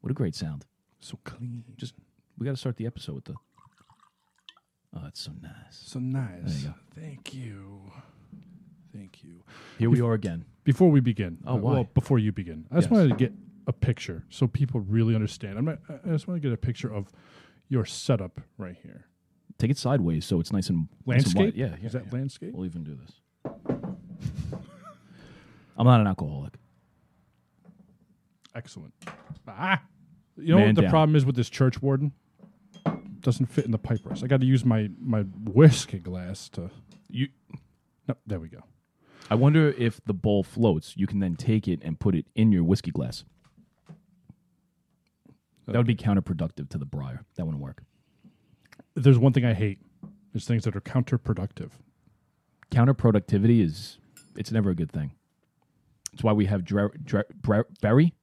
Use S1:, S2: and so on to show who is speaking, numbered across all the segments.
S1: What a great sound.
S2: So clean.
S1: Just we got to start the episode with the. Oh, it's so nice.
S2: so nice.
S1: There you go.
S2: Thank you. Thank you.
S1: Here we are again.
S2: Before we begin, uh,
S1: Oh, why?
S2: well, before you begin, I just
S1: Yes.
S2: wanted to get a picture so people really understand. I'm not, I- I just want to get a picture of your setup right here.
S1: Take it sideways so it's nice and nice and wide.
S2: Landscape?
S1: yeah, yeah,
S2: Is that
S1: yeah.
S2: landscape?
S1: We'll even do this. I'm not an alcoholic.
S2: Excellent. Ah, you know
S1: Man
S2: what the
S1: down.
S2: problem is with this church warden? Doesn't fit in the pipe rest. I got to use my my whiskey glass to.
S1: You.
S2: No, there we go.
S1: I wonder if the bowl floats. You can then take it and put it in your whiskey glass. That would be counterproductive to the briar. That wouldn't work.
S2: If There's one thing I hate. There's things that are counterproductive.
S1: Counterproductivity is it's never a good thing. It's why we have dre- dre- Bre- Berry.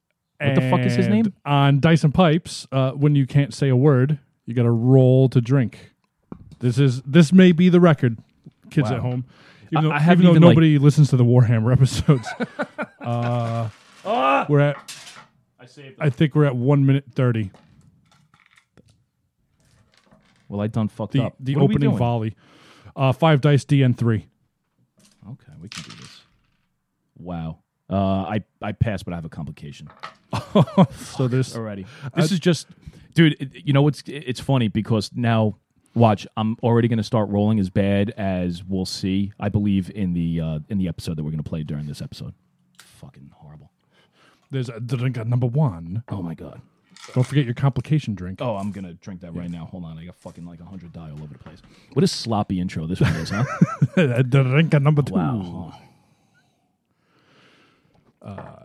S1: What the fuck is his
S2: And
S1: name?
S2: On Dyson Pipes, uh, when you can't say a word, you got to roll to drink. This is this may be the record, kids
S1: Wow.
S2: at home.
S1: I-
S2: Even though,
S1: I haven't
S2: even though
S1: even, like-
S2: nobody listens to the Warhammer episodes, uh, we're at. I think we're at one minute thirty.
S1: Well, I done fucked
S2: The
S1: up.
S2: the
S1: What are we
S2: opening
S1: doing?
S2: volley, uh, five dice DN three.
S1: Okay, we can do this. Wow. Uh, I I passed, but I have a complication
S2: So this
S1: already. This is just, dude. It, you know what's it's funny because now, watch. I'm already going to start rolling as bad as we'll see. I believe in the uh, in the episode that we're going to play during this episode. Fucking horrible.
S2: there's a drink at number one.
S1: Oh my god.
S2: Don't forget your complication drink.
S1: Oh, I'm gonna drink that right now. Hold on, I got fucking like hundred die all over the place. What a sloppy intro this one is, huh?
S2: a drink at number two.
S1: wow.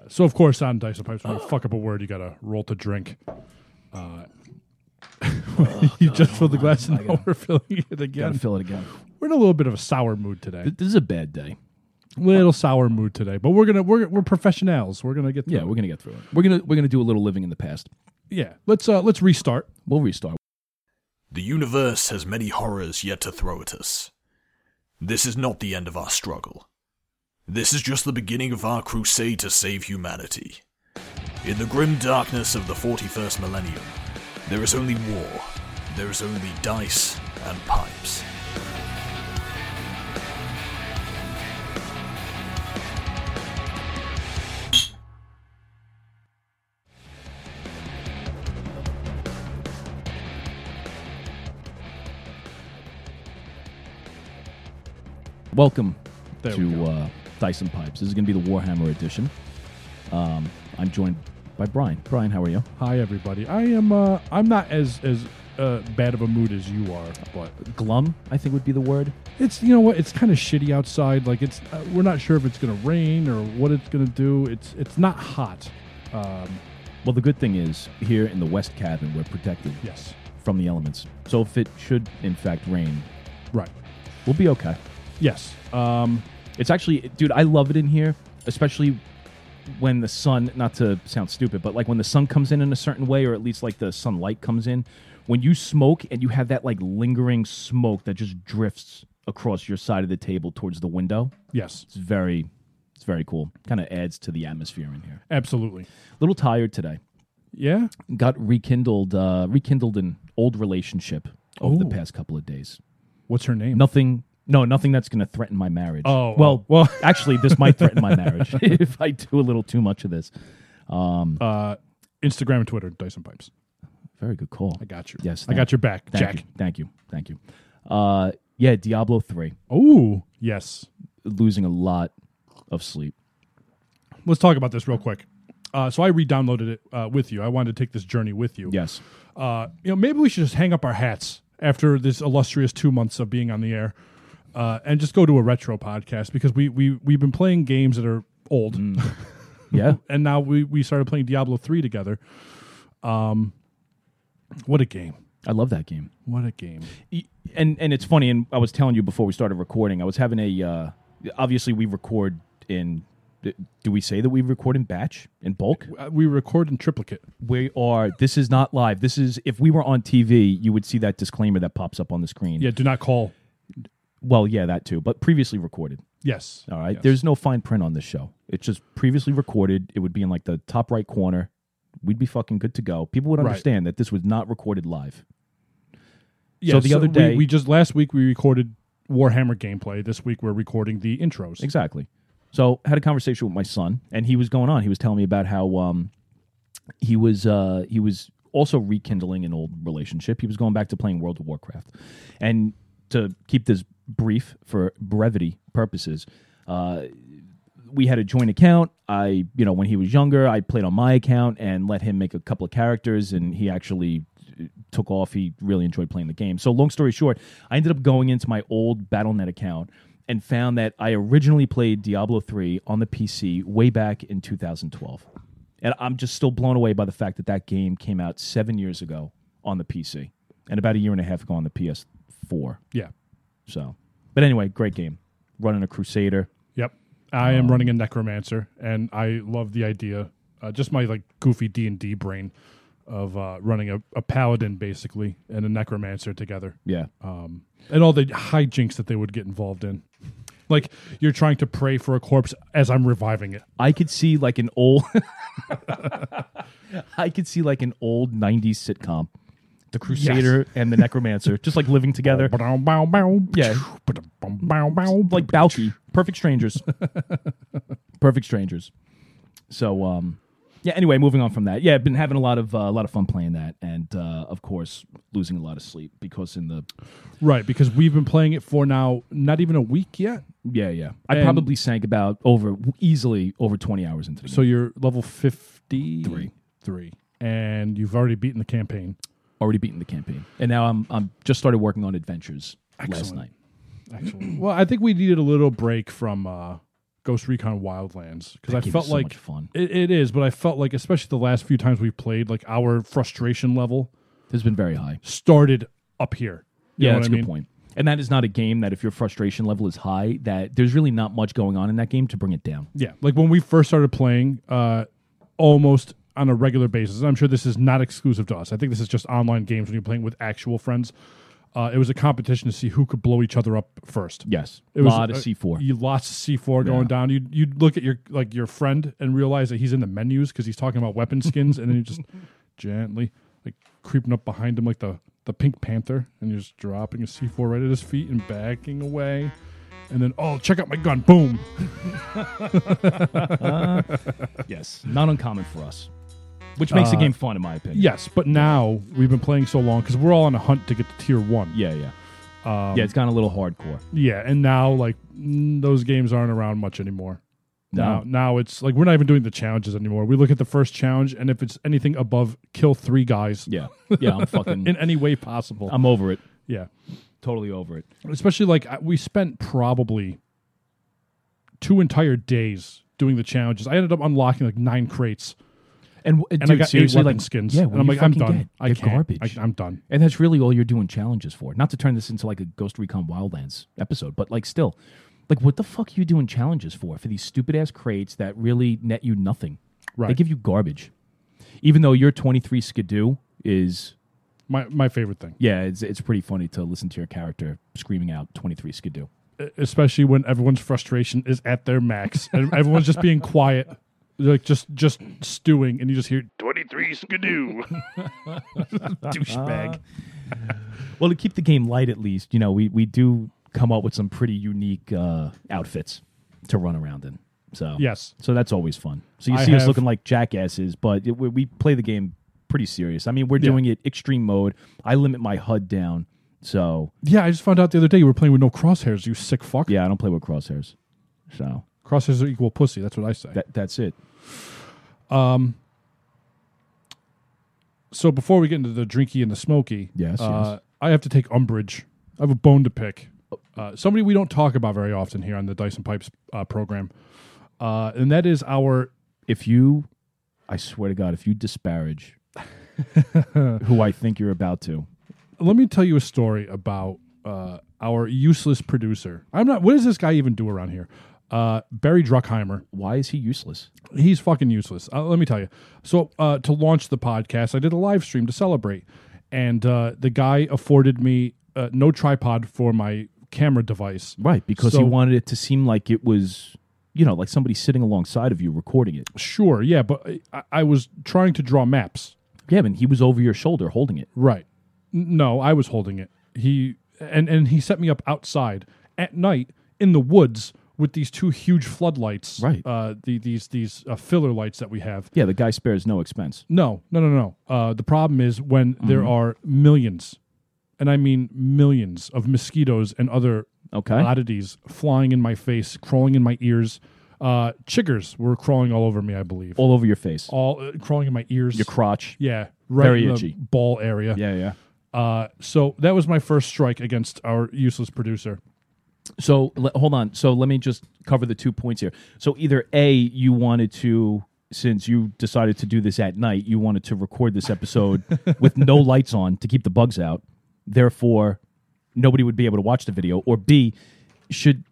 S2: So of course on Dyson Pipes, when you fuck up a word, you gotta roll to drink. Uh, you just filled the glass and now we're filling it
S1: Gotta
S2: again.
S1: fill it again.
S2: We're in a little bit of a sour mood today.
S1: Th- This is a bad day.
S2: Little sour mood today, but we're gonna we're we're professionals. We're gonna get through
S1: Yeah,
S2: it.
S1: we're gonna get through it. We're gonna we're gonna do a little living in the past.
S2: yeah. Let's uh let's restart.
S1: We'll restart.
S3: The universe has many horrors yet to throw at us. This is not the end of our struggle. This is just the beginning of our crusade to save humanity. In the grim darkness of the 41st millennium, there is only war, there is only dice and pipes.
S1: Welcome
S2: There we
S1: to
S2: go.
S1: uh, Dyson Pipes. This is gonna be the Warhammer edition. Um, I'm joined by Brian. Brian, how are you?
S2: Hi everybody. I am uh I'm not as as uh, bad of a mood as you are, but
S1: Glum, I think would be the word.
S2: it's you know what it's kind of shitty outside. Like it's uh, we're not sure if it's gonna rain or what it's gonna do. It's it's not hot. Um,
S1: Well, the good thing is here in the West Cabin, we're protected
S2: yes,
S1: from the elements. So if it should in fact rain,
S2: right.
S1: we'll be okay.
S2: Yes. Um,
S1: It's actually, dude, I love it in here, especially when the sun, not to sound stupid, but like when the sun comes in in a certain way, or at least like the sunlight comes in. When you smoke and you have that like lingering smoke that just drifts across your side of the table towards the window,
S2: yes,
S1: it's very, it's very cool. Kind of adds to the atmosphere in here.
S2: absolutely.
S1: little tired today.
S2: Yeah.
S1: Got rekindled, uh, rekindled an old relationship over the
S2: Ooh.
S1: past couple of days.
S2: What's her name?
S1: Nothing. No, nothing that's going to threaten my marriage.
S2: Oh,
S1: well,
S2: oh, well.
S1: actually, this might threaten my marriage if I do a little too much of this.
S2: Uh, Instagram and Twitter, Dyson Pipes.
S1: Very good call.
S2: I got you.
S1: Yes,
S2: I
S1: thank-
S2: got your back,
S1: Thank
S2: Jack.
S1: you. Thank you. Thank you. Uh, yeah, Diablo three,
S2: Oh, yes.
S1: losing a lot of sleep.
S2: Let's talk about this real quick. Uh, so I re-downloaded it uh, with you. I wanted to take this journey with you.
S1: Yes,
S2: Uh, you know, maybe we should just hang up our hats after this illustrious two months of being on the air, uh, and just go to a retro podcast because we we we've been playing games that are old.
S1: Mm. yeah.
S2: and now we, we started playing Diablo three together. Um, what a game!
S1: I love that game.
S2: What a game!
S1: Y- And and it's funny. And I was telling you before we started recording, I was having a. Uh, obviously, we record in. Do we say that we record in batch in bulk?
S2: Uh, We record in triplicate.
S1: We are. This is not live. This is. If we were on TV, you would see that disclaimer that pops up on the screen.
S2: Yeah, do not call.
S1: Well, yeah, that too, but previously recorded.
S2: Yes.
S1: All right. There's no fine print on this show. It's just previously recorded. It would be in like the top right corner. we'd be fucking good to go. People would
S2: Right.
S1: understand that this was not recorded live.
S2: Yeah,
S1: So the other
S2: we-
S1: day-
S2: we, just last week we recorded Warhammer gameplay. This week we're recording the intros.
S1: Exactly. So had a conversation with my son, and he was going on. He was telling me about how um, he was uh, he was also rekindling an old relationship. He was going back to playing World of Warcraft, and to keep this brief for brevity purposes, uh, we had a joint account. I, you know, when he was younger, I played on my account and let him make a couple of characters, and he actually uh, took off. He really enjoyed playing the game. So, long story short, I ended up going into my old BattleNet account and found that I originally played Diablo 3 on the PC way back in 2012. And I'm just still blown away by the fact that that game came out seven years ago on the PC and about a year and a half ago on the PS4.
S2: Yeah.
S1: So, but anyway, great game. Running a Crusader.
S2: Yep. I
S1: Um,
S2: am running a necromancer, and I love the idea. Uh, just my like goofy D and D brain of uh, running a, a paladin basically and a necromancer together,
S1: Yeah.
S2: and all the hijinks that they would get involved in. Like you're trying to pray for a corpse as I'm reviving it.
S1: I could see like an old I could see like an old 90s sitcom. The Crusader and the Necromancer just like living together.
S2: Bow, bow, bow.
S1: Yeah.
S2: Bow, bow.
S1: Like Balky, perfect strangers. perfect strangers. So um yeah, anyway, moving on from that. Yeah, I've been having a lot of uh, a lot of fun playing that and uh, of course losing a lot of sleep because in the
S2: right because we've been playing it for now not even a week yet.
S1: yeah, yeah. I
S2: And-
S1: probably sank about over easily over 20 hours into the game.
S2: So you're level fifty three, three, and you've already beaten the campaign.
S1: already beaten the campaign. And now I'm I'm just started working on adventures last
S2: Excellent.
S1: night.
S2: Excellent. well, I think we needed a little break from uh, Ghost Recon Wildlands because I
S1: game
S2: felt
S1: is so
S2: like
S1: much fun.
S2: It, it is, but I felt like especially the last few times we played, like our frustration level
S1: has been very high.
S2: started up here. You
S1: yeah,
S2: know
S1: that's a
S2: what
S1: good
S2: I mean?
S1: point. And that is not a game that if your frustration level is high, that there's really not much going on in that game to bring it down.
S2: Yeah, like when we first started playing, uh, almost on a regular basis. and I'm sure this is not exclusive to us. I think this is just online games when you're playing with actual friends. Uh, it was a competition to see who could blow each other up first.
S1: Yes,
S2: It
S1: a
S2: was
S1: lot of
S2: uh,
S1: C four.
S2: You lots of C four going down. You you look at your like your friend and realize that he's in the menus because he's talking about weapon skins, and then you just gently like creeping up behind him like the the Pink Panther, and you're just dropping a C four right at his feet and backing away, and then oh check out my gun, boom.
S1: yes, not uncommon for us, which
S2: Uh,
S1: makes the game fun in my opinion.
S2: Yes, but now we've been playing so long because we're all on a hunt to get to tier one.
S1: yeah, yeah.
S2: Um,
S1: yeah, it's gotten a little hardcore.
S2: Yeah, and now like mm, those games aren't around much anymore.
S1: No.
S2: Now, now it's like we're not even doing the challenges anymore. We look at the first challenge, and if it's anything above, kill three guys
S1: Yeah, yeah. Um, I'm fucking.
S2: in any way possible.
S1: I'm over it.
S2: yeah,
S1: Totally over it.
S2: especially like I- we spent probably two entire days doing the challenges. I ended up unlocking like nine crates,
S1: And, w-
S2: and
S1: dude,
S2: I got
S1: seriously,
S2: eight weapon
S1: like
S2: skins.
S1: Yeah, what
S2: and
S1: do
S2: I'm
S1: you
S2: like, I'm
S1: fucking
S2: done.
S1: get?
S2: I
S1: They're
S2: can't.
S1: garbage.
S2: I, I'm done.
S1: And that's really all you're doing challenges for. Not to turn this into like a Ghost Recon Wildlands episode, but like still, like what the fuck are you doing challenges for? For these stupid ass crates that really net you nothing. They
S2: Right.
S1: give you garbage. Even though your 23 Skidoo is,
S2: My my favorite thing.
S1: yeah, it's, it's pretty funny to listen to your character screaming out 23 Skidoo.
S2: especially when everyone's frustration is at their max and everyone's just being quiet like just just stewing and you just hear 23 skidoo douchebag
S1: Well, to keep the game light at least, you know, we, we do come up with some pretty unique uh, outfits to run around in. So,
S2: yes
S1: So that's always fun. So you
S2: I
S1: see us
S2: have-
S1: looking like jackasses, but it, we, we play the game pretty serious. I mean, we're doing it extreme mode. I limit my HUD down, so
S2: yeah i just found out the other day you were playing with no crosshairs you sick fuck
S1: yeah, I don't play with crosshairs. So
S2: crosshairs are equal pussy that's what i say
S1: that that's it.
S2: so before we get into the drinky and the smoky
S1: Yes,
S2: uh, i have to take umbrage i have a bone to pick uh, somebody we don't talk about very often here on the dyson pipes uh, program uh, and that is our
S1: If you, I swear to God, if you disparage who I think you're about to,
S2: let me tell you a story about uh, our useless producer. I'm not. What does this guy even do around here? Uh, Barry Druckheimer.
S1: why is he useless?
S2: He's fucking useless. Uh, let me tell you. So uh, to launch the podcast, I did a live stream to celebrate, and uh, the guy afforded me uh, no tripod for my camera device.
S1: Right, because
S2: So-
S1: he wanted it to seem like it was you know, like somebody sitting alongside of you recording it.
S2: Sure, yeah, but I, I was trying to draw maps.
S1: Yeah, and he was over your shoulder holding it.
S2: Right. N- No, I was holding it. He and and he set me up outside at night in the woods with these two huge floodlights.
S1: Right.
S2: Uh, the, these these uh, filler lights that we have.
S1: Yeah, the guy spares no expense.
S2: No, no, no, no. Uh, the problem is when
S1: Mm-hmm.
S2: there are millions, and I mean millions of mosquitoes and other
S1: Okay.
S2: oddities flying in my face, crawling in my ears. Uh, chiggers were crawling all over me, I believe.
S1: All over your face,
S2: All uh, crawling in my ears.
S1: your crotch.
S2: yeah, right
S1: Very
S2: in the
S1: itchy.
S2: ball area.
S1: Yeah, yeah.
S2: Uh, so that was my first strike against our useless producer.
S1: So le- hold on. So let me just cover the two points here. So either A, you wanted to, since you decided to do this at night, you wanted to record this episode with no lights on to keep the bugs out. Therefore, nobody would be able to watch the video. Or B, should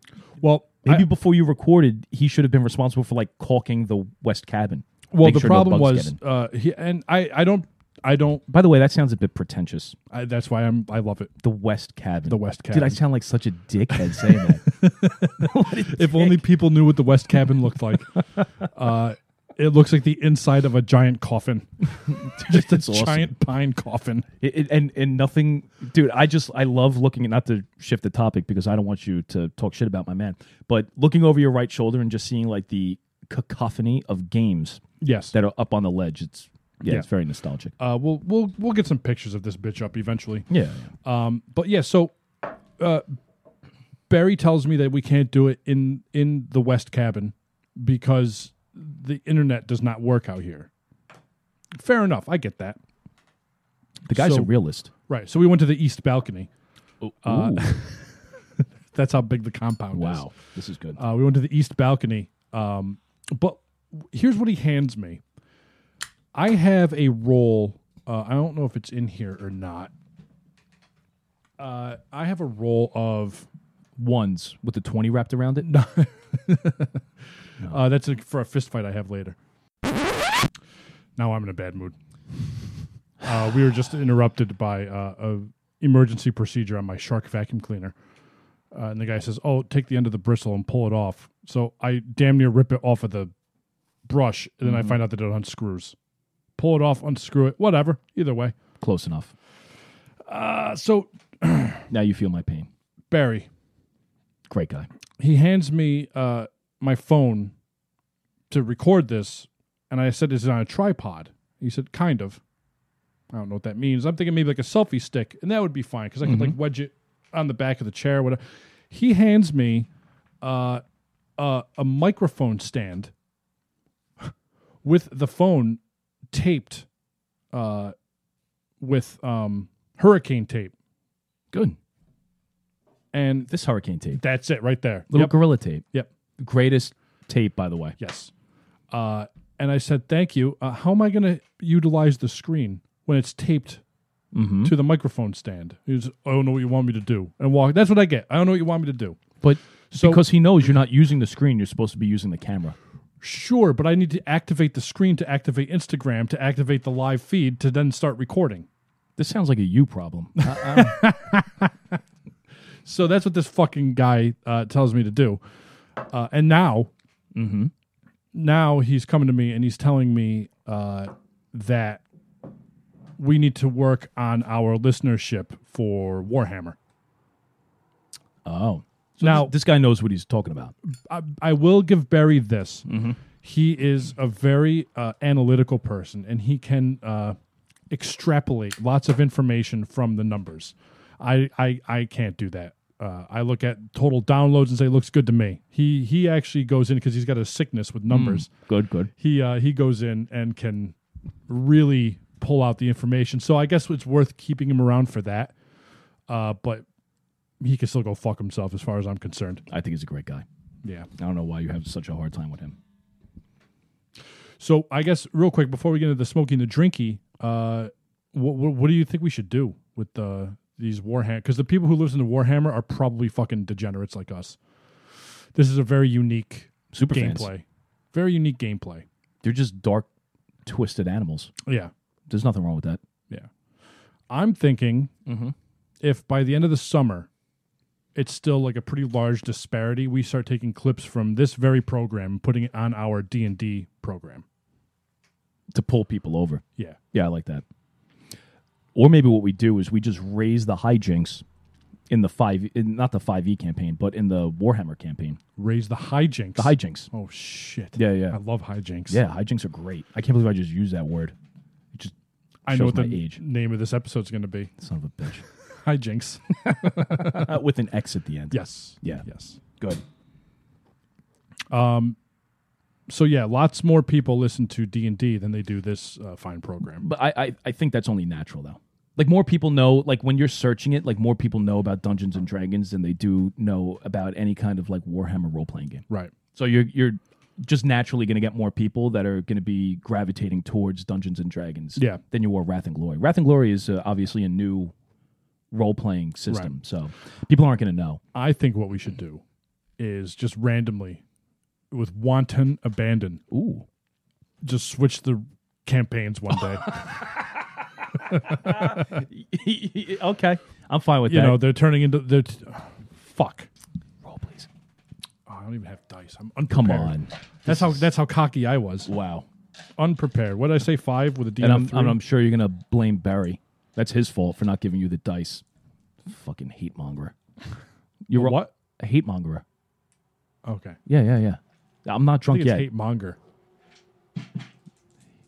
S2: Well, I-
S1: maybe before you recorded, he should have been responsible for like caulking the west cabin.
S2: well,
S1: Make
S2: the
S1: sure no
S2: problem
S1: bugs
S2: was,
S1: get in.
S2: uh, he, and I, I don't, I don't.
S1: By the way, that sounds a bit pretentious.
S2: I, that's why I'm, I love it.
S1: The west cabin.
S2: The west
S1: Did I
S2: cabin.
S1: sound like such a dickhead saying that?
S2: If only people knew what the West Cabin looked like. uh, it looks like the inside of a giant coffin, just a
S1: It's awesome.
S2: giant pine coffin.
S1: It, it- and and nothing, dude. I just I love looking at not to shift the topic because I don't want you to talk shit about my man, but looking over your right shoulder and just seeing like the cacophony of games
S2: Yes.
S1: that are up on the ledge. It's yeah,
S2: Yeah.
S1: it's very nostalgic.
S2: Uh, we'll we'll we'll get some pictures of this bitch up eventually.
S1: Yeah,
S2: Um, but yeah, so uh, Barry tells me that we can't do it in in the West Cabin because the internet does not work out here. Fair enough, I get that.
S1: the guy's
S2: So-
S1: a realist.
S2: Right, so we went to the east balcony. uh,
S1: Ooh,
S2: That's how big the compound is.
S1: wow, this is good.
S2: Uh, we went to the east balcony. Um, but here's what he hands me. I have a roll. Uh, I don't know if it's in here or not. Uh, I have a roll of.
S1: Ones with the twenty wrapped around it.
S2: Uh, that's a, for a fist fight I have later. Now I'm in a bad mood. Uh, we were just interrupted by uh, a emergency procedure on my shark vacuum cleaner, uh, and the guy says, "Oh, take the end of the bristle and pull it off." So I damn near rip it off of the brush, and then I find out that it unscrews. Pull it off, unscrew it, whatever. Either way.
S1: Close enough.
S2: Uh, so
S1: Now you feel my pain.
S2: Barry,
S1: Great guy.
S2: he hands me uh, my phone to record this, and I said, "Is it on a tripod?" He said, "Kind of." I don't know what that means. I'm thinking maybe like a selfie stick, and that would be fine because I could like wedge it on the back of the chair, or whatever. He hands me uh, uh, a microphone stand with the phone taped uh, with um, hurricane tape,
S1: Good.
S2: and
S1: This hurricane tape,
S2: that's it right there.
S1: little
S2: Yep.
S1: gorilla tape,
S2: yep.
S1: greatest tape by the way.
S2: Yes. Uh, and I said, thank you. Uh, how am I going to utilize the screen when it's taped
S1: Mm-hmm.
S2: to the microphone stand? He was, I don't know what you want me to do. And walk. That's what I get. I don't know what you want me to do.
S1: But
S2: So-
S1: because he knows you're not using the screen, you're supposed to be using the camera.
S2: Sure, but I need to activate the screen to activate Instagram to activate the live feed to then start recording.
S1: This sounds like a you problem.
S2: So that's what this fucking guy uh, tells me to do. Uh, and now, now he's coming to me and he's telling me uh, that we need to work on our listenership for Warhammer.
S1: oh.
S2: now,
S1: This guy knows what he's talking about.
S2: I, I will give Barry this. He is a very uh, analytical person, and he can uh, extrapolate lots of information from the numbers. I I, I can't do that. Uh, I look at total downloads and say looks good to me. He he actually goes in because he's got a sickness with numbers.
S1: Good, good.
S2: He uh, he goes in and can really pull out the information. So I guess it's worth keeping him around for that. Uh, but he can still go fuck himself as far as I'm concerned.
S1: I think he's a great guy.
S2: Yeah.
S1: I don't know why you have such a hard time with him.
S2: So I guess real quick before we get into the smoking the drinky, uh, what, what what do you think we should do with the these Warhammer? Because the people who lives in the Warhammer are probably fucking degenerates like us. This is a very unique
S1: Super fans.
S2: gameplay, very unique gameplay.
S1: They're just dark, twisted animals.
S2: Yeah,
S1: There's nothing wrong with that. Mm-hmm.
S2: yeah. I'm thinking if by the end of the summer it's still like a pretty large disparity. We start taking clips from this very program and putting it on our D and D program.
S1: to pull people over.
S2: Yeah,
S1: Yeah, I like that. Or maybe what we do is we just raise the hijinks in the five, in, not the five E campaign, but in the Warhammer campaign.
S2: raise the hijinks.
S1: The hijinks.
S2: oh shit.
S1: Yeah, yeah.
S2: I love hijinks.
S1: Yeah, hijinks are great. I can't believe I just used that word. It just
S2: I know
S1: shows
S2: what the
S1: my age.
S2: name of this episode's going to be.
S1: son of a bitch
S2: Hijinks.
S1: uh, with an X at the end.
S2: yes.
S1: Yeah.
S2: Yes.
S1: good.
S2: So yeah, lots more people listen to D and D than they do this uh, fine program.
S1: But I, I, I think that's only natural though. Like more people know, like when you're searching it, like more people know about Dungeons and Dragons than they do know about any kind of like Warhammer role playing game.
S2: Right.
S1: So you're you're just naturally going to get more people that are going to be gravitating towards Dungeons and Dragons
S2: Yeah.
S1: than you were Wrath and Glory. Wrath and Glory is uh, obviously a new role playing system, so people aren't going to know.
S2: I think what we should do is just randomly, with wanton abandon,
S1: Ooh,
S2: just switch the campaigns one day.
S1: okay, I'm fine with
S2: you
S1: that.
S2: know, they're turning into they're t- fuck.
S1: role plays.
S2: Oh, I don't even have dice. I'm
S1: Come
S2: unprepared.
S1: on,
S2: That's how that's how cocky I was.
S1: wow.
S2: Unprepared. What did I say? Five with a D
S1: And
S2: and
S1: I'm,
S2: a
S1: I'm,
S2: three?
S1: I'm sure you're going to blame Barry. That's his fault for not giving you the dice. Fucking hate monger. You're
S2: what?
S1: A hate monger.
S2: Okay.
S1: Yeah, yeah, yeah. I'm not
S2: I
S1: drunk
S2: think it's
S1: yet.
S2: hate monger.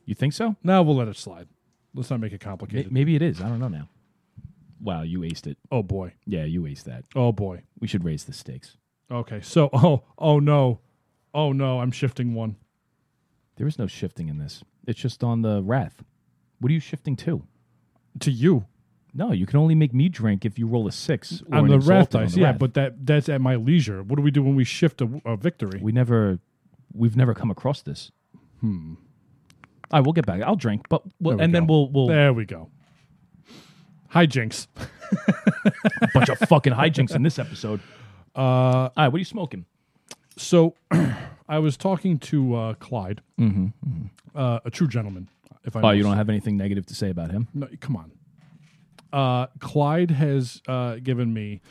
S1: You think so?
S2: No, we'll let it slide. Let's not make it
S1: May-
S2: complicated.
S1: Maybe it is. I don't know now. Wow, you aced it.
S2: oh boy.
S1: Yeah, you aced that.
S2: Oh boy.
S1: We should raise the stakes.
S2: Okay. So oh oh no. Oh no, I'm shifting one.
S1: There is no shifting in this. It's just on the wrath. What are you shifting to?
S2: To you.
S1: No, you can only make me drink if you roll a six or
S2: on
S1: an
S2: the
S1: exalted
S2: wrath
S1: on
S2: dice.
S1: the
S2: Yeah,
S1: wrath.
S2: but that that's at my leisure. What do we do when we shift a, a victory?
S1: we never, we've never come across this. Hmm. I will get back. I'll drink, but we'll,
S2: There we
S1: and then
S2: go.
S1: we'll we'll
S2: there we go. Hijinks.
S1: bunch of fucking hijinks in this episode. Uh, All right, what are you smoking?
S2: So I was talking to uh, Clyde, Uh, a true gentleman. If I
S1: Mm-hmm, Oh,
S2: must.
S1: you don't have anything negative to say about him?
S2: No, come on. Uh, Clyde has uh, given me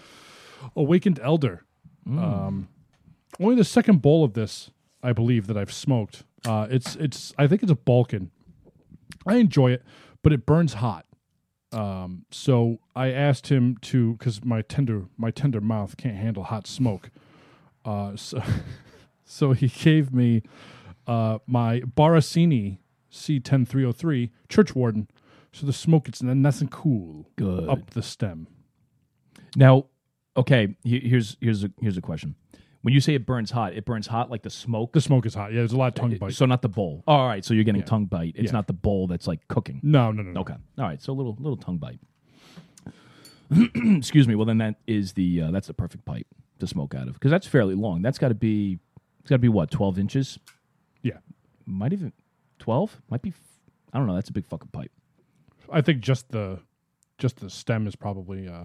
S2: Awakened Elder. Um, only the second bowl of this, I believe, that I've smoked. Uh, it's it's. I think it's a Balkan. I enjoy it, but it burns hot. Um, so I asked him to because my tender my tender mouth can't handle hot smoke. Uh, so so he gave me uh, my Barasini C10303 church warden. So the smoke it's n- nice and cool
S1: Good.
S2: up the stem.
S1: Oh. Now, okay, he- here's here's a here's a question. When you say it burns hot, it burns hot like the smoke.
S2: The smoke is hot. Yeah, there's a lot of tongue bite. Oh.
S1: So not the bowl. All right, so you're getting tongue bite. It's
S2: Yeah.
S1: not the bowl that's like cooking.
S2: No, no, no, no.
S1: Okay. All right, so a little little tongue bite. Excuse me. Well, then that is the uh, that's the perfect pipe to smoke out of because that's fairly long. That's got to be it's got to be what twelve inches.
S2: Yeah,
S1: Might even twelve. Might be. f- I don't know. That's a big fucking pipe.
S2: I think just the just the stem is probably uh,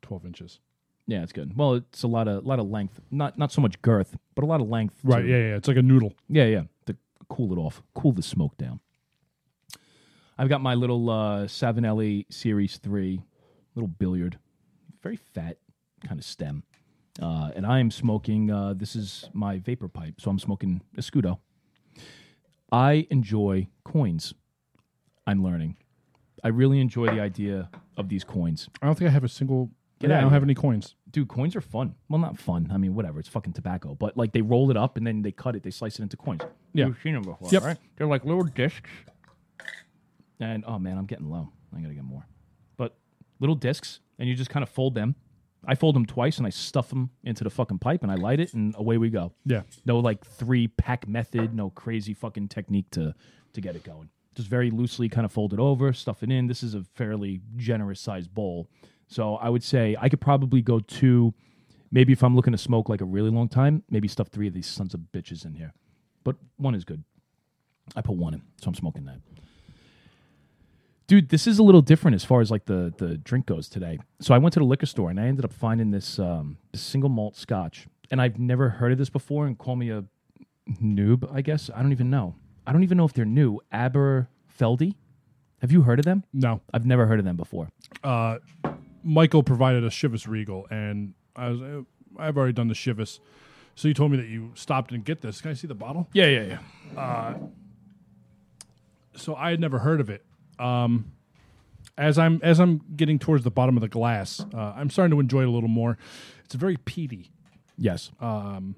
S2: twelve inches.
S1: Yeah, it's good. Well, it's a lot of lot of length, not not so much girth, but a lot of length. to-
S2: Right. Yeah, yeah. It's like a noodle.
S1: yeah, yeah. To cool it off, cool the smoke down. I've got my little uh, Savinelli Series Three, little billiard, very fat kind of stem, uh, and I am smoking. Uh, this is my vapor pipe, so I'm smoking Escudo. I enjoy coins. I'm learning. I really enjoy the idea of these coins.
S2: I don't think I have a single.
S1: Get out
S2: yeah, I
S1: of
S2: don't
S1: here.
S2: have any coins.
S1: dude, coins are fun. Well, not fun. I mean, whatever. It's fucking tobacco. But like they roll it up and then they cut it. They slice it into coins.
S2: Yeah.
S1: You've seen them before,
S2: Yep.
S1: right? They're like little discs. And oh man, I'm getting low. I gotta get more. But little discs, and you just kind of fold them. I fold them twice and I stuff them into the fucking pipe and I light it and away we go.
S2: Yeah.
S1: No like three pack method, no crazy fucking technique to to get it going. Just very loosely kind of fold it over, stuff it in. This is a fairly generous sized bowl. So I would say I could probably go two, maybe if I'm looking to smoke like a really long time, maybe stuff three of these sons of bitches in here. But one is good. I put one in, so I'm smoking that. Dude, this is a little different as far as like the the drink goes today. So I went to the liquor store and I ended up finding this um, single malt Scotch, and I've never heard of this before. And call me a noob, I guess. I don't even know. I don't even know if they're new. Aberfeldy. Have you heard of them?
S2: No.
S1: I've never heard of them before.
S2: Michael provided a Chivas Regal, and I was, uh, I've already done the shivas. So you told me that you stopped and get this. Can I see the bottle?
S1: Yeah, yeah, yeah.
S2: so I had never heard of it. Um, as I'm as I'm getting towards the bottom of the glass, uh, I'm starting to enjoy it a little more. It's very peaty,
S1: Yes.
S2: but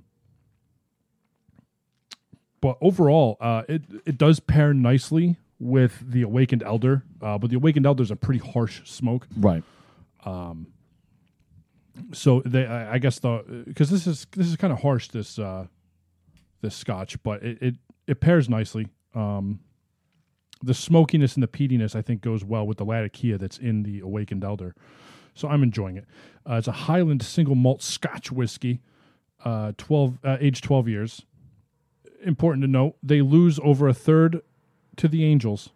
S2: overall, uh, it it does pair nicely with the Awakened Elder. Uh, but the Awakened Elder is a pretty harsh smoke,
S1: right.
S2: so they I, I guess the because this is this is kind of harsh this uh, this Scotch, but it it, it pairs nicely. Um, the smokiness and the peatiness I think goes well with the Latakia that's in the Awakened Elder. So I'm enjoying it. Uh, it's a Highland single malt Scotch whiskey, uh, twelve uh, age twelve years. Important to note, they lose over a third to the Angels.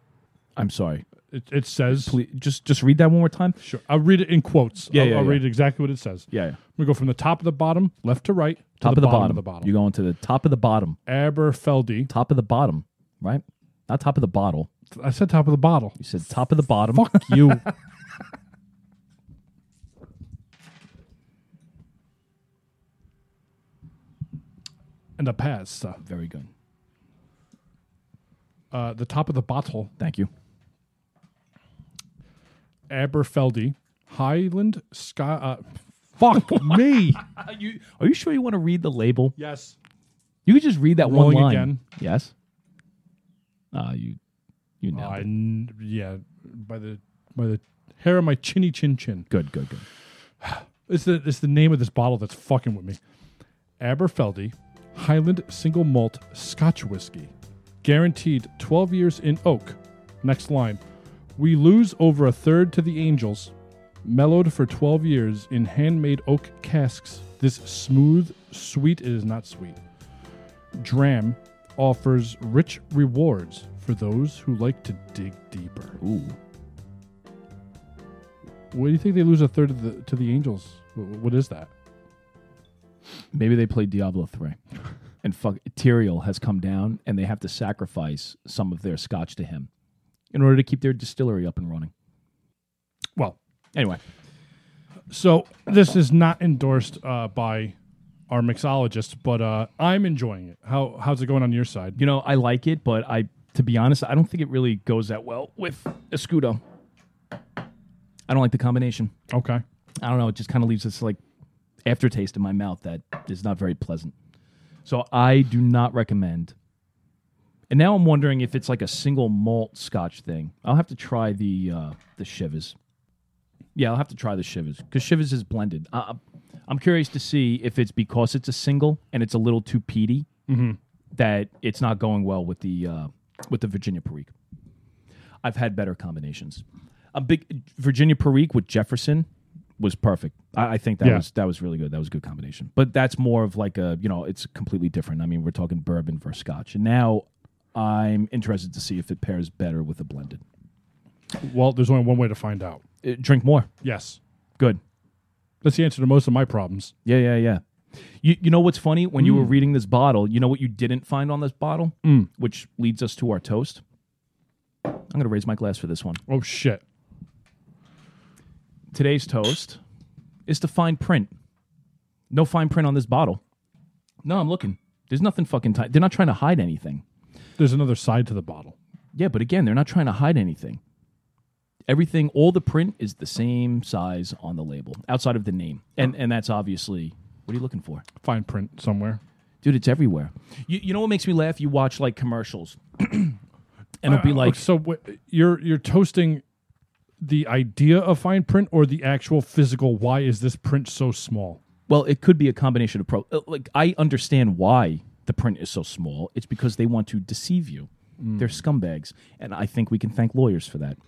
S1: I'm sorry.
S2: It, it says.
S1: Please, just just read that one more time.
S2: Sure, I'll read it in quotes.
S1: Yeah,
S2: I'll,
S1: yeah,
S2: I'll
S1: yeah.
S2: read exactly what it says.
S1: Yeah. yeah.
S2: We go from the top of the bottom, left to right, to
S1: Top of the bottom.
S2: of the bottom.
S1: You're going to the top of the bottom.
S2: Aberfeldy.
S1: Top of the bottom. Right. Not top of the bottle.
S2: I said top of the bottle.
S1: You said top of the bottom.
S2: Fuck you. and the past, uh,
S1: Very good.
S2: uh, the top of the bottle,
S1: Thank you.
S2: Aberfeldy, Highland Sky. Uh, fuck me.
S1: Are you, sure you want to read the label?
S2: Yes.
S1: You could just read that
S2: Rolling
S1: one line.
S2: again.
S1: Yes. Ah, you you nailed
S2: Oh, I
S1: it.
S2: n- yeah, by the by the hair of my chinny chin chin.
S1: Good, good, good.
S2: It's the it's the name of this bottle that's fucking with me. Aberfeldy Highland Single Malt Scotch Whiskey, guaranteed 12 years in oak. Next line, we lose over a third to the Angels, mellowed for 12 years in handmade oak casks. This smooth, sweet it is not sweet. Dram offers rich rewards for those who like to dig deeper.
S1: Ooh.
S2: What do you think they lose a third of the, to the Angels? Wh- What is that?
S1: Maybe they played Diablo 3. And fuck, Tyrael has come down and they have to sacrifice some of their scotch to him in order to keep their distillery up and running.
S2: Well,
S1: Anyway,
S2: So this is not endorsed uh, by our mixologist, but uh, I'm enjoying it. How how's it going on your side?
S1: you know, I like it, but I to be honest, I don't think it really goes that well with Escudo. I don't like the combination.
S2: Okay,
S1: I don't know. It just kind of leaves this like aftertaste in my mouth that is not very pleasant. So I do not recommend. And now I'm wondering if it's like a single malt Scotch thing. I'll have to try the uh, the Shivas. Yeah, I'll have to try the Shivas because Shivas is blended. Uh, I'm curious to see if it's because it's a single and it's a little too peaty that it's not going well with the uh, with the Virginia Perique. I've had better combinations. A big Virginia Perique with Jefferson was perfect. I, I think that
S2: Yeah.
S1: was that was really good. That was a good combination. But that's more of like a you know it's completely different. I mean we're talking bourbon versus Scotch, and now I'm interested to see if it pairs better with a blended.
S2: well, there's only one way to find out.
S1: Uh, drink more.
S2: Yes,
S1: Good.
S2: that's the answer to most of my problems.
S1: Yeah, yeah, yeah. You, you know what's funny? When you were reading this bottle, you know what you didn't find on this bottle? Which leads us to our toast. I'm going to raise my glass for this one.
S2: Oh shit!
S1: Today's toast is to fine print. No fine print on this bottle. No, I'm looking. There's nothing fucking tight. They're not trying to hide anything.
S2: There's another side to the bottle.
S1: Yeah, but again, they're not trying to hide anything. Everything, all the print is the same size on the label outside of the name. And, and that's obviously what are you looking for?
S2: Fine print somewhere.
S1: dude it's everywhere you, you know what makes me laugh you watch like commercials and it'll be like
S2: Uh, so. What, you're you're toasting the idea of fine print or the actual physical? Why is this print so small?
S1: well it could be a combination of pro uh, like i understand why the print is so small it's because they want to deceive you they're scumbags and i think we can thank lawyers for that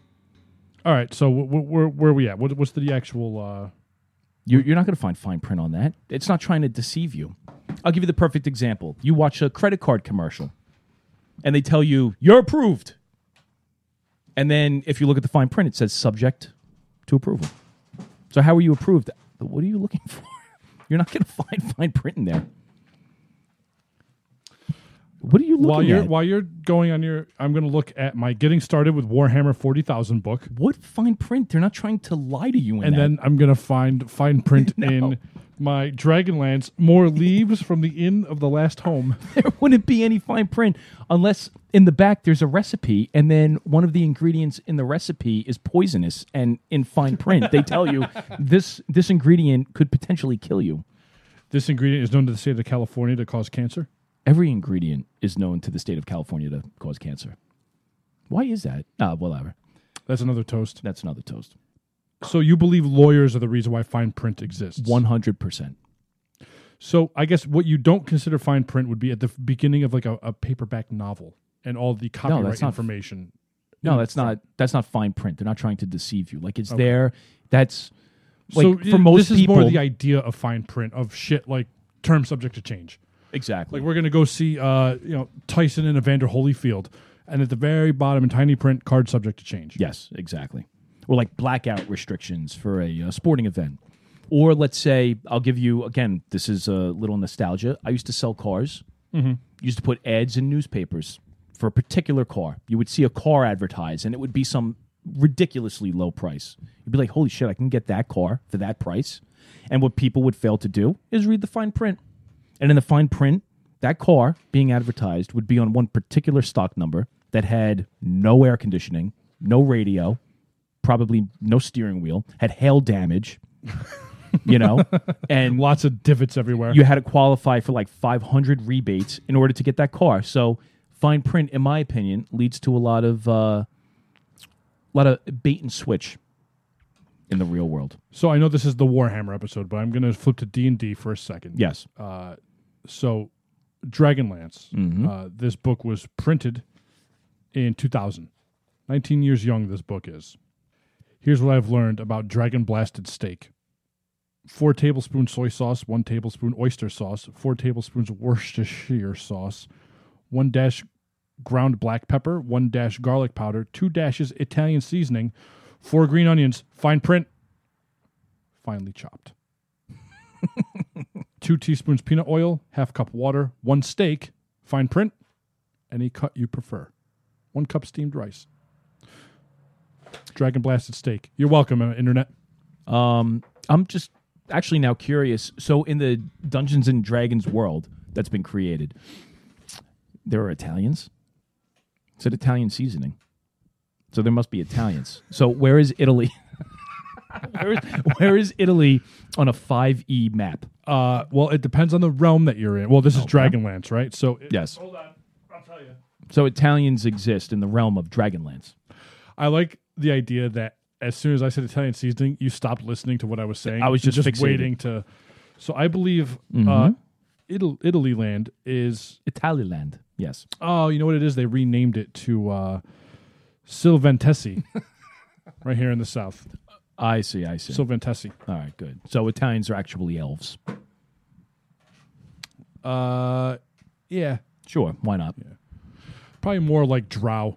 S2: All right, so wh- wh- where where are we at? What, what's the actual? Uh,
S1: you, you're not going to find fine print on that it's not trying to deceive you i'll give you the perfect example you watch a credit card commercial and they tell you you're approved and then if you look at the fine print it says subject to approval so how are you approved what are you looking for you're not going to find fine print in there What are you looking
S2: While you're
S1: at?
S2: while you're going on your, I'm going to look at my getting started with Warhammer forty thousand book,
S1: what fine print? They're not trying to lie to you. In
S2: and
S1: that.
S2: then I'm going to find fine print in my Dragonlance. More leaves from the inn of the last home.
S1: there wouldn't be any fine print unless in the back there's a recipe and then one of the ingredients in the recipe is poisonous and in fine print they tell you this this ingredient could potentially kill you
S2: This ingredient is known to the state of California to cause cancer.
S1: every ingredient is known to the state of california to cause cancer why is that ah whatever
S2: That's another toast.
S1: that's another toast
S2: So you believe lawyers are the reason why fine print exists?
S1: 100%
S2: So I guess what you don't consider fine print would be at the f- beginning of like a, a paperback novel and all the copyright
S1: that's not-
S2: information.
S1: no that's not that's not fine print they're not trying to deceive you like it's there that's like
S2: so
S1: for most
S2: this
S1: people
S2: is more the idea of fine print of shit like term subject to change.
S1: exactly
S2: Like we're gonna go see uh you know Tyson and Evander Holyfield, and at the very bottom in tiny print, card subject to change.
S1: Yes, exactly. Or like blackout restrictions for a uh, sporting event. Or let's say, I'll give you, again, this is a little nostalgia. I used to sell cars, used to put ads in newspapers for a particular car. You would see a car advertised, and it would be some ridiculously low price. You'd be like, holy shit, I can get that car for that price. And what people would fail to do is read the fine print. And in the fine print, that car being advertised would be on one particular stock number that had no air conditioning, no radio, probably no steering wheel, had hail damage, you know, and
S2: Lots of divots everywhere.
S1: you had to qualify for like 500 rebates in order to get that car. So fine print, in my opinion, leads to a lot of uh, a lot of bait and switch in the real world.
S2: so I know this is the Warhammer episode, but I'm gonna flip to D and D for a second.
S1: Yes,
S2: So Dragonlance, uh, this book was printed in 2000. 19 years young, this book is. Here's what I've learned about dragon blasted steak four tablespoons soy sauce, one tablespoon oyster sauce, four tablespoons Worcestershire sauce, one dash ground black pepper, one dash garlic powder, two dashes Italian seasoning, four green onions, fine print, finely chopped two teaspoons peanut oil, half cup water, one steak, fine print, any cut you prefer, one cup steamed rice. Dragon blasted steak. You're welcome, uh, internet.
S1: I'm just actually now curious. So in the Dungeons and Dragons world that's been created, there are Italians. It's an Italian seasoning, so there must be Italians. So where is Italy? where, is, where is Italy on a five E map?
S2: Uh, well, it depends on the realm that you're in. Well, this is Dragonlance, right? So, it-
S1: Yes.
S2: Hold on, I'll tell you.
S1: So Italians exist in the realm of Dragonlance.
S2: I like the idea that as soon as I said Italian seasoning, you stopped listening to what I was saying.
S1: I was
S2: You're
S1: just Mm-hmm. fixated.
S2: waiting to. So I believe uh, Ital- Italy land is
S1: Italiland. Yes.
S2: Oh, you know what it is? They renamed it to uh, Silventesi, right here in the south.
S1: I see. I see.
S2: Silventesi.
S1: All right. Good. So Italians are actually elves.
S2: Uh, yeah,
S1: Sure. Why not?
S2: probably more like Drow.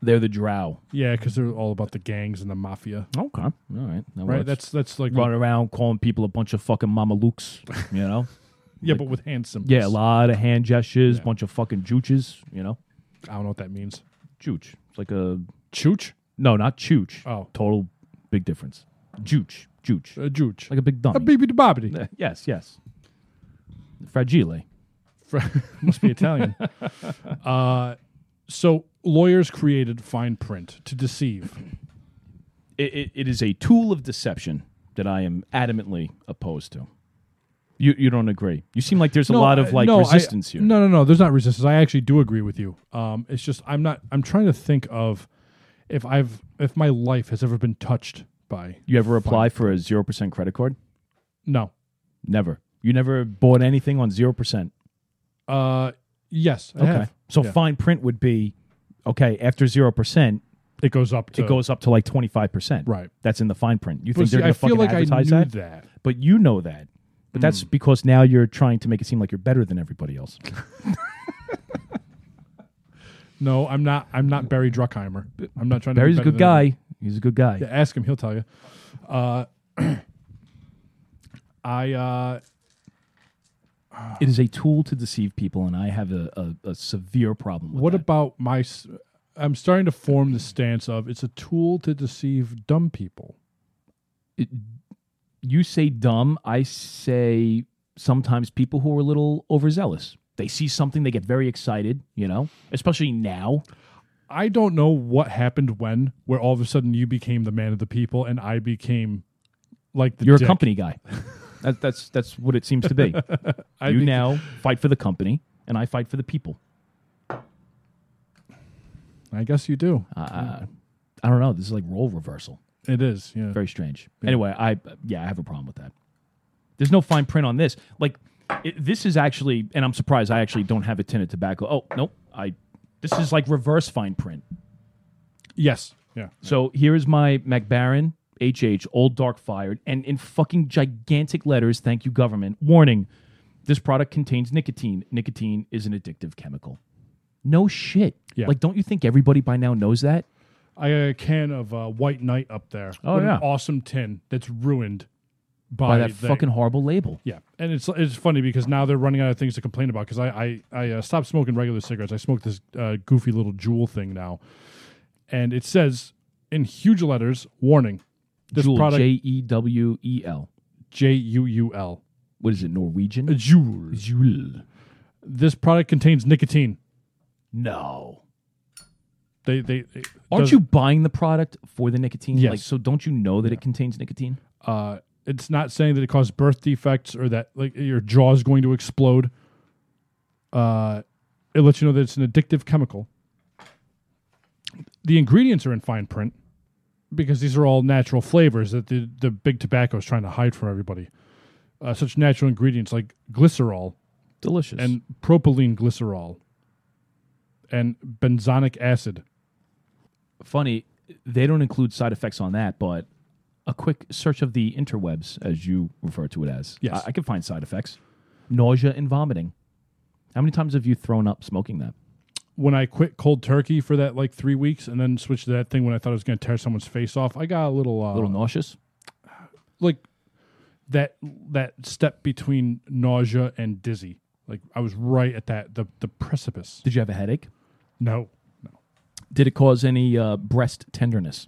S1: They're the Drow.
S2: Yeah, because they're all about the gangs and the mafia,
S1: Okay. All right. That
S2: right?
S1: works.
S2: That's that's like
S1: running around calling people a bunch of fucking mamalukes, you know?
S2: yeah, but with hand symbols.
S1: yeah, a lot of hand gestures, bunch of fucking juches, you know?
S2: I don't know what that means.
S1: Juch. It's like a
S2: Chooch,
S1: no, not chooch.
S2: Oh.
S1: Total big difference. Juch. Juch.
S2: uh, Jooch,
S1: Like a big dummy.
S2: a baby to bobbity.
S1: yes, yes. Fragile.
S2: Must be Italian. uh, so lawyers created fine print to deceive.
S1: It, it, it is a tool of deception that I am adamantly opposed to. You you don't agree. You seem like there's a lot
S2: I-
S1: of like
S2: no, I-
S1: resistance here.
S2: No, no, no. There's not resistance. I actually do agree with you. Um, it's just I'm not. I'm trying to think of if I've if my life has ever been touched by
S1: You ever apply for a zero percent credit card?
S2: no.
S1: Never. You never bought anything on zero percent.
S2: Uh, yes. I
S1: Okay.
S2: have.
S1: So
S2: Yeah.
S1: fine print would be okay after zero percent,
S2: It goes up. To,
S1: it goes up to like twenty five percent.
S2: Uh, Right.
S1: That's in the fine print. You
S2: But
S1: think
S2: see,
S1: they're
S2: I
S1: gonna
S2: feel
S1: fucking
S2: like I knew
S1: advertise
S2: that. Hmm.
S1: that? But you know that. But that's because now you're trying to make it seem like you're better than everybody else.
S2: No, I'm not. I'm not Barry Druckheimer. I'm not trying to. be
S1: Barry's a
S2: better
S1: good
S2: than everybody.
S1: guy. He's a good guy.
S2: Yeah, ask him. He'll tell you. Uh, I uh,
S1: It is a tool to deceive people, and I have a, a, a severe problem with
S2: What
S1: that.
S2: about my? s- I'm starting to form the stance of it's a tool to deceive dumb people.
S1: you say dumb, I say sometimes people who are a little overzealous. They see something, they get very excited, you know, especially now.
S2: I don't know what happened when, where all of a sudden you became the man of the people, and I became like the
S1: You're
S2: dick.
S1: a company guy. That, that's that's what it seems to be.
S2: I
S1: you
S2: think-
S1: now fight for the company, and I fight for the people.
S2: I guess you do.
S1: Uh, I don't know. This is like role reversal.
S2: It is. Yeah.
S1: Very strange. Anyway, I yeah, I have a problem with that. There's no fine print on this. Like it, this is actually, and I'm surprised I actually don't have a tin of tobacco. Oh nope, I. This is like reverse fine print.
S2: Yes. Yeah.
S1: So here is my MacBaron HH Old Dark Fired, and in fucking gigantic letters, thank you, government. Warning this product contains nicotine. Nicotine is an addictive chemical. No shit.
S2: Yeah.
S1: Like, don't you think everybody by now knows that?
S2: I got a can of uh, White Knight up there.
S1: Oh,
S2: What an
S1: yeah.
S2: awesome tin that's ruined by,
S1: By that
S2: the-
S1: fucking horrible label.
S2: Yeah, and it's it's funny because now they're running out of things to complain about. Because I I, I uh, stopped smoking regular cigarettes. I smoke this uh, goofy little jewel thing now, and it says in huge letters, "Warning: This
S1: Juul,
S2: product
S1: J E W E L.
S2: J U U L
S1: What is it, Norwegian?
S2: Jewel.
S1: Juul.
S2: This product contains nicotine.
S1: No.
S2: They they, they
S1: Aren't
S2: does-
S1: you buying the product for the nicotine?
S2: Yes.
S1: Like, so don't you know that it contains nicotine?
S2: Uh, it's not saying that it causes birth defects or that like your jaw is going to explode. Uh, it lets you know that it's an addictive chemical. The ingredients are in fine print because these are all natural flavors that the, the big tobacco is trying to hide from everybody. Uh, such natural ingredients like glycerol
S1: Delicious.
S2: and propylene glycerol and benzonic acid.
S1: funny they don't include side effects on that but a quick search of the interwebs as you refer to it as
S2: Yes.
S1: i, I can find side effects nausea and vomiting how many times have you thrown up smoking that
S2: when I quit cold turkey for that like three weeks and then switched to that thing when I thought I was going to tear someone's face off, I got a little, uh,
S1: a little nauseous
S2: like that that step between nausea and dizzy. Like I was right at that the the precipice.
S1: did you have a headache
S2: No,
S1: did it cause any uh, breast tenderness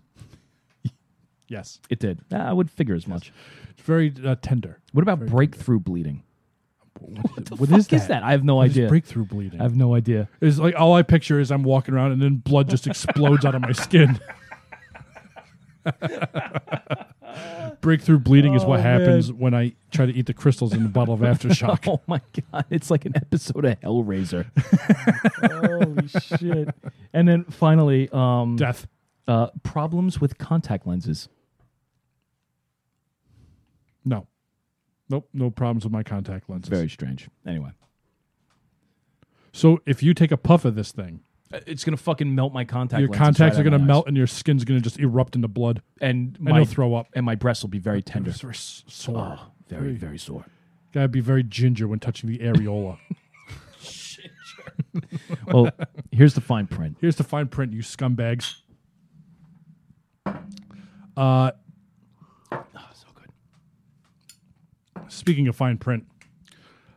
S2: yes,
S1: it did Ah, i would figure as much
S2: it's very uh, tender.
S1: what about breakthrough bleeding
S2: what is
S1: What is that i have no
S2: What is
S1: idea
S2: breakthrough bleeding.
S1: i have no idea
S2: It's like all I picture is I'm walking around and then blood just explodes out of my skin. breakthrough bleeding is what
S1: Oh,
S2: happens when I try to eat the crystals in the bottle of aftershock.
S1: Oh my god, it's like an episode of Hellraiser. Holy shit! And then finally, um,
S2: Death.
S1: uh, problems with contact lenses.
S2: No. Nope. No problems with my contact lenses.
S1: Very strange. Anyway,
S2: so if you take a puff of this thing,
S1: Uh, it's gonna fucking melt my contact.
S2: your
S1: lenses
S2: contacts
S1: right out
S2: are
S1: of
S2: going to
S1: my eyes.
S2: melt and your skin's going to just erupt into blood
S1: and
S2: and
S1: my
S2: you'll throw up.
S1: and my breasts will be very tender.
S2: It's very s- sore.
S1: Oh, very very sore.
S2: Got to be very ginger when touching the areola.
S1: Well, Oh, here's the fine print.
S2: Here's the fine print, you scumbags. Uh,
S1: Oh, so good.
S2: speaking of fine print,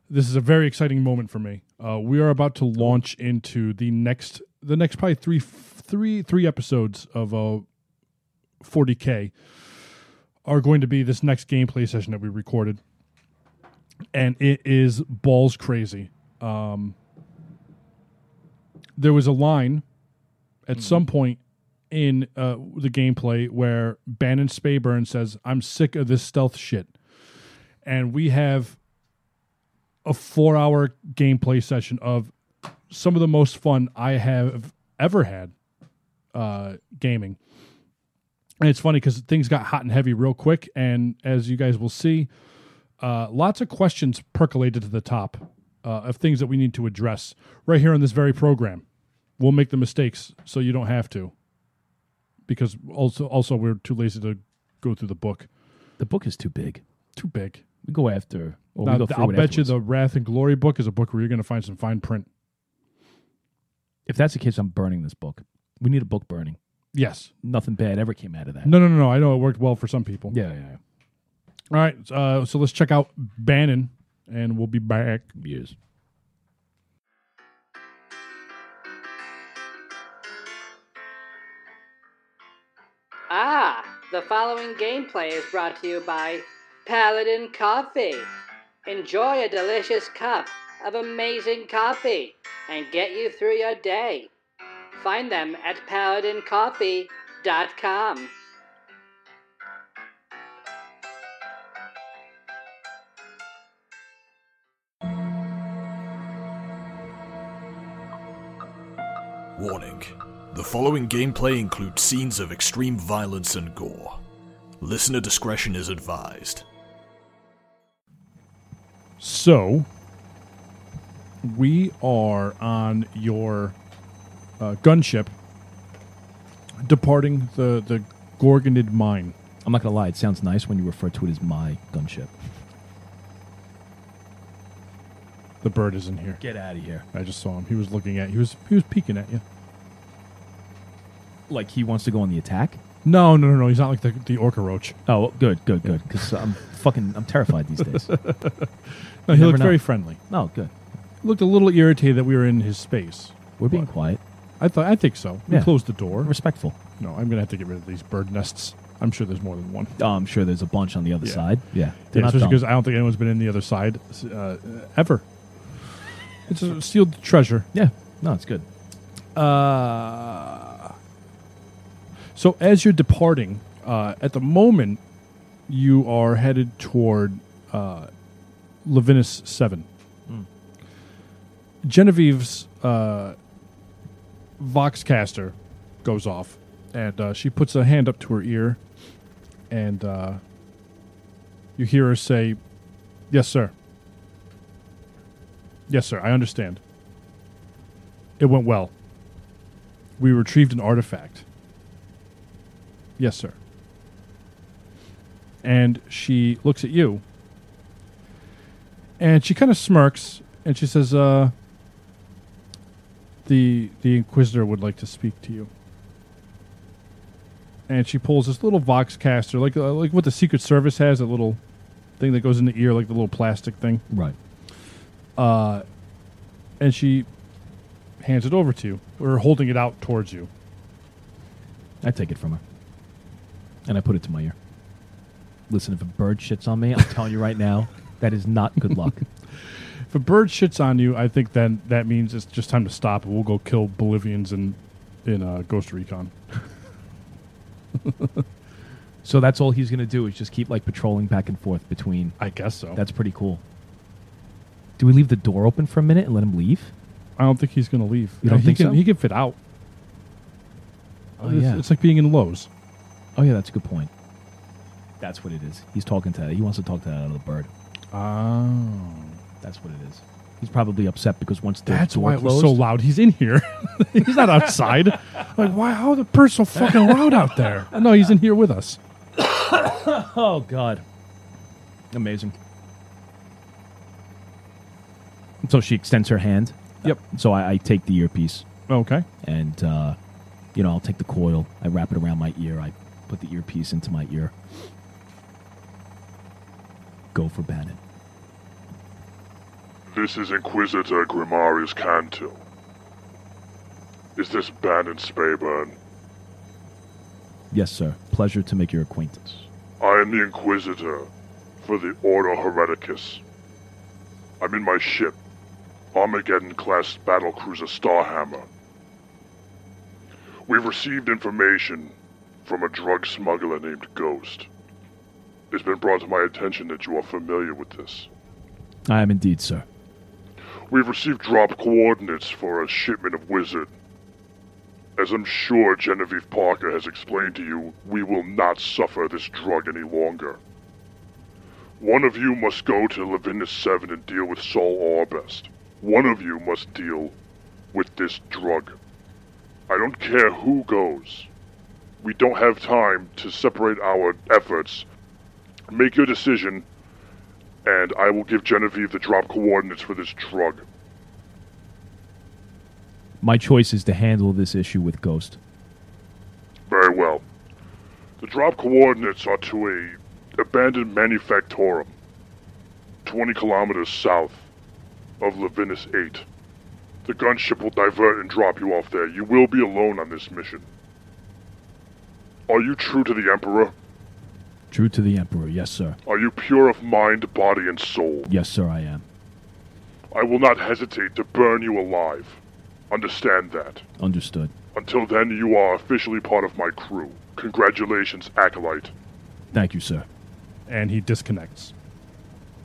S2: this is a very exciting moment for me. Uh, we are about to launch into the next, the next probably three, three, three episodes of uh, 40k are going to be this next gameplay session that we recorded, and it is balls crazy. Um, there was a line at some point in uh, the gameplay where Bannon Spayburn says, "I'm sick of this stealth shit." and we have a four hour gameplay session of some of the most fun I have ever had uh, gaming. And it's funny because things got hot and heavy real quick. And as you guys will see, uh, lots of questions percolated to the top uh, of things that we need to address right here on this very program. We'll make the mistakes so you don't have to, because also also we're too lazy to go through the book.
S1: The book is too big.
S2: Too big.
S1: We go after. Or
S2: Now,
S1: we go
S2: th-
S1: through
S2: I'll
S1: it
S2: bet you
S1: afterwards.
S2: the Wrath and Glory book is a book where you're going to find some fine print.
S1: if that's the case, I'm burning this book. We need a book burning.
S2: Yes.
S1: Nothing bad ever came out of that.
S2: No, no, no, no. I know it worked well for some people.
S1: Yeah, yeah, yeah.
S2: All right. Uh, so let's check out Bannon and we'll be back.
S1: Yes.
S4: Ah, the following gameplay is brought to you by Paladin Coffee. Enjoy a delicious cup of amazing coffee and get you through your day. Find them at paladincoffee.com.
S3: Warning. The following gameplay includes scenes of extreme violence and gore. Listener discretion is advised.
S2: So, we are on your uh, gunship departing the, the Gorgonid mine.
S1: I'm not gonna lie. It sounds nice when you refer to it as my gunship.
S2: The bird is in here.
S1: Get out of here.
S2: I just saw him. He was looking at he was he was peeking at you.
S1: Like he wants to go on the attack.
S2: No, no, no, no. He's not like the, the orca roach.
S1: Oh, good, good, good. Because I'm fucking, I'm terrified these days.
S2: No, he
S1: never
S2: looked
S1: know.
S2: very friendly.
S1: No, good.
S2: Looked a little irritated that we were in his space.
S1: We're being
S2: What?
S1: quiet,
S2: I thought I think so. We
S1: Yeah.
S2: closed the door.
S1: respectful.
S2: No, I'm gonna have to get rid of these bird nests. I'm sure there's more than one.
S1: Oh, I'm sure there's a bunch on the other
S2: Yeah.
S1: side. Yeah,
S2: Yeah,
S1: they're not
S2: especially
S1: dumb.
S2: because I don't think anyone's been in the other side uh, ever. It's a sealed treasure.
S1: yeah, no, it's good.
S2: So as you're departing, uh, at the moment, you are headed toward uh, Levinus Seven. Genevieve's uh, voxcaster goes off, and uh, she puts a hand up to her ear, and uh, you hear her say, "Yes, sir. Yes, sir. I understand. It went well. We retrieved an artifact." Yes, sir. And she looks at you. And she kind of smirks and she says, uh, the, the Inquisitor would like to speak to you. And she pulls this little vox caster, like, uh, like what the Secret Service has, a little thing that goes in the ear, like the little plastic thing.
S1: Right.
S2: And she hands it over to you, or holding it out towards you.
S1: I take it from her, and I put it to my ear. Listen, if a bird shits on me, I'm telling you right now, that is not good luck.
S2: If a bird shits on you, I think then that means it's just time to stop. and We'll go kill Bolivians in in uh, Ghost Recon.
S1: so that's all he's gonna do is just keep like patrolling back and forth between.
S2: I guess so.
S1: That's pretty cool. Do we leave the door open for a minute and let him leave?
S2: I don't think he's going to leave.
S1: You don't
S2: he
S1: think
S2: can,
S1: so?
S2: He can fit out.
S1: Oh
S2: it's,
S1: yeah.
S2: it's like being in Lowe's.
S1: oh yeah. That's a good point. That's what it is. He's talking to that. He wants to talk to that little bird.
S2: Oh,
S1: That's what it is. He's probably upset because once the
S2: that's
S1: door
S2: why it was
S1: closed,
S2: so loud. He's in here. he's not outside. like, why? How the bird's so fucking loud out there? No, he's in here with us.
S1: Oh God! Amazing. So she extends her hand.
S2: Yep.
S1: So I, I take the earpiece
S2: Okay.
S1: and uh, you know I'll take the coil. I wrap it around my ear. I put the earpiece into my ear. Go for Bannon.
S5: This is Inquisitor Grimarius Cantil. Is this Bannon Spayburn?
S1: Yes, sir. Pleasure to make your acquaintance.
S5: I am the Inquisitor for the Order Hereticus. I'm in my ship, Armageddon class battlecruiser Starhammer. We've received information from a drug smuggler named Ghost. It's been brought to my attention that you are familiar with this.
S1: I am indeed, sir.
S5: We've received drop coordinates for a shipment of wizard. As I'm sure Genevieve Parker has explained to you, we will not suffer this drug any longer. One of you must go to Lavinus 7 and deal with Saul Orbest. One of you must deal with this drug. I don't care who goes. We don't have time to separate our efforts. Make your decision and I will give Genevieve the drop coordinates for this drug.
S1: My choice is to handle this issue with Ghost.
S5: Very well. The drop coordinates are to a abandoned manufactorum. 20 kilometers south of Levinus 8. The gunship will divert and drop you off there. You will be alone on this mission. Are you true to the Emperor?
S1: True to the Emperor, yes, sir.
S5: Are you pure of mind, body, and soul?
S1: Yes, sir, I am.
S5: I will not hesitate to burn you alive. Understand that.
S1: Understood.
S5: Until then, you are officially part of my crew. Congratulations, Acolyte.
S1: Thank you, sir.
S2: And he disconnects.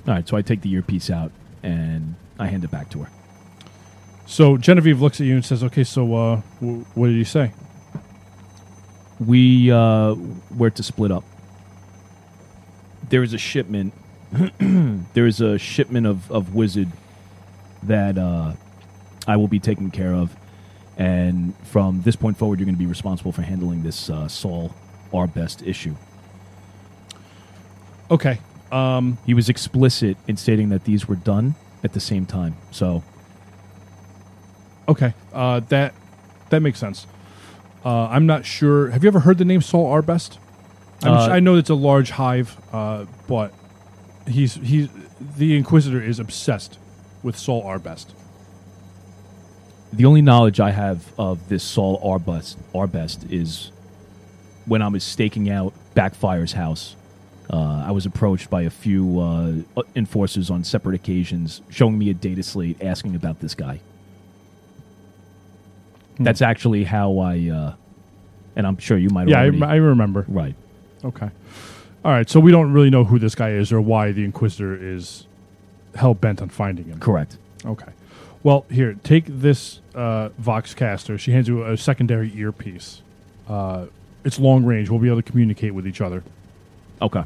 S1: All right, so I take the earpiece out and I hand it back to her.
S2: So Genevieve looks at you and says, "Okay, so uh, w- what did you say?"
S1: We uh, were to split up. There is a shipment. there is a shipment of, of wizard that uh, I will be taking care of, and from this point forward, you're going to be responsible for handling this uh, Saul our best issue.
S2: Okay. Um,
S1: He was explicit in stating that these were done at the same time. So
S2: okay. Uh, that that makes sense. Uh, I'm not sure. Have you ever heard the name Saul Arbest? I'm
S1: Uh,
S2: su- I know it's a large hive, uh, but he's he's the Inquisitor is obsessed with Saul Arbest.
S1: the only knowledge I have of this Saul Arbest, Arbest is when I was staking out Backfire's house. Uh, I was approached by a few uh, enforcers on separate occasions, showing me a data slate, asking about this guy.
S2: Hmm.
S1: That's actually how I, uh, and I'm sure you might.
S2: Yeah, I,
S1: already,
S2: I remember.
S1: right.
S2: Okay. All right. So we don't really know who this guy is or why the Inquisitor is hell bent on finding him.
S1: Correct.
S2: Okay. Well, here, take this uh, Vox caster. She hands you a secondary earpiece. Uh, it's long range. We'll be able to communicate with each other.
S1: Okay.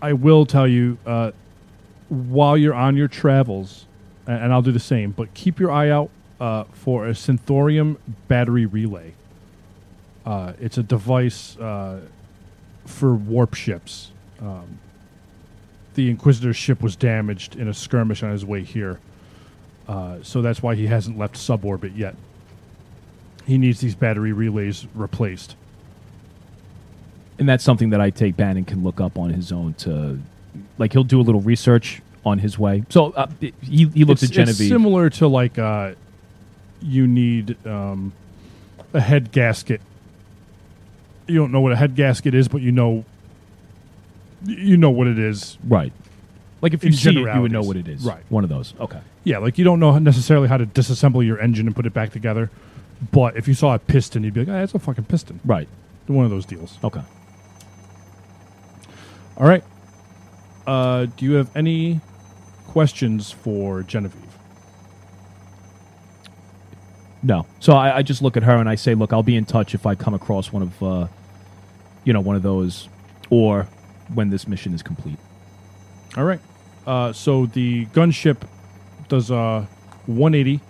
S2: I will tell you uh, while you're on your travels, a- and I'll do the same, but keep your eye out uh, for a Synthorium battery relay. Uh, it's a device uh, for warp ships. Um, the Inquisitor's ship was damaged in a skirmish on his way here, uh, so that's why he hasn't left suborbit yet. He needs these battery relays replaced.
S1: And that's something that I take Bannon can look up on his own to, like, he'll do a little research on his way. So uh, he, he looks
S2: it's,
S1: at
S2: it's
S1: Genevieve.
S2: similar to like uh, you need um, a head gasket. You don't know what a head gasket is, but you know you know what it is.
S1: Right. Like if you
S2: In
S1: see it, you would know
S2: generalities.
S1: what it is.
S2: Right.
S1: One of those. Okay.
S2: Yeah, like you don't know necessarily how to disassemble your engine and put it back together. But if you saw a piston, you'd be like, ah, "That's a fucking piston."
S1: Right.
S2: One of those deals.
S1: Okay.
S2: All right. Uh, do you have any questions for Genevieve?
S1: No. So I, I just look at her and I say, look, I'll be in touch if I come across one of, uh, you know, one of those, or when this mission is complete.
S2: All right. Uh, so the gunship does uh, 180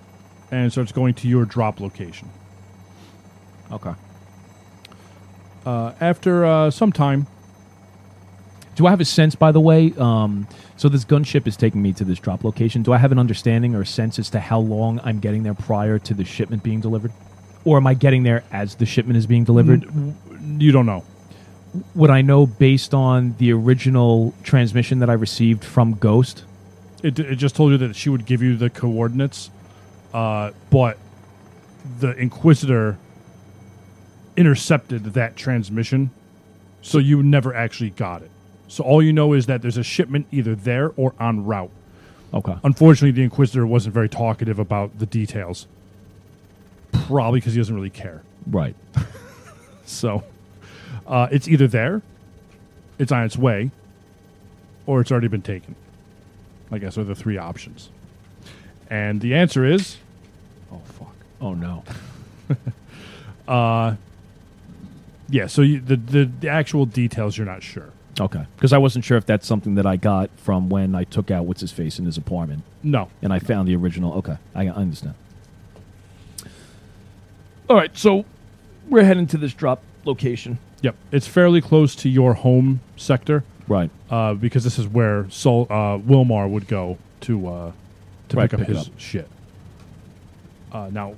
S2: and starts going to your drop location.
S1: Okay.
S2: Uh, after uh, some time,
S1: Do I have a sense, by the way? Um, so this gunship is taking me to this drop location. Do I have an understanding or a sense as to how long I'm getting there prior to the shipment being delivered, or am I getting there as the shipment is being delivered?
S2: Mm. you don't know.
S1: Would I know based on the original transmission that I received from Ghost?
S2: It, it just told you that she would give you the coordinates, uh, but the Inquisitor intercepted that transmission, so you never actually got it. So all you know is that there's a shipment either there or en route.
S1: Okay.
S2: Unfortunately, the Inquisitor wasn't very talkative about the details. Probably because he doesn't really care.
S1: Right.
S2: So uh, it's either there, it's on its way, or it's already been taken. I guess are the three options. And the answer is oh, fuck.
S1: Oh no.
S2: Yeah, so you, the, the, the actual details you're not sure.
S1: Okay. Because I wasn't sure if that's something that I got from when I took out what's his face in his apartment
S2: No.
S1: and I found the original. Okay, I I understand.
S6: All right, so we're heading to this drop location.
S2: Yep. It's fairly close to your home sector
S1: Right.
S2: uh, because this is where Sol, uh, Wilmar would go to, uh, to
S1: Right,
S2: pick up
S1: pick it
S2: his
S1: up.
S2: shit. Uh, now,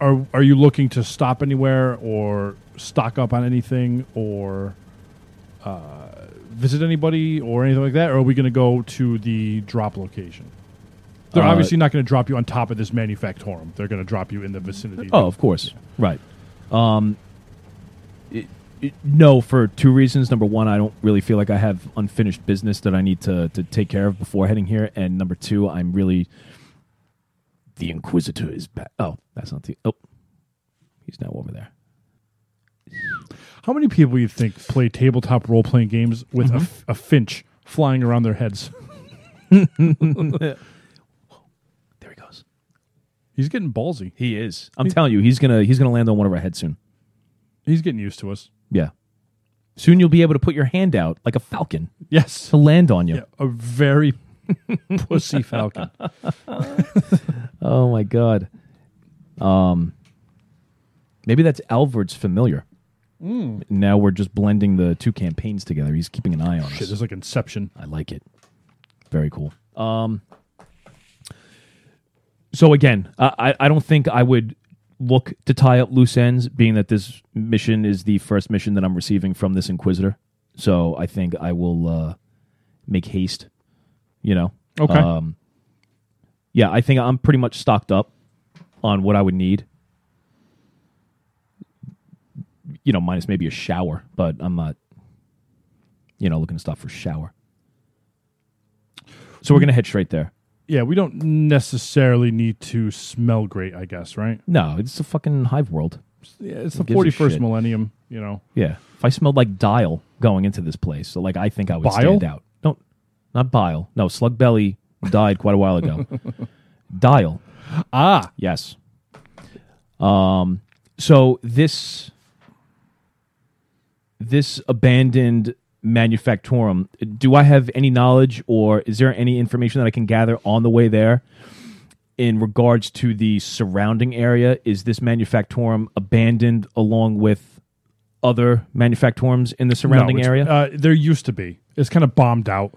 S2: are are you looking to stop anywhere or stock up on anything or uh, visit anybody or anything like that, or are we going to go to the drop location? They're
S1: Uh,
S2: obviously not going to drop you on top of this manufactorum. They're going to drop you in the vicinity.
S1: Oh, of course. Right. Um, it- it- no, for two reasons. Number one, I don't really feel like I have unfinished business that I need to, to take care of before heading here. And number two, I'm really. The Inquisitor is back. Oh, that's not the. Oh, he's now over there.
S2: How many people you think play tabletop role playing games with
S1: Mm-hmm.
S2: a f a a, finch flying around their heads?
S1: There he goes.
S2: He's getting ballsy.
S1: He is. I'm telling you, he's gonna he's gonna land on one of our heads soon.
S2: He's getting used to us.
S1: Yeah. Soon you'll be able to put your hand out like a falcon
S2: Yes,
S1: to land on you.
S2: Yeah, a very pussy falcon.
S1: Oh my god. Um, maybe that's Alvord's familiar.
S2: Hmm.
S1: Now we're just blending the two campaigns together. He's keeping an eye on
S2: Shit,
S1: us.
S2: there's like Inception.
S1: I like it. Very cool. Um, so again, I, I I don't think I would look to tie up loose ends, being that this mission is the first mission that I'm receiving from this Inquisitor. So I think I will uh, make haste. You know.
S2: Okay.
S1: Um, yeah, I think I'm pretty much stocked up on what I would need. You know, minus maybe a shower, but I'm not, you know, looking to stop for a shower. So we're gonna head straight there.
S2: Yeah, we don't necessarily need to smell great, I guess, right?
S1: No, it's a fucking hive world.
S2: Yeah, it's the
S1: gives a
S2: 41st
S1: shit?
S2: millennium, you know.
S1: Yeah. If I smelled like dial going into this place, so like I think I would
S2: Bile?
S1: stand out. Don't not bile. No, slug belly died quite a while ago. dial.
S2: Ah,
S1: Yes. Um so this this abandoned manufactorum, do I have any knowledge or is there any information that I can gather on the way there in regards to the surrounding area? Is this manufactorum abandoned along with other manufactorums in the
S2: no,
S1: surrounding
S2: it's-
S1: area?
S2: Uh, there used to be. It's kind of bombed out.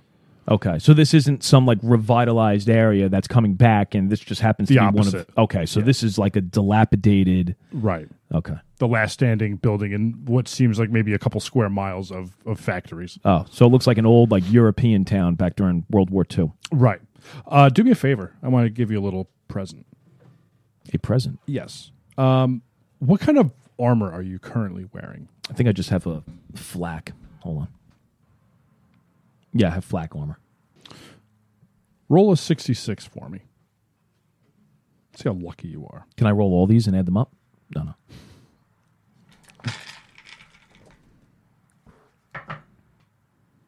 S1: Okay, so this isn't some like revitalized area that's coming back, and this just happens
S2: The
S1: to be one
S2: opposite.
S1: of. Okay, so this is like a dilapidated.
S2: Right.
S1: Okay.
S2: The last standing building in what seems like maybe a couple square miles of, of factories.
S1: Oh, so it looks like an old like European town back during World War II.
S2: Right. Uh, do me a favor. I want to give you a little present.
S1: A present.
S2: Yes. Um, what kind of armor are you currently wearing?
S1: I think I just have a flak. Hold on. Yeah, I have flak armor.
S2: Roll a 66 for me. See how lucky you are.
S1: Can I roll all these and add them up? No, no.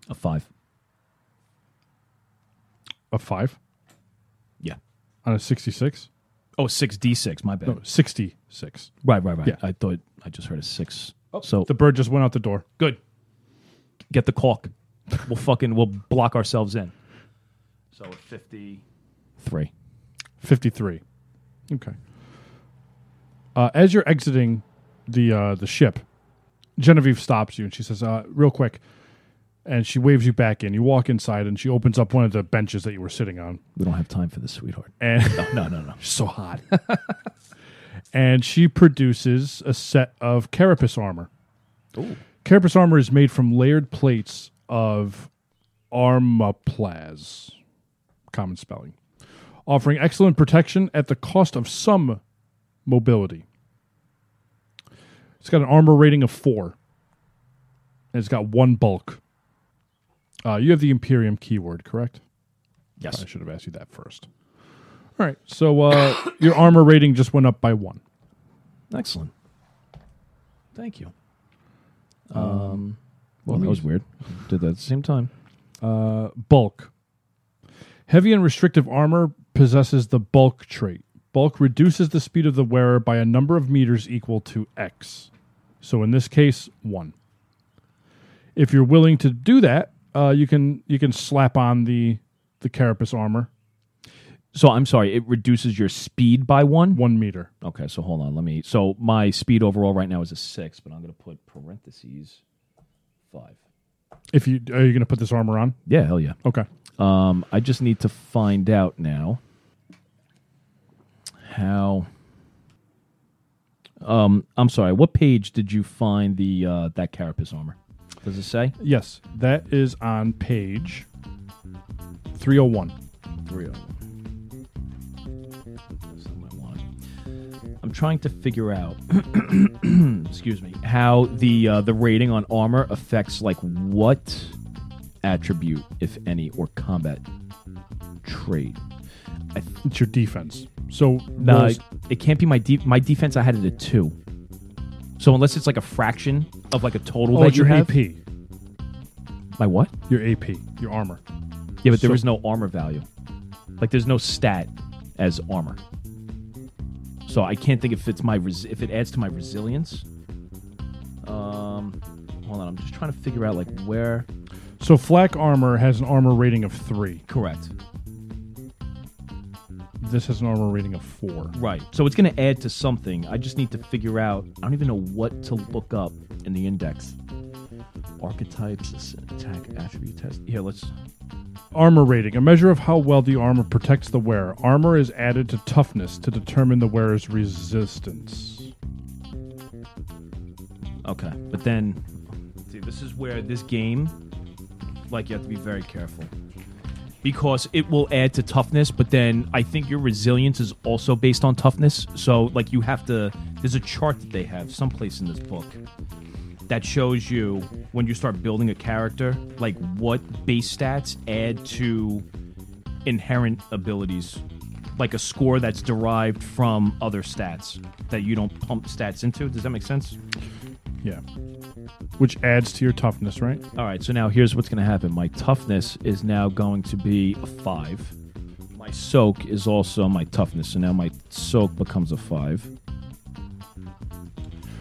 S1: A five.
S2: A five
S1: Yeah.
S2: on a 66?
S1: Oh, six d six. My bad.
S2: No, 66.
S1: Oh, Right, right, right.
S2: Yeah.
S1: I thought I just heard a six. so
S2: The bird just went out the door.
S1: Good. Get the caulk. We'll fucking we'll block ourselves in. So at fifty three.
S2: 53. Okay. Uh, as you're exiting the uh, the ship, Genevieve stops you and she says, uh, "Real quick," and she waves you back in. You walk inside and she opens up one of the benches that you were sitting on,
S1: We don't have time for this, sweetheart.
S2: and
S1: No, no, no.
S2: so hot. and she produces a set of carapace armor. Carapace armor is made from layered plates of armaplas, common spelling, offering excellent protection at the cost of some mobility. It's got an armor rating of four, and it's got one bulk. Uh, you have the Imperium keyword, correct?
S1: Yes.
S2: I should have asked you that first. All right. So uh, your armor rating just went up by one.
S1: Excellent. Thank you. Um, well, that was weird. Did that at the same time.
S2: Uh, Bulk. Heavy and restrictive armor possesses the bulk trait. Bulk reduces the speed of the wearer by a number of meters equal to X. So in this case, one. If you're willing to do that, uh, you can you can slap on the the carapace armor
S1: So I'm sorry, it reduces your speed by one?
S2: one meter.
S1: Okay, so hold on. Let me. So my speed overall right now is a six, but I'm going to put parentheses five.
S2: If you are you going to put this armor on?
S1: Yeah, hell yeah.
S2: Okay.
S1: Um, I just need to find out now how. Um, I'm sorry. What page did you find the uh, that carapace armor? Does it say?
S2: Yes, that is on page 301.
S1: Real. That's not what I wanted. I'm trying to figure out, excuse me, how the uh, the rating on armor affects like what attribute, if any, or combat trait.
S2: It's your defense. So
S1: No,
S2: rolls-
S1: it, it can't be my de- my defense. I had it at two. So unless it's like a fraction of like a total
S2: oh,
S1: that
S2: it's
S1: you
S2: your
S1: have,
S2: AP,
S1: my what?
S2: your AP, your armor.
S1: Yeah, but there
S2: So-
S1: was no armor value. Like there's no stat as armor. So I can't think if it's my res- if it adds to my resilience. Um, hold on, I'm just trying to figure out like where.
S2: So flak armor has an armor rating of three.
S1: Correct.
S2: This has an armor rating of four.
S1: Right. So it's going to add to something. I just need to figure out. I don't even know what to look up in the index. Archetypes, ass- attack, attribute test. Here, let's.
S2: Armor rating, a measure of how well the armor protects the wearer. Armor is added to toughness to determine the wearer's resistance.
S1: Okay. But then, see, this is where this game, like, you have to be very careful. Because it will add to toughness, but then I think your resilience is also based on toughness. So, like, you have to. There's a chart that they have someplace in this book that shows you when you start building a character, like, what base stats add to inherent abilities. Like a score that's derived from other stats that you don't pump stats into. Does that make sense?
S2: Yeah. Which adds to your toughness, right?
S1: All right, so now here's what's going to happen. My toughness is now going to be a five. My soak is also my toughness, so now my soak becomes a five.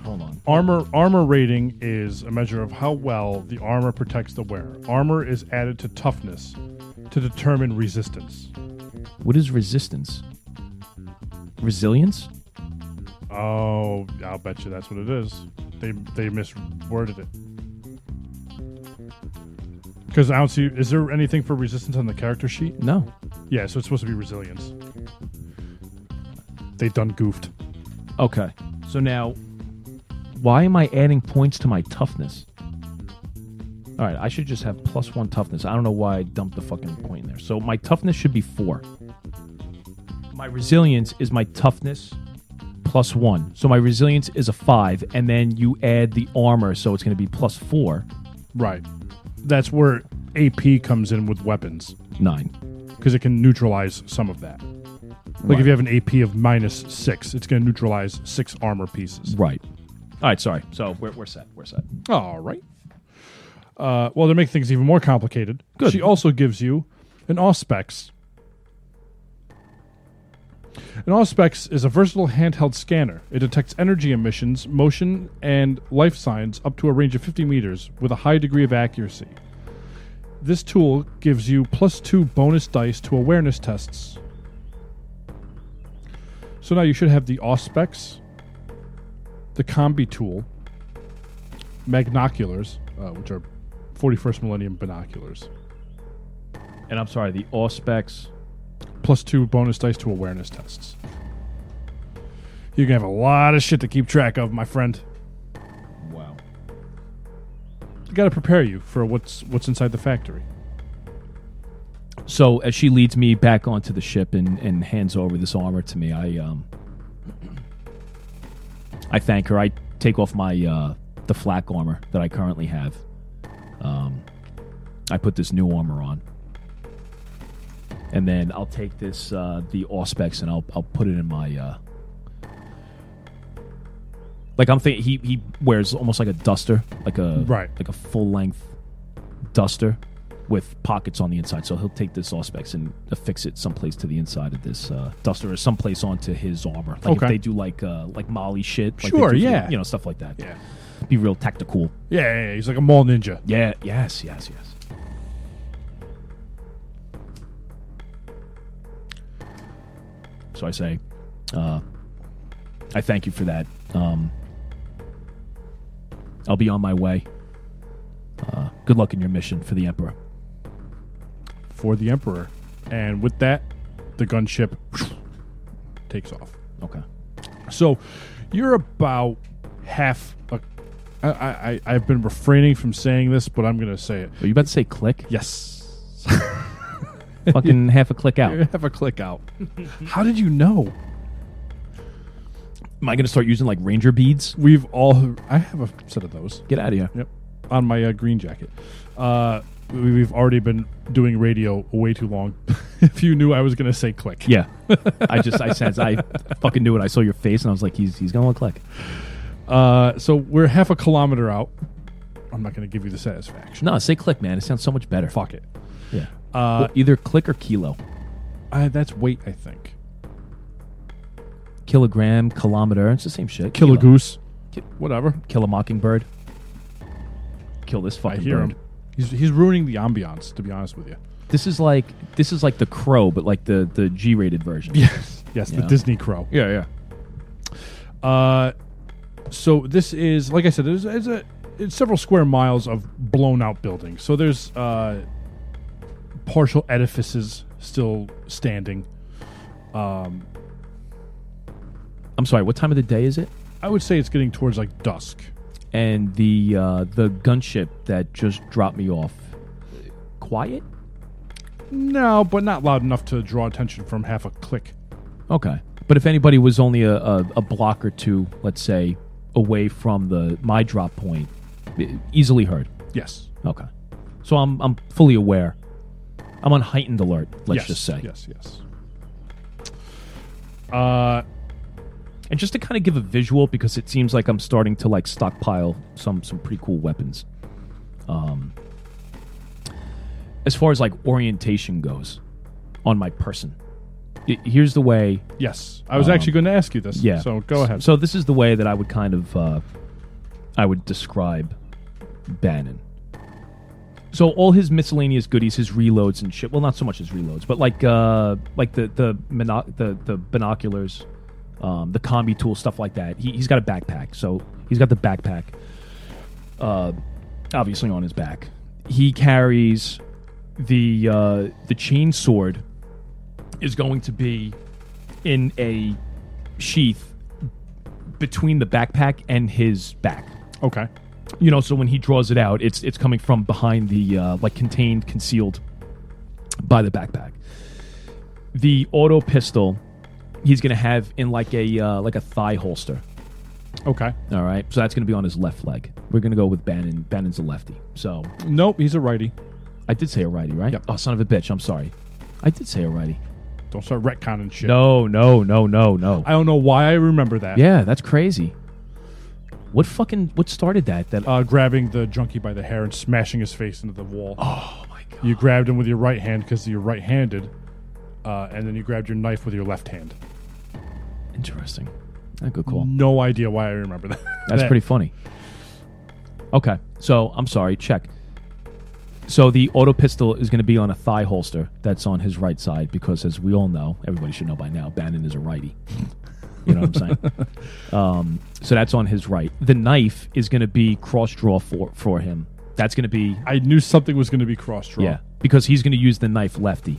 S1: Hold on.
S2: Armor armor rating is a measure of how well the armor protects the wearer. Armor is added to toughness to determine resistance.
S1: What is resistance? Resilience?
S2: Oh, I'll bet you that's what it is. They they misworded it. Because I don't see. Is there anything for resistance on the character sheet?
S1: No.
S2: Yeah, so it's supposed to be resilience. They've done goofed.
S1: Okay. So now, why am I adding points to my toughness? All right, I should just have plus one toughness. I don't know why I dumped the fucking point in there. So my toughness should be four. My resilience is my toughness plus one. So my resilience is a five, and then you add the armor, so it's going to be plus four,
S2: Right. That's where AP comes in with weapons
S1: nine.
S2: because it can neutralize some of that. Like if you have an AP of minus six, it's going to neutralize six armor pieces.
S1: Right. All right, sorry. So we're, we're set. We're set.
S2: All right. Uh, well, to make things even more complicated,
S1: Good.
S2: she also gives you an Auspex. An Auspex is a versatile handheld scanner. It detects energy emissions, motion, and life signs up to a range of 50 meters with a high degree of accuracy. This tool gives you plus two bonus dice to awareness tests. So now you should have the Auspex, the Combi tool, magnoculars, uh, which are 41st millennium binoculars,
S1: And I'm sorry, the auspex.
S2: plus two bonus dice to awareness tests. You're gonna have a lot of shit to keep track of, my friend.
S1: Wow.
S2: I gotta prepare you for what's what's inside the factory.
S1: So as she leads me back onto the ship and, and hands over this armor to me, I um I thank her. I take off my uh, the flak armor that I currently have. Um, I put this new armor on, and then I'll take this uh, the auspex and I'll I'll put it in my. Uh, like I'm thinking, he he wears almost like a duster, like a
S2: Right.
S1: like a full length duster with pockets on the inside. So he'll take this auspex and affix it someplace to the inside of this uh, duster or someplace onto his armor. Like
S2: Okay.
S1: if they do like uh, like Molly shit, like they
S2: Sure,
S1: do for-
S2: yeah.
S1: you know stuff like that.
S2: Yeah.
S1: be real tactical.
S2: Yeah, yeah, yeah, he's like a mall ninja.
S1: Yeah, yes, yes, yes. So I say, uh, I thank you for that. Um, I'll be on my way. Uh, good luck in your mission for the Emperor.
S2: for the Emperor. And with that, the gunship takes off.
S1: Okay.
S2: So you're about half a I, I, I- I've been refraining from saying this, but I'm going to say it.
S1: Are you about to say click?
S2: Yes.
S1: Fucking half a click out.
S2: Have a click out. How did you know?
S1: Am I going to start using like ranger beads?
S2: We've all. I have a set of those.
S1: Get out of here.
S2: Yep. On my uh, green jacket. Uh, we- we've already been doing radio way too long. if you knew I was going to say click.
S1: Yeah. I just, I sense, I fucking knew it. I saw your face and I was like, he's, he's going to click.
S2: Uh, so we're half a kilometer out. I'm not going to give you the satisfaction.
S1: No, say click, man. It sounds so much better.
S2: Fuck it.
S1: Yeah.
S2: Uh,
S1: Well, either click or kilo.
S2: I, that's weight, I think.
S1: Kilogram, kilometer. It's the same shit.
S2: Kill a
S1: Kilo.
S2: goose. Whatever.
S1: Kill a mockingbird. Kill this
S2: I
S1: fucking
S2: hear
S1: bird.
S2: him. He's, he's ruining the ambiance, to be honest with you.
S1: This is like this is like the crow, but like the the G rated version.
S2: Yes. Yes, the
S1: Yeah.
S2: Disney crow.
S1: yeah,
S2: yeah. Uh, so this is, like I said, there's, it's, a, it's several square miles of blown out buildings. So there's uh, partial edifices still standing.
S1: I'm sorry. What time of the day is it?
S2: I would say it's getting towards like dusk.
S1: And the uh, the gunship that just dropped me off. Quiet.
S2: No, but not loud enough to draw attention from half a click.
S1: Okay. But if anybody was only a, a, a block or two, let's say, away from the my drop point, e- easily heard.
S2: Yes.
S1: Okay. So I'm I'm fully aware. I'm on heightened alert. Let's
S2: yes.
S1: just say.
S2: Yes, yes. Uh,
S1: And just to kind of give a visual, because it seems like I'm starting to like stockpile some some pretty cool weapons. Um, as far as like orientation goes, on my person, Y- here's the way.
S2: yes. I was actually going to ask you this.
S1: Um, Yeah.
S2: So go ahead.
S1: So this is the way that I would kind of uh, I would describe Bannon. So all his miscellaneous goodies, his reloads and shit. Well, not so much his reloads, but like uh, like the the, mono- the the binoculars, um, the combi tool, stuff like that. He, he's got a backpack, so he's got the backpack. Uh, obviously on his back, he carries the uh, the chain sword. Is going to be in a sheath between the backpack and his back.
S2: Okay.
S1: You know, so when he draws it out, it's it's coming from behind the uh, like contained, concealed by the backpack. The auto pistol, he's gonna have in like a uh, like a thigh holster.
S2: Okay.
S1: All right, so that's gonna be on his left leg. We're gonna go with Bannon. Bannon's a lefty, so
S2: Nope. He's a righty.
S1: I did say a righty, right?
S2: Yep.
S1: Oh, son of a bitch! I'm sorry, I did say a righty.
S2: Don't start retconning shit.
S1: No, no, no, no, no.
S2: I don't know why I remember that.
S1: yeah, that's crazy. What fucking what started that? That
S2: Uh, grabbing the junkie by the hair and smashing his face into the wall.
S1: oh my god.
S2: You grabbed him with your right hand because you're right-handed, uh, and then you grabbed your knife with your left hand.
S1: Interesting. Ah, good call.
S2: No idea why I remember that.
S1: That's
S2: That-
S1: pretty funny. Okay, so I'm sorry. Check. So the auto pistol is going to be on a thigh holster that's on his right side because, as we all know, everybody should know by now, Bannon is a righty. You know what I'm saying? um, so that's on his right. The knife is going to be cross draw for for him. That's going to be
S2: I knew something was going to be cross-drawn.
S1: yeah because he's going to use the knife lefty.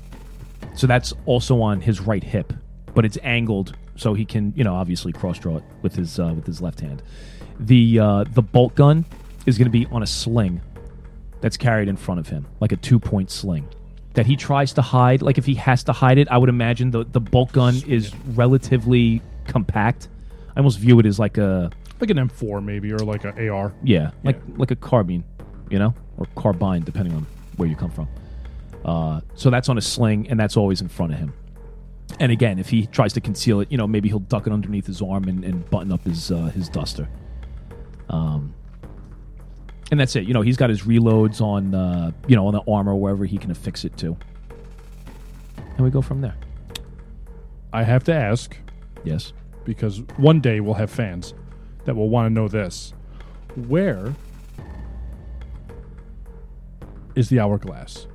S1: So that's also on his right hip, but it's angled so he can, you know, obviously cross draw it with his uh, with his left hand. The uh, the bolt gun is going to be on a sling that's carried in front of him, like a two point sling that he tries to hide. Like if he has to hide it, I would imagine the the bolt gun is relatively compact. I almost view it as like a
S2: Like an M4 maybe, or like an AR.
S1: yeah, like like a carbine, you know, or carbine, depending on where you come from. Uh, so that's on a sling, and that's always in front of him. And again, if he tries to conceal it, you know, maybe he'll duck it underneath his arm and, and button up his uh, his duster. Um, and that's it. You know, he's got his reloads on, uh, you know, on the armor wherever he can affix it to. And we go from there.
S2: I have to ask.
S1: Yes.
S2: because one day we'll have fans that will want to know this. Where is the hourglass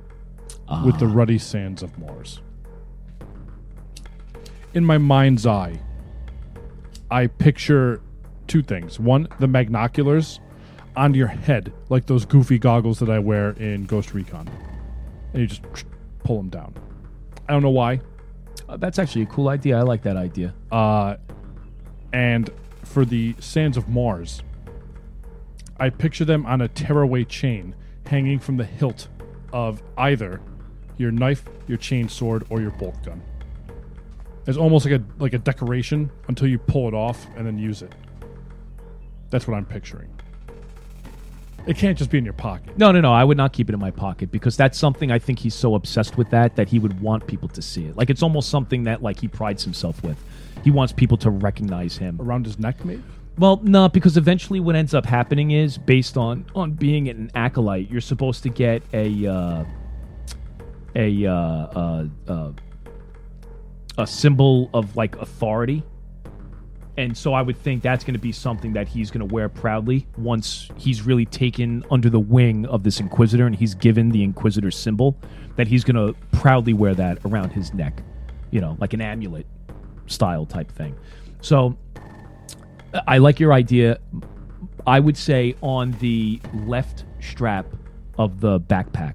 S2: with the ruddy sands of Mars? In my mind's eye, I picture two things. One, the magnoculars on your head, like those goofy goggles that I wear in Ghost Recon. And you just pull them down. I don't know why.
S1: Uh, that's actually a cool idea. I like that idea.
S2: Uh, and for the Sands of Mars, I picture them on a tearaway chain hanging from the hilt of either your knife, your chain sword, or your bolt gun. It's almost like a like a decoration until you pull it off and then use it. That's what I'm picturing. It can't just be in your pocket.
S1: No, no, no. I would not keep it in my pocket because that's something I think he's so obsessed with that that he would want people to see it. Like it's almost something that like he prides himself with. He wants people to recognize him.
S2: Around his neck, maybe?
S1: Well, no, because eventually what ends up happening is based on on being an acolyte, you're supposed to get a uh, a uh, uh, uh, a symbol of like authority. And so I would think that's going to be something that he's going to wear proudly once he's really taken under the wing of this inquisitor and he's given the inquisitor symbol that he's going to proudly wear that around his neck, you know, like an amulet style type thing. So I like your idea. I would say on the left strap of the backpack.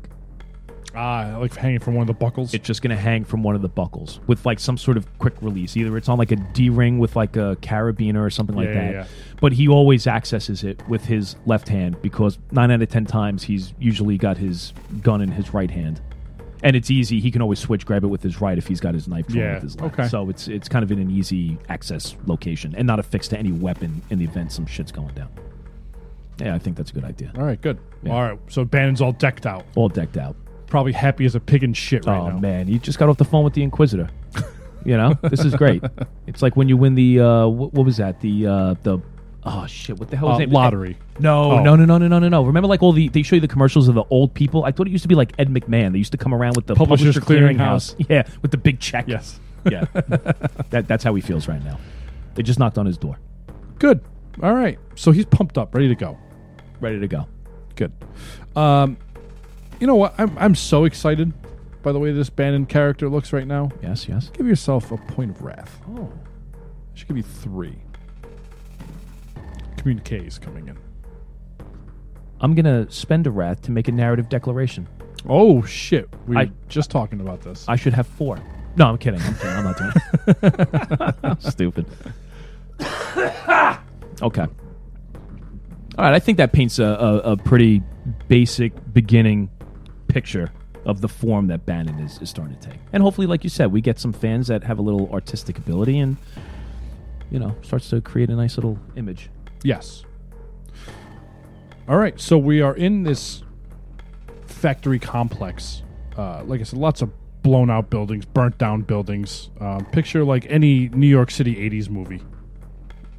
S2: Ah, like hanging from one of the buckles.
S1: It's just going to hang from one of the buckles with like some sort of quick release. Either it's on like a D ring with like a carabiner or something like
S2: Yeah,
S1: that.
S2: yeah, yeah.
S1: But he always accesses it with his left hand because nine out of 10 times he's usually got his gun in his right hand. And it's easy. He can always switch, grab it with his right if he's got his knife drawn
S2: Yeah,
S1: with his left.
S2: okay.
S1: So it's it's kind of in an easy access location and not affixed to any weapon in the event some shit's going down. Yeah, I think that's a good idea.
S2: all right, good. All right, so Bannon's all decked out.
S1: All decked out.
S2: Probably happy as a pig in shit right
S1: oh
S2: now.
S1: man, you just got off the phone with the Inquisitor. you know, this is great. It's like when you win the uh, wh- what was that? The uh, the oh shit, what the hell was
S2: Uh,
S1: it?
S2: lottery.
S1: No,
S2: Oh.
S1: no, no, no, no, no, no, no. Remember, like all the they show you the commercials of the old people. I thought it used to be like Ed McMahon. They used to come around with the
S2: Publishers
S1: Publisher
S2: Clearinghouse.
S1: Clearinghouse. Yeah, with the big check.
S2: Yes.
S1: yeah. that that's how he feels right now. They just knocked on his door,
S2: Good. All right. So he's pumped up, ready to go.
S1: ready to go.
S2: Good. Um, you know what? I'm I'm so excited by the way this Bannon character looks right now.
S1: Yes, yes.
S2: Give yourself a point of wrath.
S1: Oh,
S2: I should give you three. Communique is coming in.
S1: I'm gonna spend a wrath to make a narrative declaration.
S2: Oh shit! We
S1: I-
S2: were just talking about this.
S1: I should have four. No, I'm kidding. I'm, kidding. I'm not doing it. Stupid. okay. All right. I think that paints a, a, a pretty basic beginning picture of the form that Bannon is, is starting to take. And hopefully, like you said, we get some fans that have a little artistic ability and, you know, starts to create a nice little image.
S2: yes. All right. So we are in this factory complex. Uh, like I said, lots of blown out buildings, burnt down buildings. Um, picture like any New York City '80s movie.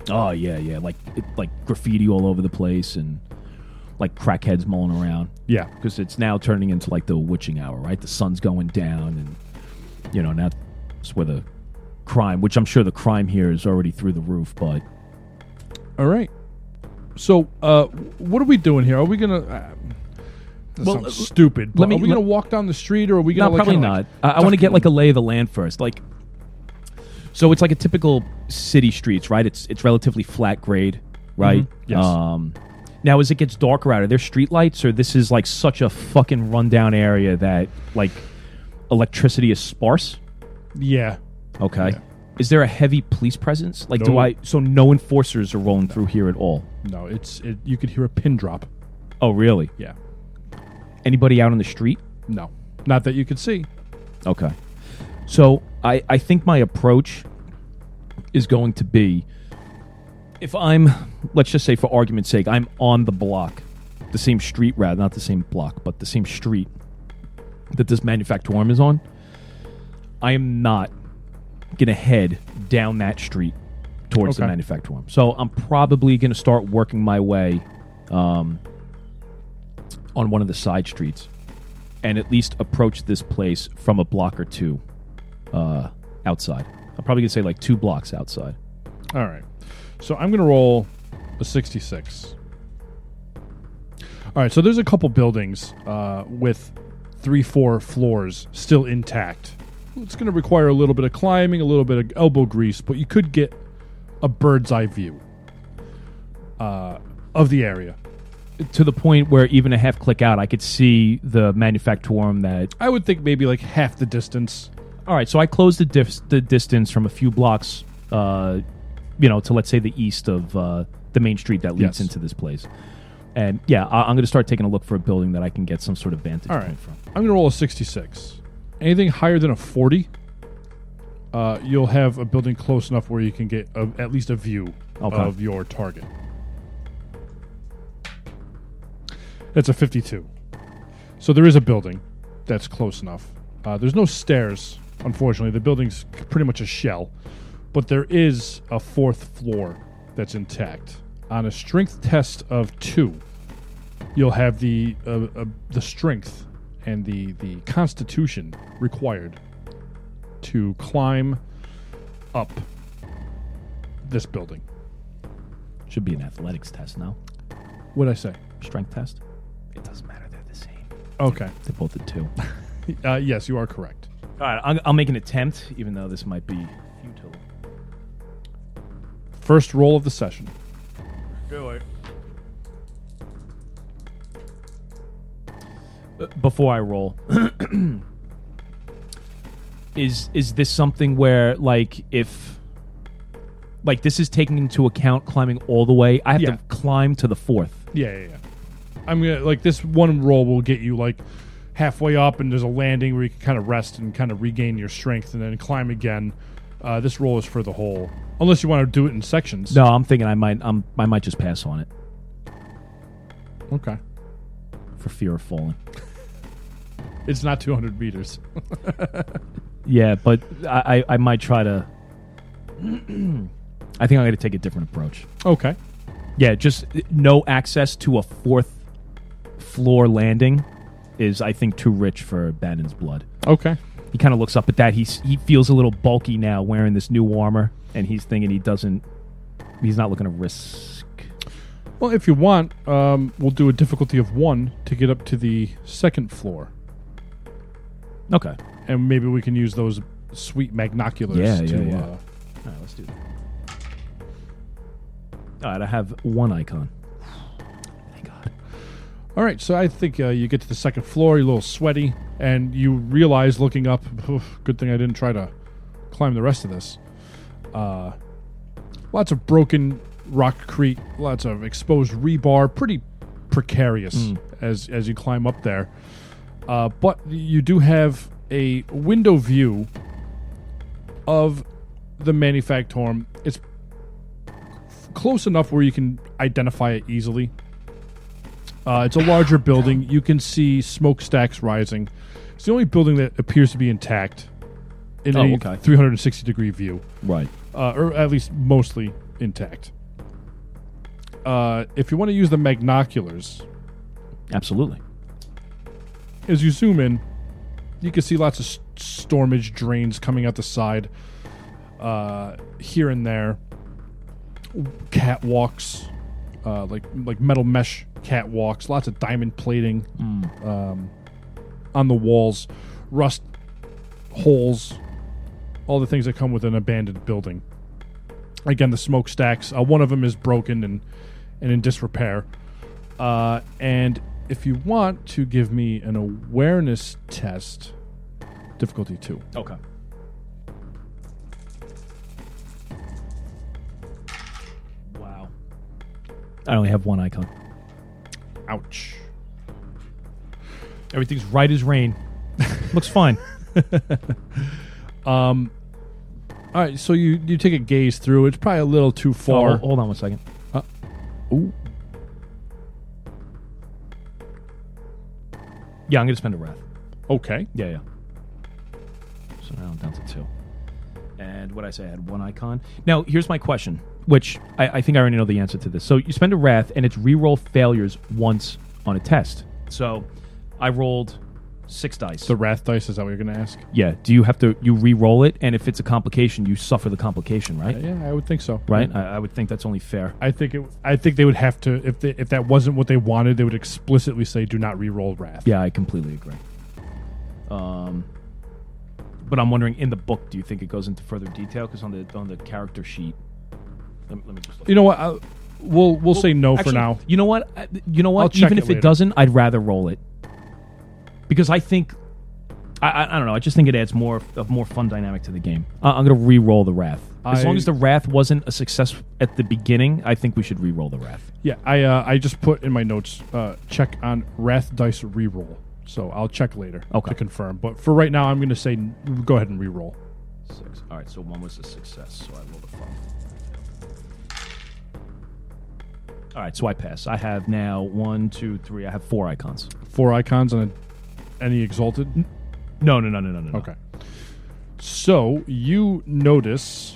S1: Oh, yeah, yeah. Like, it, like graffiti all over the place and like crackheads mulling around.
S2: Yeah.
S1: because it's now turning into like the witching hour, right? The sun's going down, and you know now it's where the crime, which I'm sure the crime here is already through the roof, but
S2: All right. So, uh, what are we doing here? Are we gonna? Uh, that
S1: Well,
S2: sounds
S1: uh,
S2: stupid. But
S1: let me-
S2: are we
S1: let-
S2: gonna walk down the street, or are we
S1: no,
S2: gonna? like,
S1: probably
S2: kinda,
S1: not.
S2: like,
S1: I, I want to
S2: duck
S1: get
S2: in?
S1: like a lay of the land first, like. So it's like a typical city streets, right? It's it's relatively flat grade, right?
S2: Mm-hmm. Yes.
S1: Um, now, as it gets darker out, are there street lights, or this is like such a fucking rundown area that like electricity is sparse?
S2: Yeah.
S1: Okay. Is there a heavy police presence? Like, do
S2: No.
S1: I? So no enforcers are rolling through here at all.
S2: No, it's it, you could hear a pin drop.
S1: Oh, really?
S2: Yeah.
S1: Anybody out on the street?
S2: No, not that you could see.
S1: Okay. So I, I think my approach is going to be if I'm, let's just say for argument's sake, I'm on the block, the same street rather, not the same block, but the same street that this manufactorum is on, I am not going to head down that street towards the
S2: Okay.
S1: manufactorum. So I'm probably going to start working my way um, on one of the side streets and at least approach this place from a block or two uh, outside. I'm probably gonna say like two blocks outside.
S2: All right. So I'm gonna roll a sixty-six. All right. So there's a couple buildings uh, with three, four floors still intact. It's gonna require a little bit of climbing, a little bit of elbow grease, but you could get a bird's eye view uh, of the area.
S1: To the point where even a half click out, I could see the manufactorum that.
S2: I would think maybe like half the distance.
S1: All right, so I closed the, dif- the distance from a few blocks, uh, you know, to let's say the east of uh, the main street that leads
S2: Yes.
S1: into this place. And yeah, I, I'm going to start taking a look for a building that I can get some sort of vantage
S2: All right.
S1: point from.
S2: I'm gonna roll a 66. Anything higher than a 40, uh, you'll have a building close enough where you can get a, at least a view
S1: Okay.
S2: of your target. That's a 52. So there is a building that's close enough. Uh, there's no stairs, unfortunately. The building's c- pretty much a shell, but there is a fourth floor that's intact. On a strength test of two, you'll have the uh, uh, the strength and the the constitution required to climb up this building.
S1: Should be an athletics test, no?
S2: What would I say?
S1: Strength test? It doesn't matter. They're the same.
S2: Okay.
S1: They're both at two.
S2: Uh, yes, you are correct.
S1: All right, I'll, I'll make an attempt, even though this might be futile.
S2: First roll of the session.
S1: B- Before I roll, is is this something where like if like this is taking into account climbing all the way? I have
S2: Yeah.
S1: to climb to the fourth.
S2: Yeah, yeah, yeah. I'm gonna like this one roll will get you like halfway up, and there's a landing where you can kind of rest and kind of regain your strength, and then climb again. Uh, this roll is for the whole, unless you want to do it in sections.
S1: No, I'm thinking I might I'm, I might just pass on it
S2: Okay.
S1: for fear of falling.
S2: It's not 200 meters.
S1: Yeah, but I I, I might try to. I think I'm going to take a different approach.
S2: Okay.
S1: Yeah, just no access to a fourth floor landing is, I think, too rich for Bannon's blood.
S2: Okay.
S1: He kind of looks up at that. He's, he feels a little bulky now wearing this new armor, and he's thinking he doesn't. He's not looking to risk.
S2: Well, if you want, um, we'll do a difficulty of one to get up to the second floor,
S1: Okay. All
S2: and maybe we can use those sweet magnoculars
S1: Yeah, yeah,
S2: to.
S1: yeah.
S2: Uh,
S1: right, let's do that. All right, I have one icon. Thank God.
S2: All right, so I think uh, you get to the second floor, you're a little sweaty, and you realize looking up, "Oof, good thing I didn't try to climb the rest of this. Uh, lots of broken rock crete, lots of exposed rebar, pretty precarious
S1: Hmm.
S2: as, as you climb up there. Uh, but you do have a window view of the Manufactorum. It's close enough where you can identify it easily. Uh, it's a larger building. You can see smokestacks rising. It's the only building that appears to be intact in
S1: Oh,
S2: a
S1: okay.
S2: 360 degree view,
S1: Right.
S2: uh, or at least mostly intact. Uh, if you want to use the magnoculars,
S1: Absolutely.
S2: as you zoom in, you can see lots of s- stormage drains coming out the side, uh, here and there. Catwalks, uh, like like metal mesh catwalks, lots of diamond plating um, on the walls, rust holes, all the things that come with an abandoned building. Again, the smokestacks. Uh, one of them is broken and and in disrepair. Uh, and if you want to give me an awareness test, difficulty two.
S1: Okay. Wow. I only have one icon.
S2: Ouch.
S1: Everything's right as rain. Looks fine.
S2: All right, so you you take a gaze through. It's probably a little too
S1: Oh,
S2: far.
S1: hold uh, on one second.
S2: Ooh.
S1: Yeah, I'm gonna spend a wrath.
S2: oh. Okay.
S1: Yeah, yeah. So now I'm down to two. And what I say, I had one icon. Now here's my question, which I, I think I already know the answer to this. So you spend a wrath, and it's reroll failures once on a test. So I rolled six dice.
S2: The wrath dice is that what you're going to ask?
S1: Yeah. Do you have to you re-roll it, and if it's a complication, you suffer the complication, right?
S2: Yeah, I would think so.
S1: Right. I, I would think that's only fair.
S2: I think it. I think they would have to if they, if that wasn't what they wanted, they would explicitly say do not re-roll wrath.
S1: Yeah, I completely agree. Um, but I'm wondering, in the book, do you think it goes into further detail? Because on the on the character sheet, let, me- let me just. Look.
S2: You know what? i we'll we'll say no
S1: Actually,
S2: for now.
S1: You know what? I- You know what?
S2: I'll check
S1: Even
S2: it
S1: if
S2: later.
S1: it doesn't, I'd rather roll it because I think I, I, I don't know. I just think it adds more of more fun dynamic to the game. I, I'm gonna re-roll the wrath. As
S2: I-
S1: long as the wrath wasn't a success at the beginning, I think we should re-roll the wrath.
S2: Yeah, I uh, I just put in my notes uh, check on Wrath Dice reroll. So I'll check later
S1: Okay.
S2: to confirm. But for right now, I'm going to say n- go ahead and reroll.
S1: Six. All right, so one was a success, so I rolled a five. All right, so I pass. I have now one, two, three. I have four icons.
S2: Four icons on a, any exalted.
S1: No, no, no, no, no, no. no.
S2: Okay. So you notice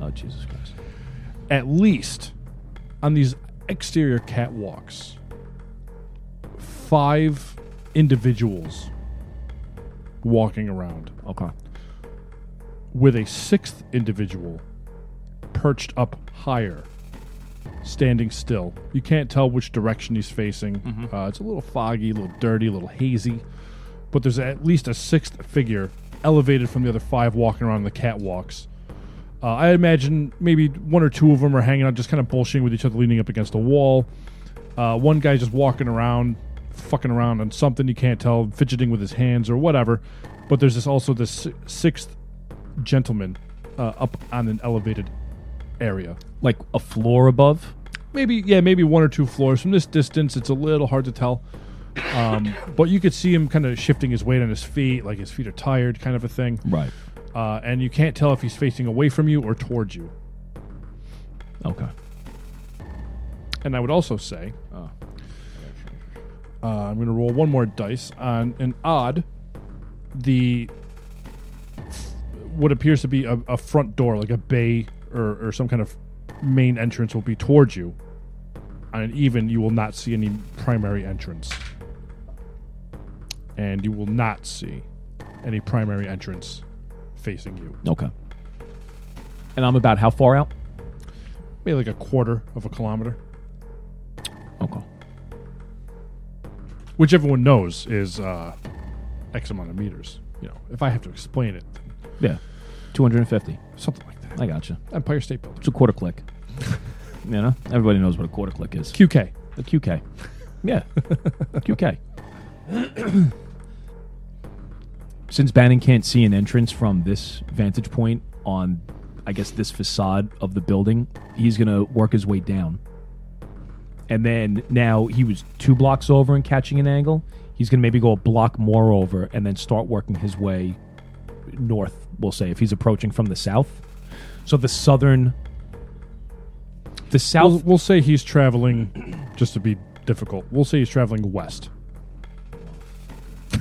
S1: Oh Jesus Christ!
S2: at least on these exterior catwalks five individuals walking around
S1: Okay.
S2: with a sixth individual perched up higher, standing still. You can't tell which direction he's facing. Uh, it's a little foggy, a little dirty, a little hazy. But there's at least a sixth figure elevated from the other five walking around the catwalks. Uh, I imagine maybe one or two of them are hanging out, just kind of bullshitting with each other, leaning up against a wall. Uh, one guy's just walking around, fucking around on something you can't tell, fidgeting with his hands or whatever. But there's this also this si- sixth gentleman uh, up on an elevated area.
S1: Like a floor above.
S2: Maybe, yeah, maybe one or two floors. From this distance, it's a little hard to tell. Um, but you could see him kind of shifting his weight on his feet, like his feet are tired, kind of a thing.
S1: Right.
S2: Uh, and you can't tell if he's facing away from you or towards you.
S1: Okay.
S2: And I would also say
S1: Oh.
S2: uh, I'm going to roll one more dice on an odd, the what appears to be a, a front door, like a bay or, or some kind of main entrance, will be towards you. On an even, you will not see any primary entrance, and you will not see any primary entrance facing you.
S1: Okay. And I'm about how far out?
S2: Maybe like a quarter of a kilometer.
S1: Okay.
S2: which everyone knows is uh, X amount of meters. You know, if I have to explain it,
S1: Yeah. 250.
S2: something like that.
S1: I gotcha.
S2: Empire State Building.
S1: It's a quarter click. you know, everybody knows what a quarter click is.
S2: QK.
S1: The QK. Yeah. QK. Since Bannon can't see an entrance from this vantage point on, I guess, this facade of the building, he's going to work his way down. And then now he was two blocks over and catching an angle. He's going to maybe go a block more over and then start working his way north, we'll say, if he's approaching from the south. So the southern. The
S2: We'll,
S1: south.
S2: we'll say he's traveling, just to be difficult. We'll say he's traveling west.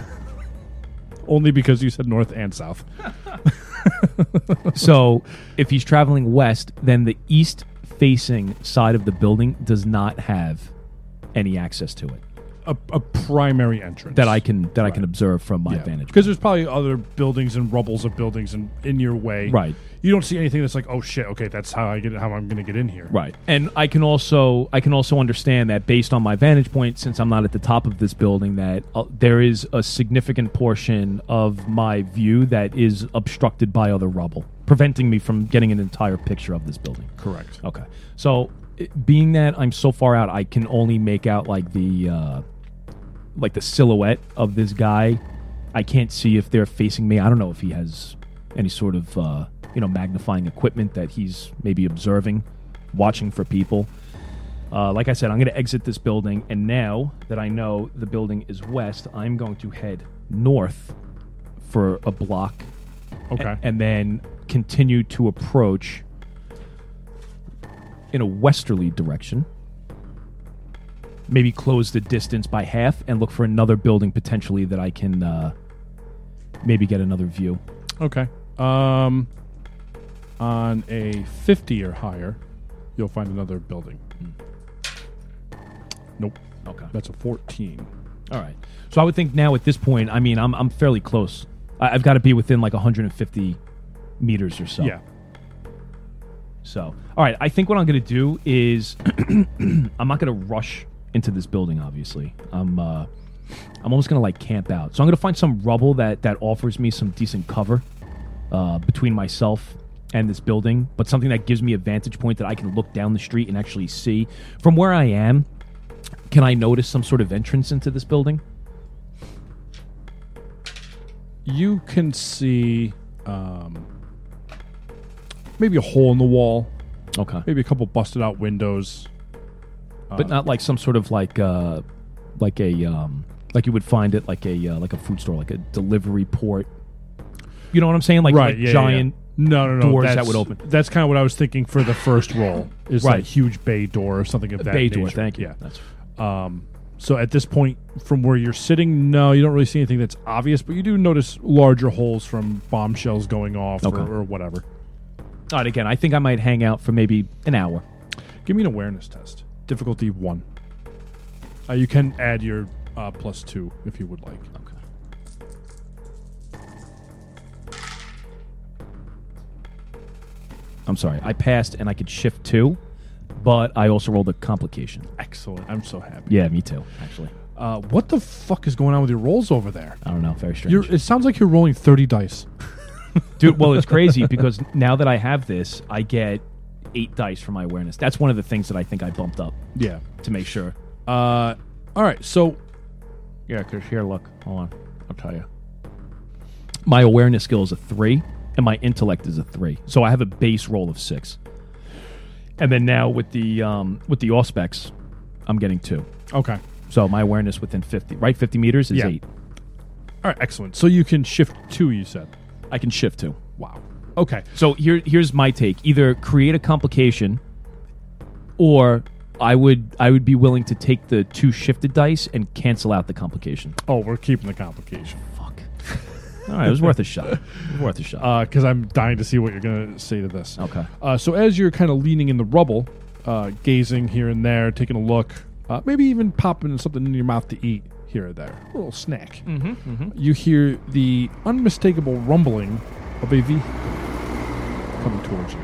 S2: Only because you said north and south.
S1: So if he's traveling west, then the east facing side of the building does not have any access to it
S2: A, a primary entrance
S1: that I can that I can observe from my vantage. point.
S2: Because there's probably other buildings and rubbles of buildings and in your way.
S1: Right.
S2: You don't see anything that's like, oh shit, okay, that's how I get how I'm gonna get in here.
S1: Right. And I can also I can also understand that based on my vantage point since I'm not at the top of this building that uh, there is a significant portion of my view that is obstructed by other rubble, preventing me from getting an entire picture of this building.
S2: Correct.
S1: Okay. So, it- being that I'm so far out, I can only make out like the uh, like the silhouette of this guy. I can't see if they're facing me. I don't know if he has any sort of uh, you know magnifying equipment that he's maybe observing, watching for people. Uh, like I said, I'm going to exit this building, and now that I know the building is west, I'm going to head north for a block
S2: Okay.
S1: and then continue to approach in a westerly direction. Maybe close the distance by half and look for another building potentially that I can uh, maybe get another view.
S2: Okay. Um, on a 50 or higher, you'll find another building.
S1: Hmm.
S2: Nope.
S1: Okay.
S2: That's a 14.
S1: All right. So I would think now at this point, I mean, I'm, I'm fairly close. I, I've got to be within like 150 meters or so.
S2: Yeah.
S1: So, all right, I think what I'm going to do is I'm not going to rush into this building. Obviously, I'm uh, I'm almost going to like camp out. So I'm going to find some rubble that that offers me some decent cover uh, between myself and this building, but something that gives me a vantage point that I can look down the street and actually see from where I am. Can I notice some sort of entrance into this building?
S2: you can see um, maybe a hole in the wall,
S1: Okay,
S2: maybe a couple busted out windows.
S1: but not like some sort of like uh, like a um, like you would find it like a uh, like a food store, like a delivery port. You know what I'm saying? Like, like
S2: yeah, yeah, yeah.
S1: giant.
S2: No, no, no.
S1: doors that
S2: that's-
S1: would open.
S2: That's kind of what I was thinking for the first roll. Is
S1: Right.
S2: like huge bay door or something of that
S1: Bay door.
S2: nature.
S1: Thank you.
S2: Yeah.
S1: That's-
S2: So at this point, from where you're sitting, no, you don't really see anything that's obvious, but you do notice larger holes from bombshells going off
S1: Okay.
S2: or, or whatever.
S1: All right, again, I think I might hang out for maybe an hour.
S2: Give me an awareness test. Difficulty one. Uh, you can add your uh, plus two if you would like.
S1: Okay. I'm sorry. I passed and I could shift two, but I also rolled a complication.
S2: Excellent. I'm so happy.
S1: Yeah, me too, actually.
S2: Uh, what the fuck is going on with your rolls over there?
S1: I don't know. Very strange.
S2: You're, it sounds like you're rolling 30 dice.
S1: Dude, well, it's crazy because now that I have this, I get eight dice for my awareness. That's one of the things that I think I bumped up
S2: Yeah.
S1: to make sure.
S2: Uh, all right. So
S1: Yeah, because here, look. Hold on. I'll tell you. My awareness skill is a three, and my intellect is a three. So I have a base roll of six. And then now with the um, with the auspex, I'm getting two.
S2: okay.
S1: So my awareness within 50, right? 50 meters is
S2: Yeah.
S1: eight.
S2: All right. Excellent. So you can shift two. You said.
S1: I can shift two.
S2: Wow. Okay.
S1: So here, here's my take: either create a complication, or I would I would be willing to take the two shifted dice and cancel out the complication.
S2: Oh, we're keeping the complication.
S1: Fuck. All right, it was worth a shot. It was worth a shot.
S2: because Uh, I'm dying to see what you're going to say to this.
S1: Okay.
S2: Uh, so as you're kind of leaning in the rubble, uh, gazing here and there, taking a look, uh, maybe even popping something in your mouth to eat here or there, a little snack. Mm-hmm, You hear the unmistakable rumbling of a vehicle coming towards you.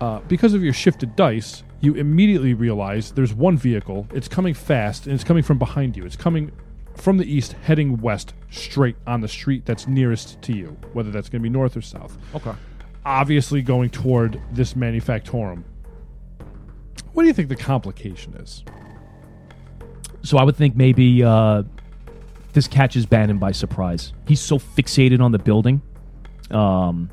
S2: Uh, because of your shifted dice, you immediately realize there's one vehicle. It's coming fast, and it's coming from behind you. It's coming from the east, heading west, straight on the street that's nearest to you, whether that's going to be north or south. Okay. Obviously, going toward this manufactorum. What do you think the complication is?
S1: So I would think maybe uh, this catches Bannon by surprise. He's so fixated on the building. Um,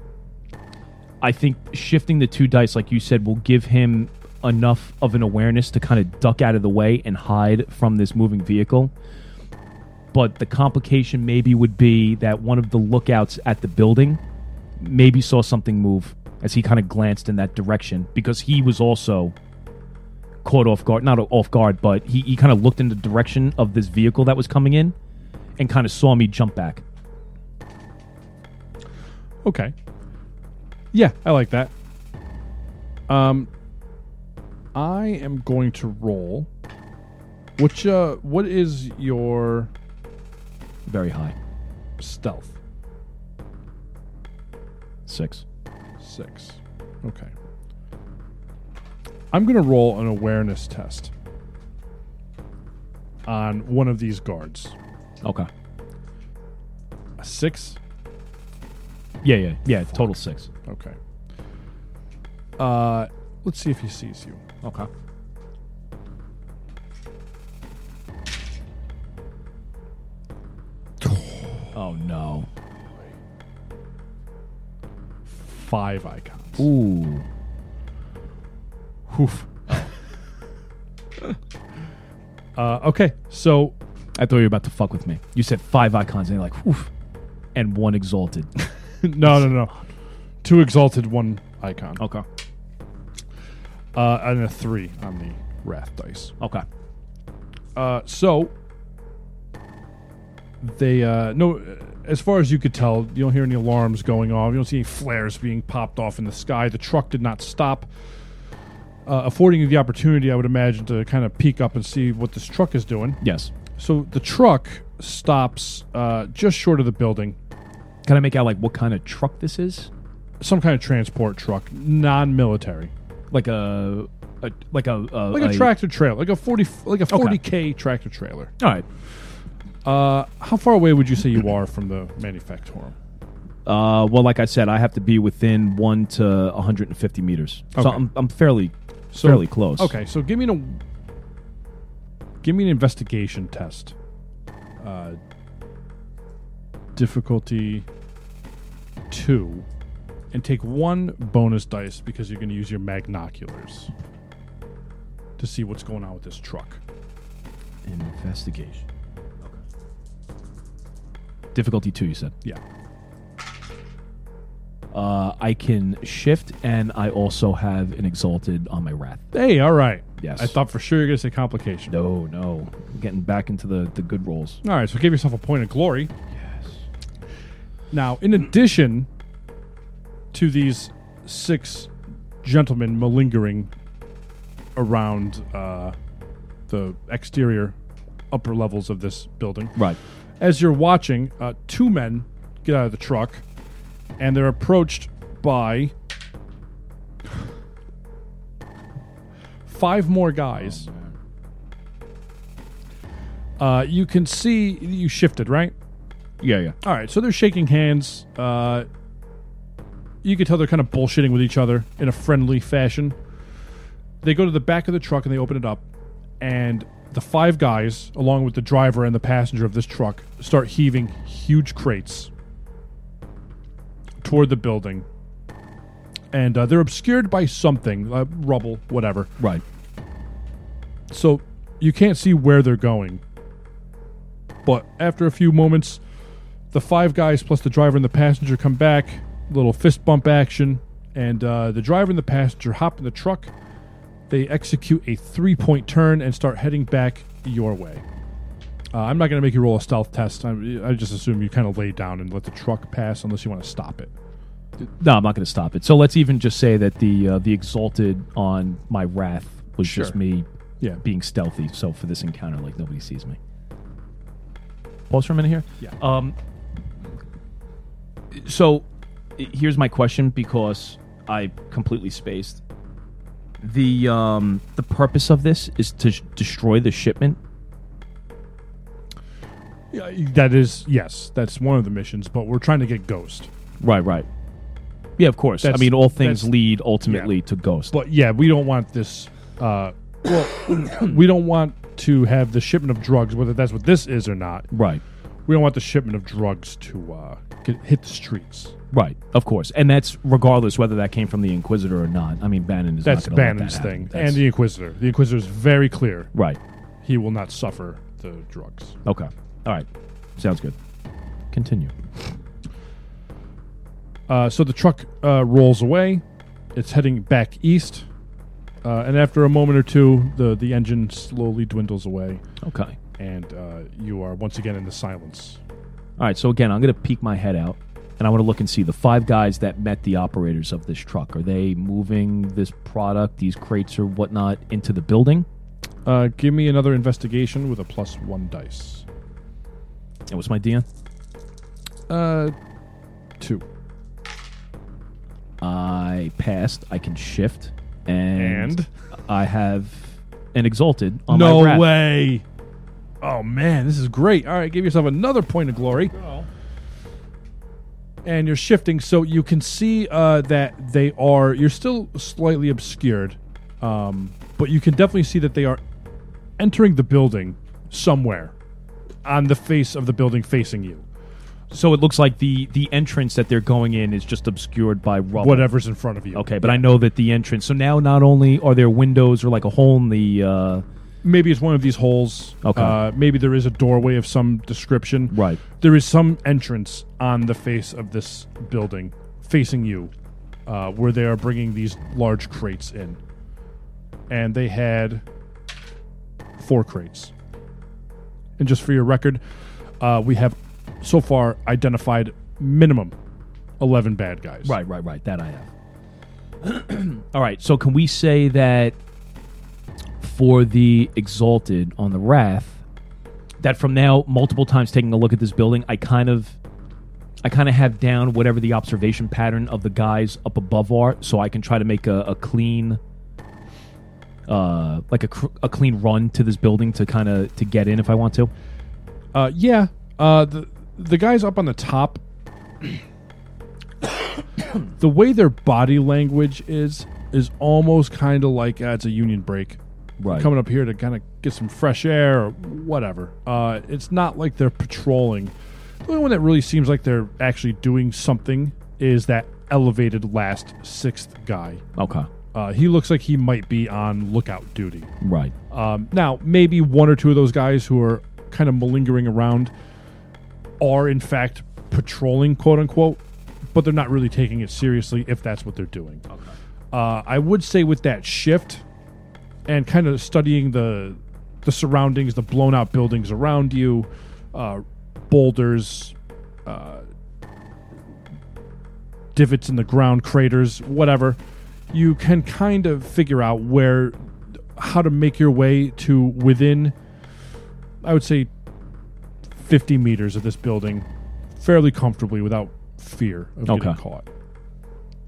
S1: I think shifting the two dice, like you said, will give him enough of an awareness to kind of duck out of the way and hide from this moving vehicle. But the complication maybe would be that one of the lookouts at the building maybe saw something move as he kind of glanced in that direction because he was also caught off guard not off guard but he, he kind of looked in the direction of this vehicle that was coming in and kind of saw me jump back
S2: Okay. Yeah, I like that. Um, I am going to roll. Which uh, what is your
S1: very high
S2: stealth?
S1: six
S2: Six. Okay. I'm going to roll an awareness test on one of these guards.
S1: okay
S2: A six.
S1: yeah yeah yeah total six
S2: Okay. Uh, let's see if he sees you.
S1: okay oh no
S2: Five icons.
S1: ooh
S2: Oof. uh, okay, so
S1: i thought you were about to fuck with me you said five icons and you're like whew and one exalted
S2: no, no, no, two exalted, one icon,
S1: okay
S2: uh, and a three on the wrath dice.
S1: okay
S2: Uh, so they uh, no, as far as you could tell, you don't hear any alarms going off. You don't see any flares being popped off in the sky. The truck did not stop, uh, affording you the opportunity, I would imagine, to kind of peek up and see what this truck is doing.
S1: yes
S2: So the truck stops uh, just short of the building.
S1: can i make out like what kind of truck this is
S2: Some kind of transport truck, non-military,
S1: like a, a like a, a
S2: like a tractor trailer, like a forty, like a forty k tractor trailer.
S1: all right
S2: Uh, how far away would you say you are from the manufactorum?
S1: Uh, well, like I said, I have to be within one to 150 meters, so
S2: Okay.
S1: I'm, I'm fairly, fairly close.
S2: Okay, so give me an Give me an investigation test. Uh, difficulty two, and take one bonus dice because you're going to use your magnoculars to see what's going on with this truck.
S1: Investigation. Difficulty two, you said.
S2: Yeah.
S1: Uh, I can shift, and I also have an exalted on my wrath.
S2: Hey, all right.
S1: Yes.
S2: I thought for sure you're going to say complication.
S1: No, no, I'm getting back into the the good rolls.
S2: All right, so give yourself a point of glory. Yes. Now, in addition to these six gentlemen malingering around uh, the exterior upper levels of this building,
S1: Right.
S2: as you're watching, uh, two men get out of the truck and they're approached by five more guys. uh, you can see you shifted, right?
S1: Yeah, yeah.
S2: All right, so they're shaking hands. Uh, you can tell they're kind of bullshitting with each other in a friendly fashion. They go to the back of the truck and they open it up, and the five guys, along with the driver and the passenger of this truck, start heaving huge crates toward the building. And uh, they're obscured by something, uh, rubble, whatever.
S1: Right.
S2: So you can't see where they're going. But after a few moments, the five guys plus the driver and the passenger come back, little fist bump action, and uh, the driver and the passenger hop in the truck. They execute a three point turn and start heading back your way. Uh, I'm not going to make you roll a stealth test. I, I just assume you kind of lay down and let the truck pass unless you want to stop it.
S1: No, I'm not going to stop it. So let's even just say that the uh, the exalted on my wrath was just
S2: Sure.
S1: me
S2: Yeah.
S1: being stealthy. So for this encounter, like nobody sees me. Pause for a minute here.
S2: Yeah.
S1: Um. So, i- here's my question because I completely spaced. The um the purpose of this is to sh- destroy the shipment.
S2: Yeah, uh, that is, yes, that's one of the missions, but we're trying to get Ghost.
S1: Right. Right. Yeah. Of course. I
S2: That's-
S1: mean, all things
S2: that's-
S1: lead ultimately to ghost.
S2: But yeah, we don't want this. Uh, well, we don't want to have the shipment of drugs, whether that's what this is or not.
S1: right.
S2: We don't want the shipment of drugs to uh, get, hit the streets.
S1: Right, of course, and that's regardless whether that came from the Inquisitor or not. I mean, Bannon is
S2: That's
S1: not gonna let
S2: Bannon's
S1: that happen.
S2: thing,
S1: That's-
S2: and the Inquisitor. The Inquisitor is very clear;
S1: right.
S2: he will not suffer the drugs.
S1: Okay, all right, sounds good. Continue.
S2: Uh, so the truck uh, rolls away. It's heading back east, uh, and after a moment or two, the the engine slowly dwindles away,
S1: Okay,
S2: and uh, you are once again in the silence.
S1: all right. So again, I'm going to peek my head out, and I want to look and see the five guys that met the operators of this truck. Are they moving this product, these crates or whatnot, into the building?
S2: Uh, give me another investigation with a plus one dice.
S1: And what's my DM?
S2: Uh, two.
S1: I passed. I can shift, and,
S2: And?
S1: I have an exalted on my wrap.
S2: way. Oh man, this is great. All right, give yourself another point of glory. And you're shifting, so you can see uh, that they are. You're still slightly obscured, um, but you can definitely see that they are entering the building somewhere on the face of the building facing you.
S1: So it looks like the the entrance that they're going in is just obscured by rubble.
S2: Whatever's in front of you.
S1: Okay, but I know that the entrance. So now not only are there windows or like a hole in the uh,
S2: maybe it's one of these holes.
S1: Okay.
S2: Uh, maybe there is a doorway of some description.
S1: Right.
S2: There is some entrance on the face of this building, facing you, uh, where they are bringing these large crates in. And they had four crates. And just for your record, uh, we have so far identified minimum 11 bad guys.
S1: right, right, right. That I have. All right. So can we say that for the exalted on the wrath, that from now multiple times taking a look at this building, I kind of, I kind of have down whatever the observation pattern of the guys up above are, so I can try to make a, a clean. Uh, like a, cr- a clean run to this building to kind of to get in if I want to.
S2: Uh, yeah. Uh, the the guys up on the top. the way their body language is is almost kind of like uh, it's a union break.
S1: Right.
S2: coming up here to kind of get some fresh air or whatever. Uh, it's not like they're patrolling. The only one that really seems like they're actually doing something is that elevated last sixth guy.
S1: Okay.
S2: Uh, he looks like he might be on lookout duty.
S1: Right.
S2: Um, now, maybe one or two of those guys who are kind of malingering around are in fact patrolling, quote unquote, but they're not really taking it seriously if that's what they're doing. Uh, I would say with that shift and kind of studying the the surroundings, the blown out buildings around you, uh, boulders, uh, divots in the ground, craters, whatever, you can kind of figure out where how to make your way to within I would say 50 meters of this building fairly comfortably without fear of getting
S1: Okay.
S2: caught.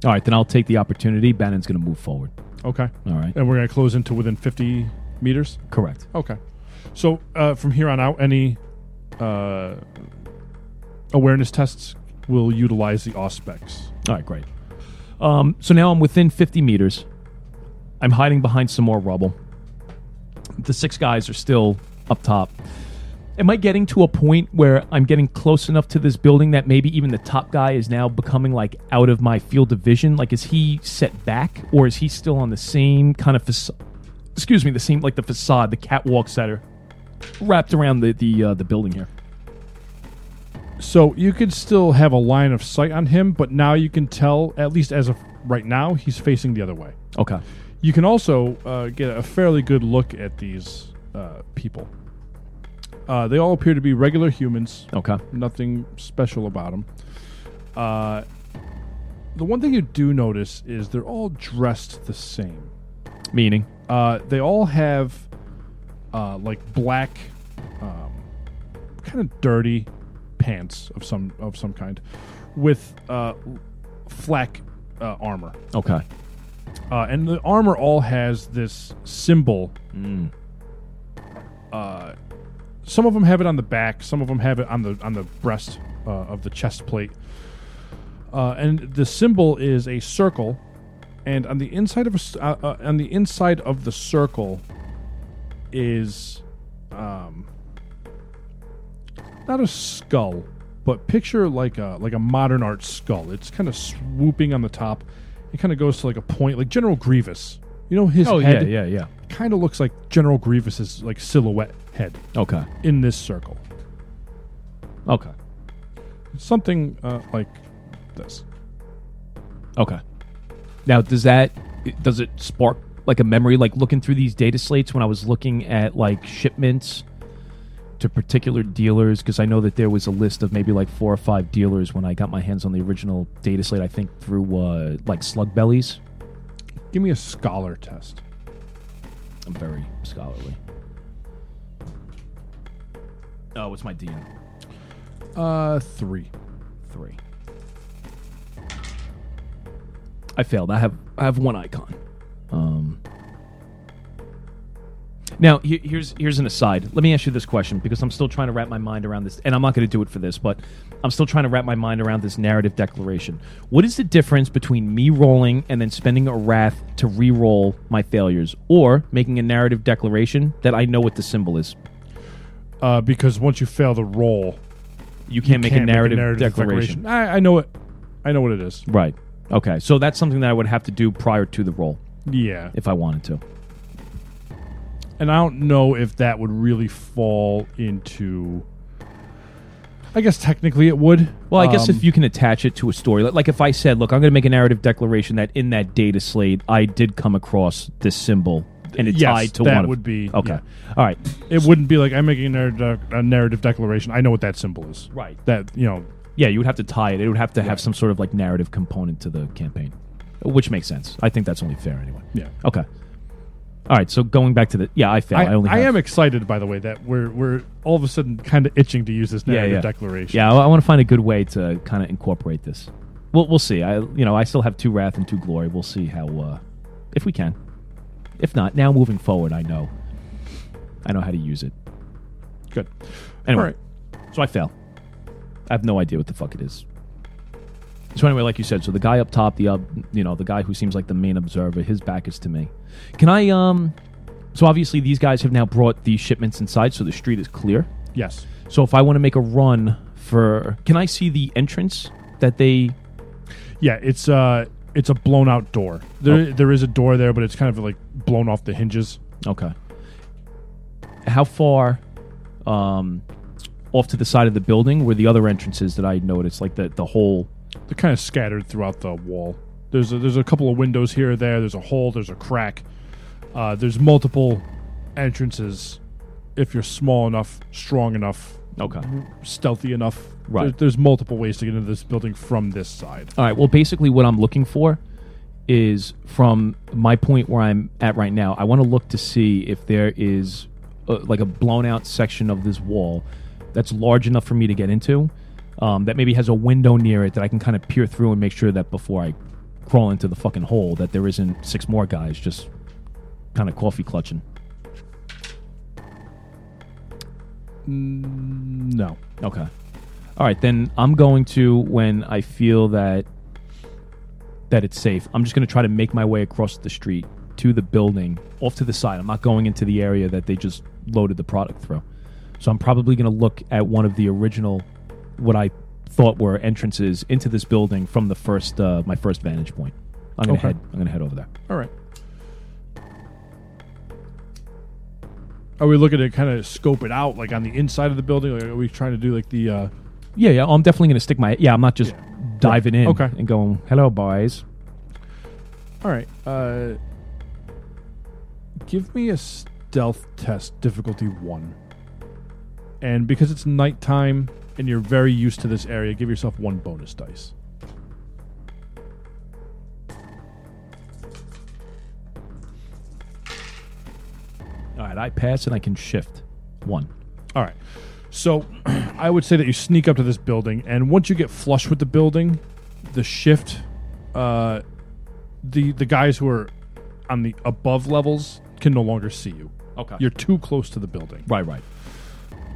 S1: All right, then I'll take the opportunity. Bannon's going to move forward.
S2: Okay.
S1: All right.
S2: And we're going to close into within 50 meters.
S1: Correct.
S2: Okay. So uh, from here on out, any uh, awareness tests will utilize the auspex.
S1: All right, great. Um, so now I'm within 50 meters. I'm hiding behind some more rubble. The six guys are still up top. Am I getting to a point where I'm getting close enough to this building that maybe even the top guy is now becoming like out of my field of vision? Like, is he set back or is he still on the same kind of facade? Excuse me, the same like the facade, the catwalks that are wrapped around the the uh, the building here.
S2: So you could still have a line of sight on him, but now you can tell, at least as of right now, he's facing the other way.
S1: Okay.
S2: You can also uh, get a fairly good look at these uh, people. Uh, they all appear to be regular humans.
S1: Okay.
S2: nothing special about them. Uh, the one thing you do notice is they're all dressed the same.
S1: Meaning.
S2: Uh, they all have uh, like black, um, kind of dirty pants of some of some kind, with uh, flak uh, armor,
S1: Okay.
S2: uh, and the armor all has this symbol. Uh, some of them have it on the back. Some of them have it on the on the breast uh, of the chest plate. Uh, and the symbol is a circle, and on the inside of a, s- uh, uh, on the inside of the circle is um, not a skull, but picture like a like a modern art skull. It's kind of swooping on the top. It kind of goes to like a point, like General Grievous. You know his head
S1: Oh, yeah, yeah.
S2: kind of looks like General Grievous's like silhouette head
S1: Okay.
S2: in this circle.
S1: Okay.
S2: Something uh, like this.
S1: Okay. Now, does that does it spark like a memory? Like looking through these data slates when I was looking at like shipments to particular dealers, because I know that there was a list of maybe like four or five dealers when I got my hands on the original data slate. I think through uh, like Slug Bellies.
S2: Give me a scholar test.
S1: I'm very scholarly. Oh, what's my DM?
S2: Uh, three.
S1: Three. I failed. I have I have one icon. Um. Now he- here's here's an aside. Let me ask you this question because I'm still trying to wrap my mind around this, and I'm not going to do it for this, but I'm still trying to wrap my mind around this narrative declaration. What is the difference between me rolling and then spending a wrath to re-roll my failures, or making a narrative declaration that I know what the symbol is?
S2: Uh, because once you fail the roll,
S1: You can't, make, a
S2: can't
S1: narrative declaration.
S2: I, I know it. I know what it is.
S1: Right. Okay. So that's something that I would have to do prior to the roll.
S2: Yeah,
S1: if I wanted to.
S2: and I don't know if that would really fall into. I guess technically it would.
S1: Well, I guess
S2: Um,
S1: if you can attach it to a story, like, like if I said, "Look, I'm going to make a narrative declaration that in that data slate, I did come across this symbol, and it's
S2: Yes,
S1: tied to
S2: that
S1: one." of-"
S2: would be-
S1: okay.
S2: yeah.
S1: All right.
S2: it wouldn't be like I'm making a narrative, a narrative declaration. I know what that symbol is.
S1: Right.
S2: That you know
S1: Yeah, you would have to tie it. It would have to have some sort of like narrative component to the campaign, which makes sense. I think that's only fair anyway.
S2: Yeah.
S1: Okay. All right. So going back to the yeah, I failed. I,
S2: I,
S1: only.
S2: I
S1: have-
S2: am excited, by the way, that we're we're all of a sudden kind of itching to use this
S1: yeah,
S2: narrative
S1: yeah.
S2: declaration.
S1: Yeah, I, want to find a good way to kind of incorporate this. We'll we'll see. I you know I still have two wrath and two glory. We'll see how uh, if we can. If not, now moving forward, I know. I know how to use it.
S2: good.
S1: Anyway,
S2: All right.
S1: so I fail. I have no idea what the fuck it is. So anyway, like you said, so the guy up top, the uh, you know the guy who seems like the main observer, his back is to me. Can I um So obviously, these guys have now brought these shipments inside, so the street is clear.
S2: Yes.
S1: So if I want to make a run for, can I see the entrance that they?
S2: Yeah, it's uh it's a blown out door. There
S1: Oh.
S2: there is a door there, but it's kind of like blown off the hinges.
S1: Okay. How far, um, off to the side of the building were the other entrances that I noticed, like the the whole.
S2: They're kind of scattered throughout the wall. There's a, there's a couple of windows here or there. There's a hole. There's a crack. Uh, there's multiple entrances. If you're small enough, strong enough,
S1: Okay.
S2: stealthy enough,
S1: Right.
S2: there- there's multiple ways to get into this building from this side.
S1: All right. Well, basically, what I'm looking for is from my point where I'm at right now. I want to look to see if there is uh like a blown out section of this wall that's large enough for me to get into. Um, that maybe has a window near it that I can kind of peer through and make sure that before I crawl into the fucking hole that there isn't six more guys just kind of coffee clutching.
S2: Mm, No.
S1: Okay. All right, then I'm going to when I feel that that it's safe. I'm just going to try to make my way across the street to the building off to the side. I'm not going into the area that they just loaded the product through. So I'm probably going to look at one of the original what I thought were entrances into this building from the first uh, my first vantage point. I'm going to
S2: Okay.
S1: head I'm going to head over there.
S2: All right. Are we looking to kind of scope it out, like on the inside of the building? Like, are we trying to do like the? Uh,
S1: Yeah, yeah, I'm definitely going to stick my Yeah, I'm not just diving in
S2: Okay.
S1: and going, "Hello boys."
S2: all right. Uh, give me a stealth test, difficulty one. And because it's nighttime and you're very used to this area, give yourself one bonus dice.
S1: All right, I pass and I can shift. 1.
S2: All right. So I would say that you sneak up to this building, and once you get flush with the building, the shift, uh, the the guys who are on the above levels can no longer see you.
S1: Okay.
S2: You're too close to the building.
S1: right, right.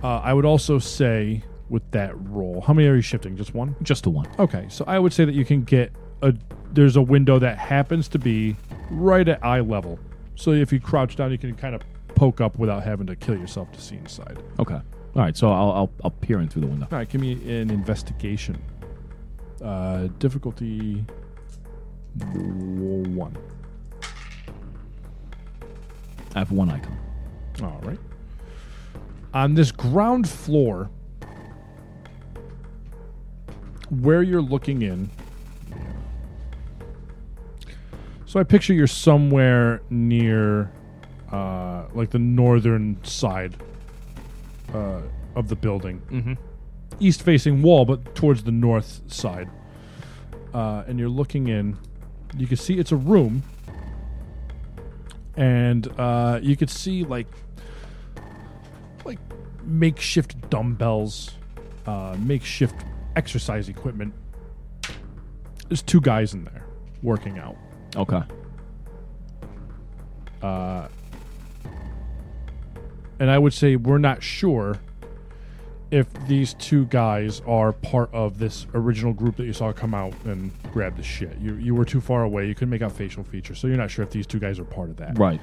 S2: Uh, I would also say with that roll, how many are you shifting? Just one.
S1: Just the one.
S2: Okay, so I would say that you can get a there's a window that happens to be right at eye level. So if you crouch down, you can kind of poke up without having to kill yourself to see inside.
S1: Okay. All right. So I'll I'll, I'll peer in through the window.
S2: All right, give me an investigation. Uh, difficulty one.
S1: I have one icon.
S2: All right. On this ground floor, where you're looking in. So I picture you're somewhere near, uh, like the northern side uh, of the building, mm-hmm. east-facing wall, but towards the north side. Uh, and you're looking in. You can see it's a room, and uh, you could see like like makeshift dumbbells, uh, makeshift exercise equipment. There's two guys in there working out.
S1: Okay.
S2: and I would say we're not sure if these two guys are part of this original group that you saw come out and grab the shit. You you were too far away. You couldn't make out facial features, so you're not sure if these two guys are part of that.
S1: Right.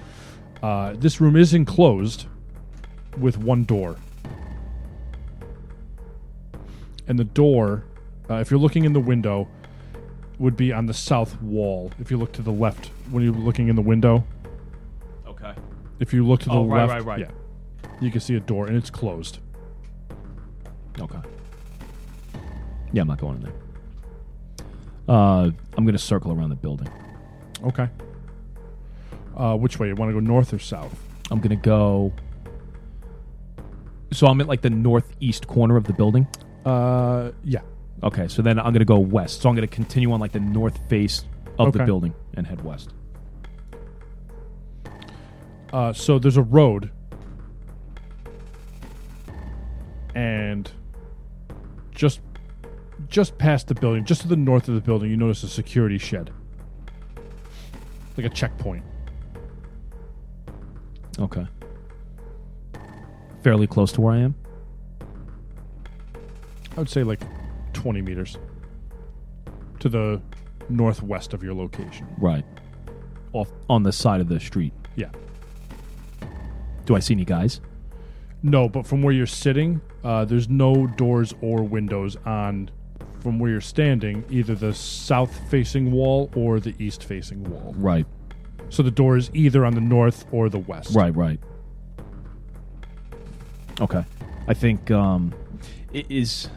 S2: Uh, this room is enclosed with one door, and the door, uh, if you're looking in the window, would be on the south wall. If you look to the left when you're looking in the window,
S1: Okay.
S2: if you look to the
S1: Oh, right,
S2: left,
S1: right, right.
S2: yeah, you can see a door and it's closed.
S1: Okay. Yeah, I'm not going in there. Uh, I'm gonna circle around the building.
S2: Okay. Uh, which way? You want to go north or south?
S1: I'm gonna go. So I'm at like the northeast corner of the building.
S2: Uh, yeah.
S1: Okay. So then I'm gonna go west. So I'm gonna continue on like the north face of the
S2: Okay.
S1: building and head west.
S2: Uh, so there's a road, and just just past the building, just to the north of the building, you notice a security shed, like a checkpoint.
S1: Okay. Fairly close to where I am.
S2: I would say like 20 meters to the northwest of your location.
S1: Right. Off on the side of the street.
S2: Yeah.
S1: Do I see any guys?
S2: No, but from where you're sitting, uh, there's no doors or windows on from where you're standing, either the south facing wall or the east facing wall.
S1: Right,
S2: So the door is either on the north or the west.
S1: right, right. Okay, I think um, it is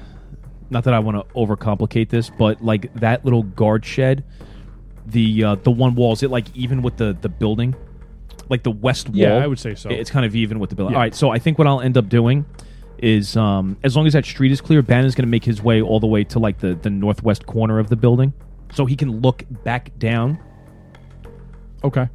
S1: not that I want to overcomplicate this, but like that little guard shed, the uh, the one wall is it like even with the the building, like the west wall?
S2: Yeah, I would say so.
S1: It's kind of even with the building.
S2: Yeah.
S1: All right, so I think what I'll end up doing is um, as long as that street is clear, Bannon's going to make his way all the way to like the, the northwest corner of the building so he can look back down.
S2: okay.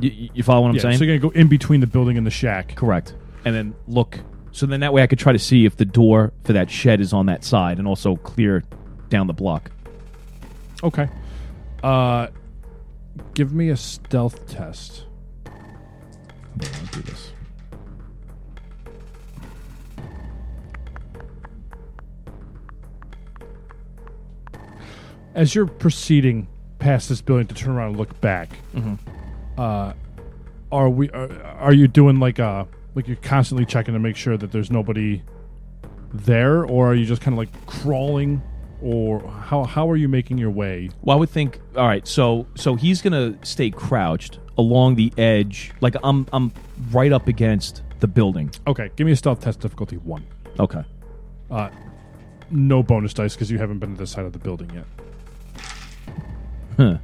S1: You, you follow what I'm
S2: Yeah,
S1: saying?
S2: so you're gonna go in between the building and the shack.
S1: Correct. And then look. So then that way I could try to see if the door for that shed is on that side and also clear down the block.
S2: Okay. Uh, give me a stealth test.
S1: do this.
S2: As you're proceeding past this building to turn around and look back, uh, are we? Are, are you doing like a like you're constantly checking to make sure that there's nobody there, or are you just kind of like crawling, or how how are you making your way?
S1: Well, I would think. All right, so so he's gonna stay crouched along the edge, like I'm I'm right up against the building.
S2: Okay, give me a stealth test difficulty one.
S1: Okay.
S2: No bonus dice because you haven't been to this side of the building yet.
S1: Huh.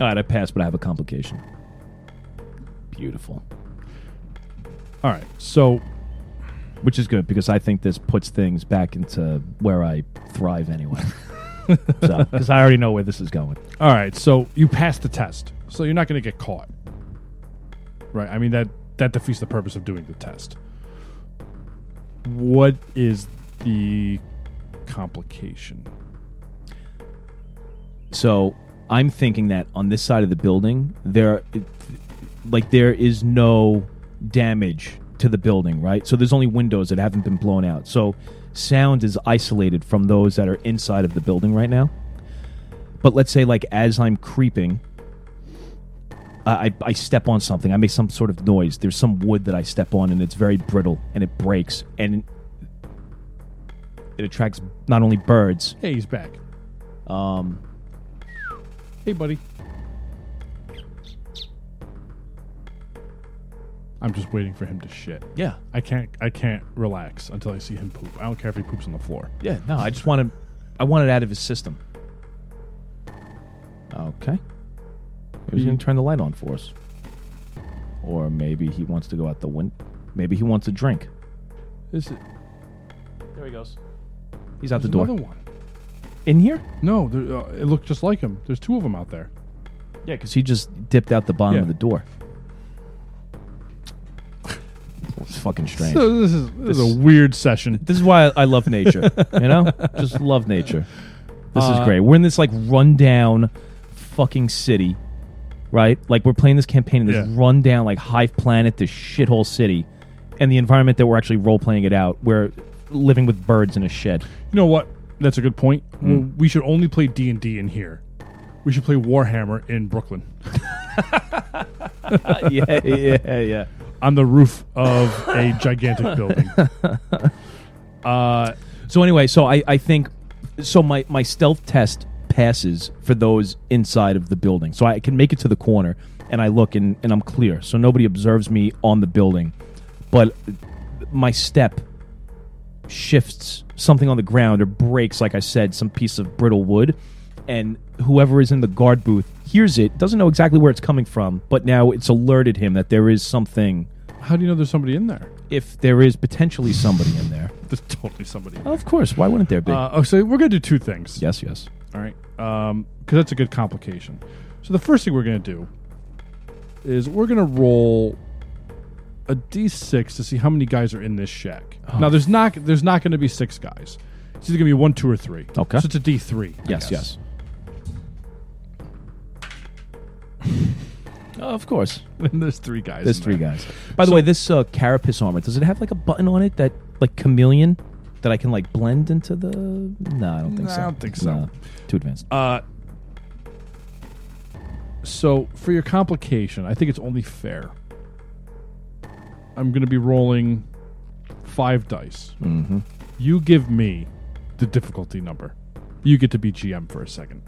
S1: All right, I passed, but I have a complication. Beautiful.
S2: All right, so
S1: Which is good because I think this puts things back into where I thrive anyway. so, because I already know where this is going.
S2: All right, so you passed the test, so you're not going to get caught, right? I mean that that defeats the purpose of doing the test. What is the complication?
S1: So I'm thinking that on this side of the building, there, it- like there is no damage to the building, right? So there's only windows that haven't been blown out. So sound is isolated from those that are inside of the building right now. But let's say, like as I'm creeping, I, I- I step on something. I make some sort of noise. There's some wood that I step on, and it's very brittle, and it breaks, and it attracts not only birds.
S2: Hey, he's back.
S1: Um,
S2: Hey, buddy. I'm just waiting for him to shit.
S1: yeah,
S2: I can't. I can't relax until I see him poop. I don't care if he poops on the floor.
S1: Yeah, no, I just wanted, I want it out of his system. Okay. He was going to turn the light on for us. Or maybe he wants to go out the window. Maybe he wants a drink.
S2: Is it
S1: There he goes. He's out
S2: there's
S1: the door.
S2: Another one.
S1: In here?
S2: No, there, uh, it looked just like him. There's two of them out there.
S1: Yeah, because he just dipped out the bottom
S2: Yeah.
S1: of the door. it's fucking strange.
S2: So this is this, is
S1: This-
S2: a weird session.
S1: this is why I love nature. you know, just love nature. This is great. We're in this like rundown, fucking city, right? Like we're playing this campaign in this
S2: Yeah.
S1: rundown, like Hive Planet, this shithole city, and the environment that we're actually role playing it out. We're living with birds in a shed.
S2: You know what? That's a good point. Well, we should only play D and D in here. We should play Warhammer in Brooklyn
S1: yeah, yeah, yeah.
S2: on the roof of a gigantic building. Uh,
S1: So anyway, so I, I think so my, my stealth test passes for those inside of the building. So I can make it to the corner and I look and, and I'm clear. So nobody observes me on the building. But my step shifts something on the ground or breaks, like I said, some piece of brittle wood. And whoever is in the guard booth hears it, doesn't know exactly where it's coming from, but now it's alerted him that there is something,
S2: how do you know there's somebody in there?
S1: if there is potentially somebody in there.
S2: There's totally somebody. In there.
S1: Of course, why wouldn't there be?
S2: Uh, oh, so we're gonna do two things.
S1: yes, yes.
S2: All right. Because that's a good complication. So the first thing we're going to do is we're going to roll a d6 to see how many guys are in this shack.
S1: Oh.
S2: Now there's not there's not going to be six guys. It's either going to be one, two, or three.
S1: Okay.
S2: So it's a d3. I
S1: Yes,
S2: guess.
S1: yes. Oh, of course.
S2: And there's three guys.
S1: There's
S2: in
S1: three
S2: there.
S1: guys. By the way, this uh, carapace armor, does it have like a button on it that, like chameleon, that I can like blend into the. No, I don't think
S2: No, I
S1: so.
S2: don't think so.
S1: No, too advanced.
S2: Uh, so for your complication, I think it's only fair I'm going to be rolling five dice. Mm-hmm. You give me the difficulty number. You get to be GM for a second.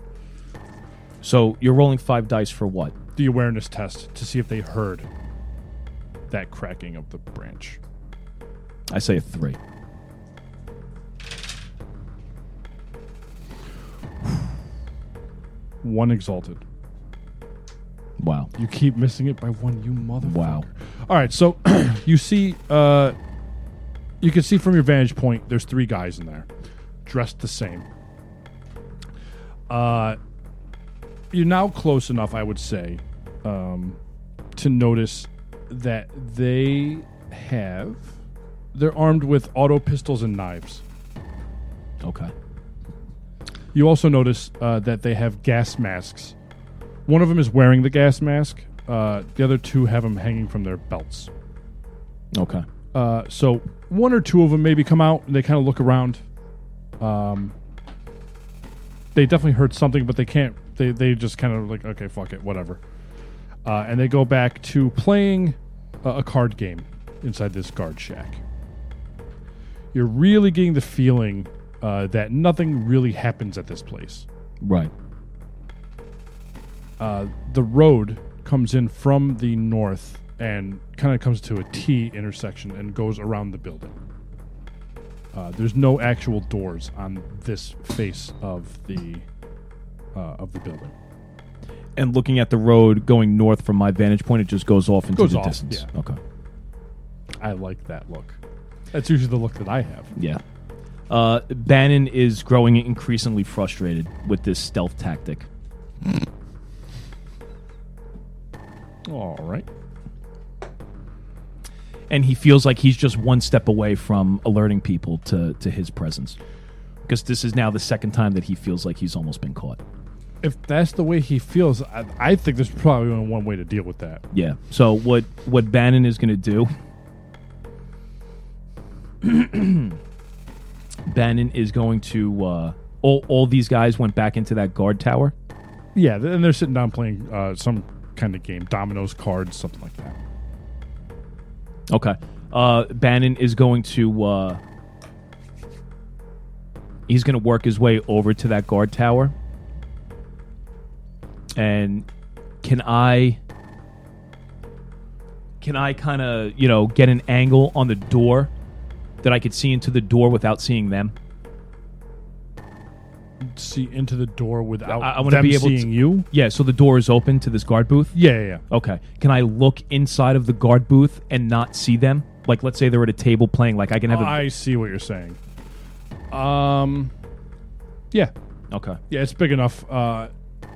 S1: So you're rolling five dice for what?
S2: The awareness test to see if they heard that cracking of the branch.
S1: I say a three.
S2: One exalted.
S1: Wow.
S2: You keep missing it by one, you motherfucker.
S1: Wow.
S2: All right, so you see, uh, you can see from your vantage point, there's three guys in there, dressed the same. Uh, you're now close enough, I would say, um, to notice that they have, they're armed with auto pistols and knives.
S1: Okay.
S2: You also notice uh, that they have gas masks. One of them is wearing the gas mask. Uh, the other two have them hanging from their belts.
S1: Okay.
S2: Uh, so one or two of them maybe come out and they kind of look around. Um, they definitely heard something, but they can't. They they just kind of like okay, fuck it, whatever. Uh, and they go back to playing a, a card game inside this guard shack. You're really getting the feeling uh, that nothing really happens at this place.
S1: Right.
S2: Uh, the road comes in from the north and kind of comes to a T intersection and goes around the building. Uh, there's no actual doors on this face of the uh, of the building.
S1: And looking at the road going north from my vantage point, it just goes off into
S2: Goes
S1: the
S2: off,
S1: distance.
S2: yeah.
S1: Okay.
S2: I like that look. That's usually the look that I have.
S1: Yeah. Uh, Bannon is growing increasingly frustrated with this stealth tactic.
S2: All right.
S1: and he feels like he's just one step away from alerting people to, to his presence because this is now the second time that he feels like he's almost been caught
S2: If that's the way he feels, I, I think there's probably only one way to deal with that.
S1: yeah so what what bannon is going to do bannon is going to uh, all, all these guys went back into that guard tower
S2: Yeah, th- and they're sitting down playing uh, some kind of game, dominoes, cards, something like that.
S1: okay uh, bannon is going to uh, he's going to work his way over to that guard tower. And can I can I kind of, you know, get an angle on the door that I could see into the door without seeing them?
S2: See into the door without
S1: I- I
S2: want
S1: wanna
S2: to
S1: be able to-
S2: seeing you.
S1: Yeah, so the door is open to this guard booth.
S2: Yeah, yeah, yeah.
S1: Okay. Can I look inside of the guard booth and not see them? Like let's say they're at a table playing like I can have a
S2: I see what you're saying. Um, yeah,
S1: Okay.
S2: yeah, it's big enough. Uh,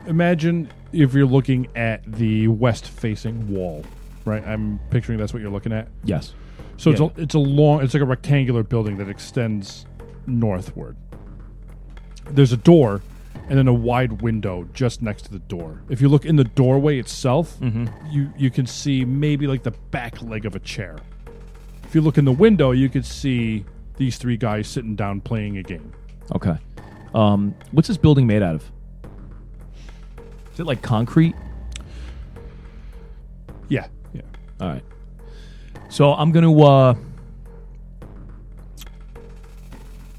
S2: imagine if you're looking at the west-facing wall, right? I'm picturing that's what you're looking at.
S1: Yes.
S2: So
S1: Yeah.
S2: it's a, it's a long, it's like a rectangular building that extends northward. There's a door, and then a wide window just next to the door. If you look in the doorway itself, you you can see maybe like the back leg of a chair. If you look in the window, you could see these three guys sitting down playing a game.
S1: Okay. Um, what's this building made out of? Is it like concrete?
S2: Yeah, yeah.
S1: All right. So I'm gonna uh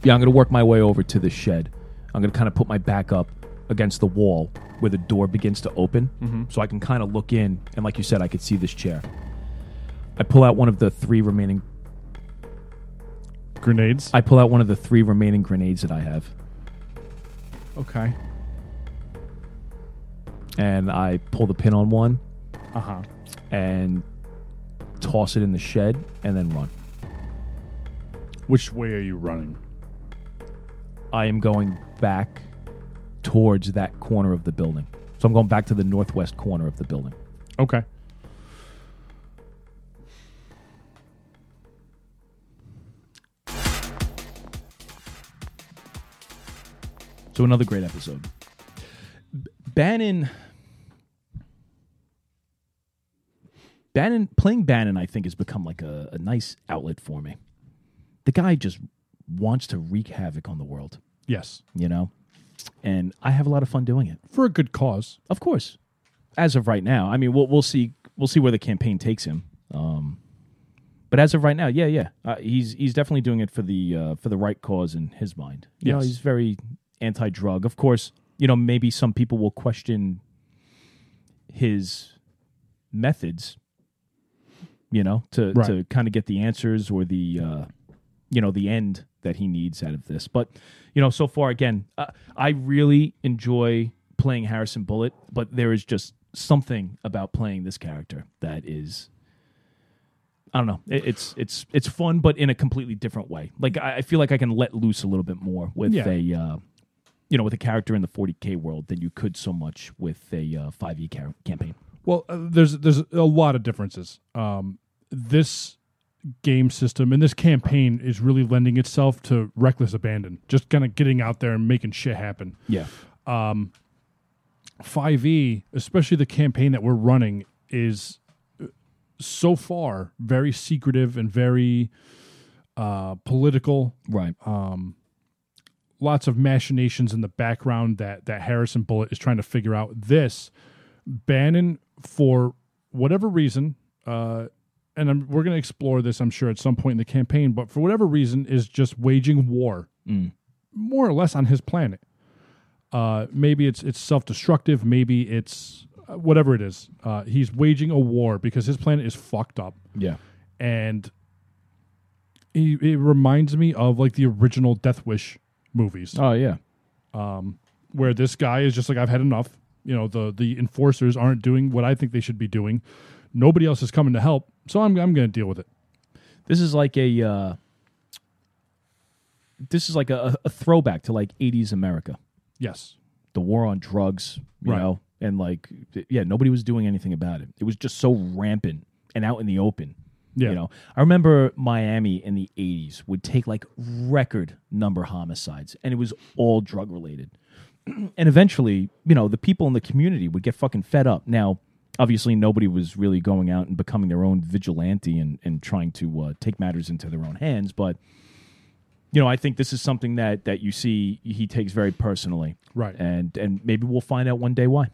S1: Yeah, I'm gonna work my way over to the shed. I'm gonna kinda put my back up against the wall where the door begins to open. So I can kinda look in and like you said, I could see this chair. I pull out one of the three remaining
S2: Grenades.
S1: I pull out one of the three remaining grenades that I have.
S2: okay.
S1: And I pull the pin on one
S2: Uh huh.
S1: and toss it in the shed and then run.
S2: Which way are you running?
S1: I am going back towards that corner of the building. So I'm going back to the northwest corner of the building.
S2: Okay.
S1: So another great episode. B- Bannon Bannon playing Bannon I think has become like a, a nice outlet for me. The guy just wants to wreak havoc on the world,
S2: Yes,
S1: you know? And I have a lot of fun doing it.
S2: for a good cause.
S1: Of course. As of right now, I mean, we'll we'll see we'll see where the campaign takes him. Um, But as of right now, yeah, yeah, uh, he's he's definitely doing it for the uh, for the right cause in his mind. You know,
S2: Yes.
S1: he's very anti-drug. Of course, you know, maybe some people will question his methods. You know, to
S2: Right.
S1: to kind of get the answers or the uh, you know the end that he needs out of this. But you know, so far again, uh, I really enjoy playing Harrison Bullet, but there is just something about playing this character that is I don't know. It, it's it's it's fun, but in a completely different way. Like I, I feel like I can let loose a little bit more with
S2: Yeah.
S1: a uh, you know with a character in the 40k world than you could so much with a uh, 5e car- campaign.
S2: Well, uh, there's there's a lot of differences. Um, this game system and this campaign is really lending itself to reckless abandon, just kind of getting out there and making shit happen.
S1: Yeah,
S2: 5e, E, especially the campaign that we're running, is uh, so far very secretive and very uh, political.
S1: right.
S2: Lots of machinations in the background that that Harrison Bullet is trying to figure out. This Bannon, for whatever reason, uh, and I'm, we're going to explore this, I'm sure, at some point in the campaign, but for whatever reason, is just waging war, more or less, on his planet. Uh, maybe it's it's self destructive. Maybe it's uh, whatever it is. Uh, he's waging a war because his planet is fucked up
S1: yeah,
S2: and it, it reminds me of like the original Death Wish movies,
S1: oh yeah,
S2: where this guy is just like, "I've had enough." You know, the the enforcers aren't doing what I think they should be doing. Nobody else is coming to help, so I'm I'm going to deal with it.
S1: this is like a uh, this is like a, a throwback to like 80s America,
S2: Yes,
S1: the war on drugs, you
S2: Right.
S1: know, and like yeah, nobody was doing anything about it. It was just so rampant and out in the open.
S2: yeah,
S1: You know, I remember Miami in the '80s would take like record number homicides, and it was all drug related. and eventually, you know, the people in the community would get fucking fed up. Now, obviously, nobody was really going out and becoming their own vigilante and and trying to uh, take matters into their own hands. But you know, I think this is something that that you see he takes very personally,
S2: right.
S1: and and maybe we'll find out one day why.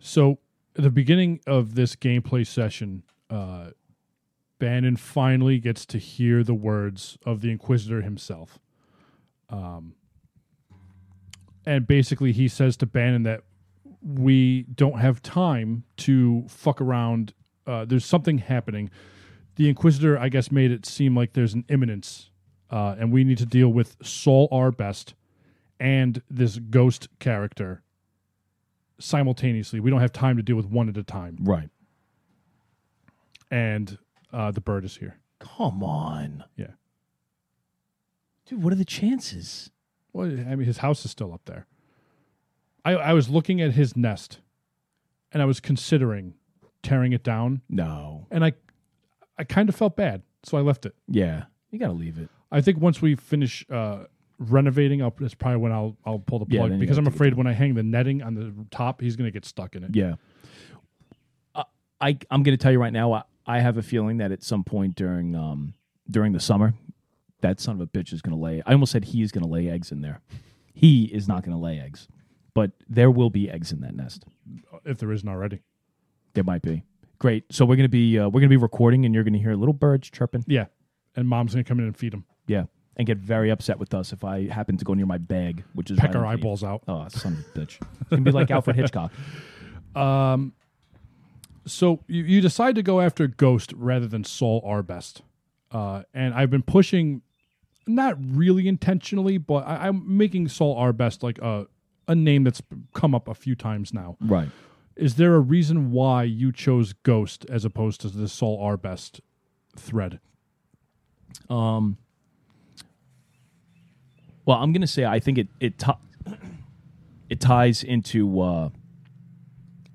S2: So at the beginning of this gameplay session, uh, Bannon finally gets to hear the words of the Inquisitor himself. Um, and basically, he says to Bannon that we don't have time to fuck around. Uh, there's something happening. The Inquisitor, I guess, made it seem like there's an imminence, uh, and we need to deal with Saul R. Best and this ghost character simultaneously. We don't have time to deal with one at a time.
S1: Right?
S2: And uh, the bird is here.
S1: Come on,
S2: Yeah.
S1: dude. What are the chances?
S2: Well, I mean, his house is still up there. I, I was looking at his nest, and I was considering tearing it down,
S1: No.
S2: and I, I kind of felt bad, so I left it.
S1: Yeah, you gotta leave it.
S2: I think once we finish uh, renovating, I'll, that's probably when I'll I'll pull the
S1: Yeah,
S2: plug
S1: then you
S2: because
S1: gotta
S2: I'm
S1: take it
S2: afraid when I hang the netting on the top, he's gonna get stuck in it.
S1: Yeah. I, I I'm gonna tell you right now. I, I have a feeling that at some point during um during the summer, that son of a bitch is gonna lay. I almost said he is gonna lay eggs in there. He is not gonna lay eggs, but there will be eggs in that nest.
S2: If there isn't already,
S1: There might be. Great. So we're gonna be uh, we're gonna be recording, and you're gonna hear little birds chirping.
S2: yeah. And mom's gonna come in and feed him,
S1: Yeah, and get very upset with us if I happen to go near my bag, which is
S2: peck
S1: right
S2: our
S1: underneath.
S2: eyeballs out.
S1: Oh, son of a bitch! It's gonna be like Alfred Hitchcock.
S2: so you, you decide to go after Ghost rather than Saul Arbest. Uh, and I've been pushing, not really intentionally, but I, I'm making Saul Arbest like a, a name that's come up a few times now.
S1: Right.
S2: Is there a reason why you chose Ghost as opposed to the Saul Arbest thread?
S1: Well, I'm gonna say I think it it ti- it ties into uh,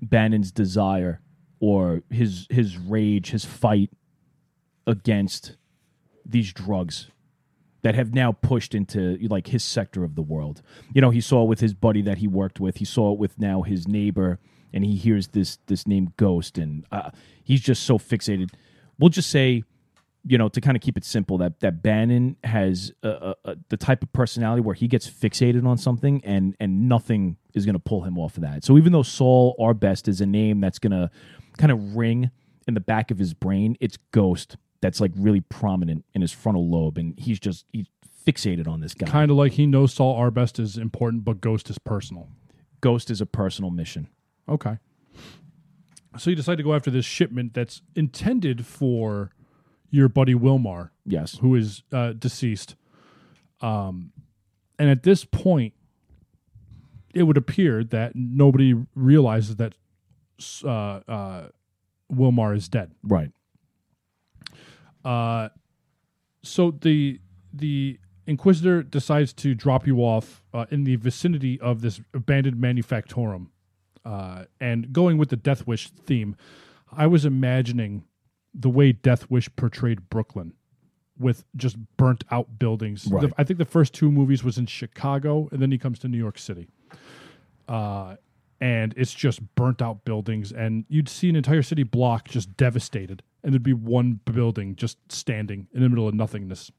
S1: Bannon's desire or his his rage, his fight against these drugs that have now pushed into like his sector of the world. You know, he saw it with his buddy that he worked with. He saw it with now his neighbor, and he hears this this name Ghost, and uh, he's just so fixated. We'll just say you know, to kind of keep it simple, that that Bannon has uh, uh, uh, the type of personality where he gets fixated on something, and and nothing is going to pull him off of that. So even though Saul Arbest is a name that's going to kind of ring in the back of his brain, it's Ghost that's like really prominent in his frontal lobe, and he's just he's fixated on this guy.
S2: Kind of like he knows Saul Arbest is important, but Ghost is personal.
S1: Ghost is a personal mission.
S2: Okay. So you decide to go after this shipment that's intended for your buddy Wilmar,
S1: Yes.
S2: who is uh, deceased. Um, and at this point, it would appear that nobody realizes that uh, uh, Wilmar is dead.
S1: Right.
S2: Uh, so the the inquisitor decides to drop you off uh, in the vicinity of this abandoned manufactorum, uh, and going with the Death Wish theme, I was imagining the way Death Wish portrayed Brooklyn, with just burnt out buildings. The-
S1: Right.
S2: I think the first two movies was in Chicago, and then he comes to New York City. Uh, and it's just burnt out buildings, and you'd see an entire city block just devastated, and there'd be one building just standing in the middle of nothingness.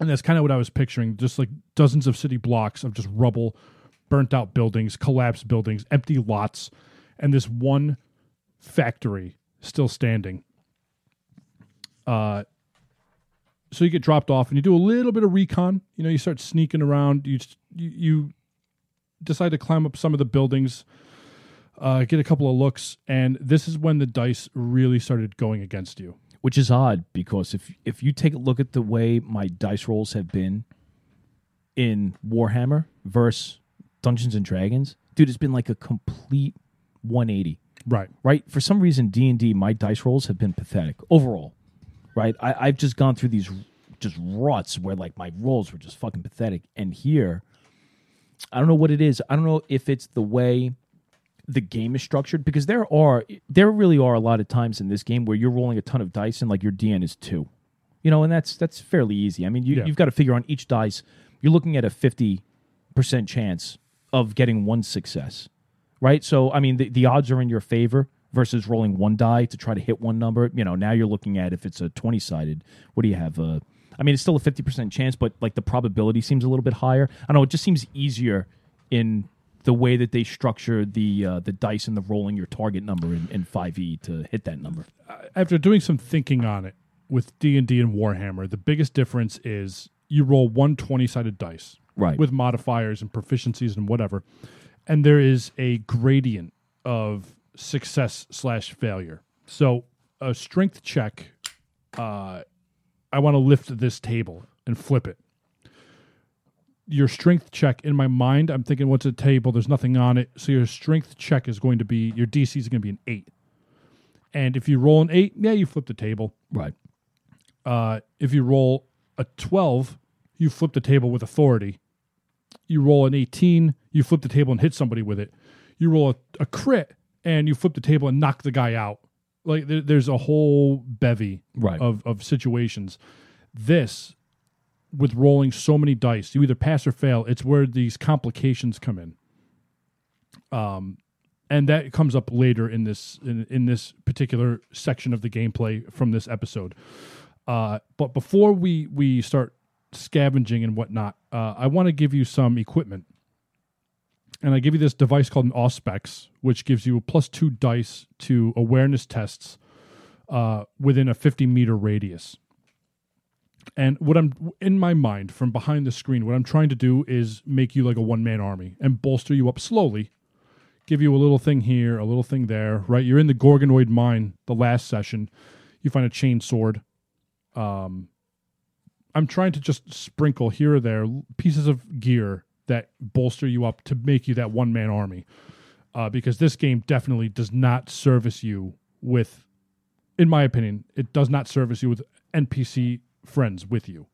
S2: And that's kind of what I was picturing just like dozens of city blocks of just rubble, burnt out buildings, collapsed buildings, empty lots, and this one factory still standing. Uh, so you get dropped off and you do a little bit of recon. You know, you start sneaking around. You you, you decide to climb up some of the buildings, uh, get a couple of looks, and this is when the dice really started going against you.
S1: Which is odd because if if you take a look at the way my dice rolls have been in Warhammer versus Dungeons and Dragons, dude, it's been like a complete 180.
S2: Right.
S1: right? For some reason, D and D, my dice rolls have been pathetic overall, right? I, I've just gone through these just ruts where like my rolls were just fucking pathetic, and here, I don't know what it is. I don't know if it's the way the game is structured because there are there really are a lot of times in this game where you're rolling a ton of dice and like your DN is two, you know, and that's that's fairly easy. I mean, you,
S2: Yeah.
S1: you've got to figure on each dice. You're looking at a fifty percent chance of getting one success, right? So I mean, the, the odds are in your favor versus rolling one die to try to hit one number. You know, now you're looking at if it's a twenty sided. What do you have? Uh, I mean, it's still a fifty percent chance, but like the probability seems a little bit higher. I don't know. It just seems easier in the way that they structure the uh, the dice and the rolling your target number in, in 5e to hit that number
S2: after doing some thinking on it with d&d and warhammer the biggest difference is you roll one 20-sided dice
S1: Right.
S2: with modifiers and proficiencies and whatever and there is a gradient of success slash failure so a strength check uh, i want to lift this table and flip it your strength check in my mind i'm thinking what's a table there's nothing on it so your strength check is going to be your dc is going to be an 8 and if you roll an eight, yeah, you flip the table.
S1: right
S2: Uh, if you roll a 12, you flip the table with authority. You roll an 18, you flip the table and hit somebody with it. You roll a, a crit and you flip the table and knock the guy out. Like there, there's a whole bevy
S1: Right.
S2: of, of situations. This, with rolling so many dice, you either pass or fail. It's where these complications come in. Um, and that comes up later in this in, in this particular section of the gameplay from this episode. Uh, but before we we start scavenging and whatnot, uh, I want to give you some equipment, and I give you this device called an Auspex, which gives you a plus two dice to awareness tests uh, within a fifty meter radius. And what I'm in my mind from behind the screen, what I'm trying to do is make you like a one man army and bolster you up slowly. Give you a little thing here, a little thing there, right? You're in the Gorgonoid mine the last session. You find a chain sword. Um, I'm trying to just sprinkle here or there l- pieces of gear that bolster you up to make you that one man army. Uh, because this game definitely does not service you with in my opinion, it does not service you with NPC friends with you.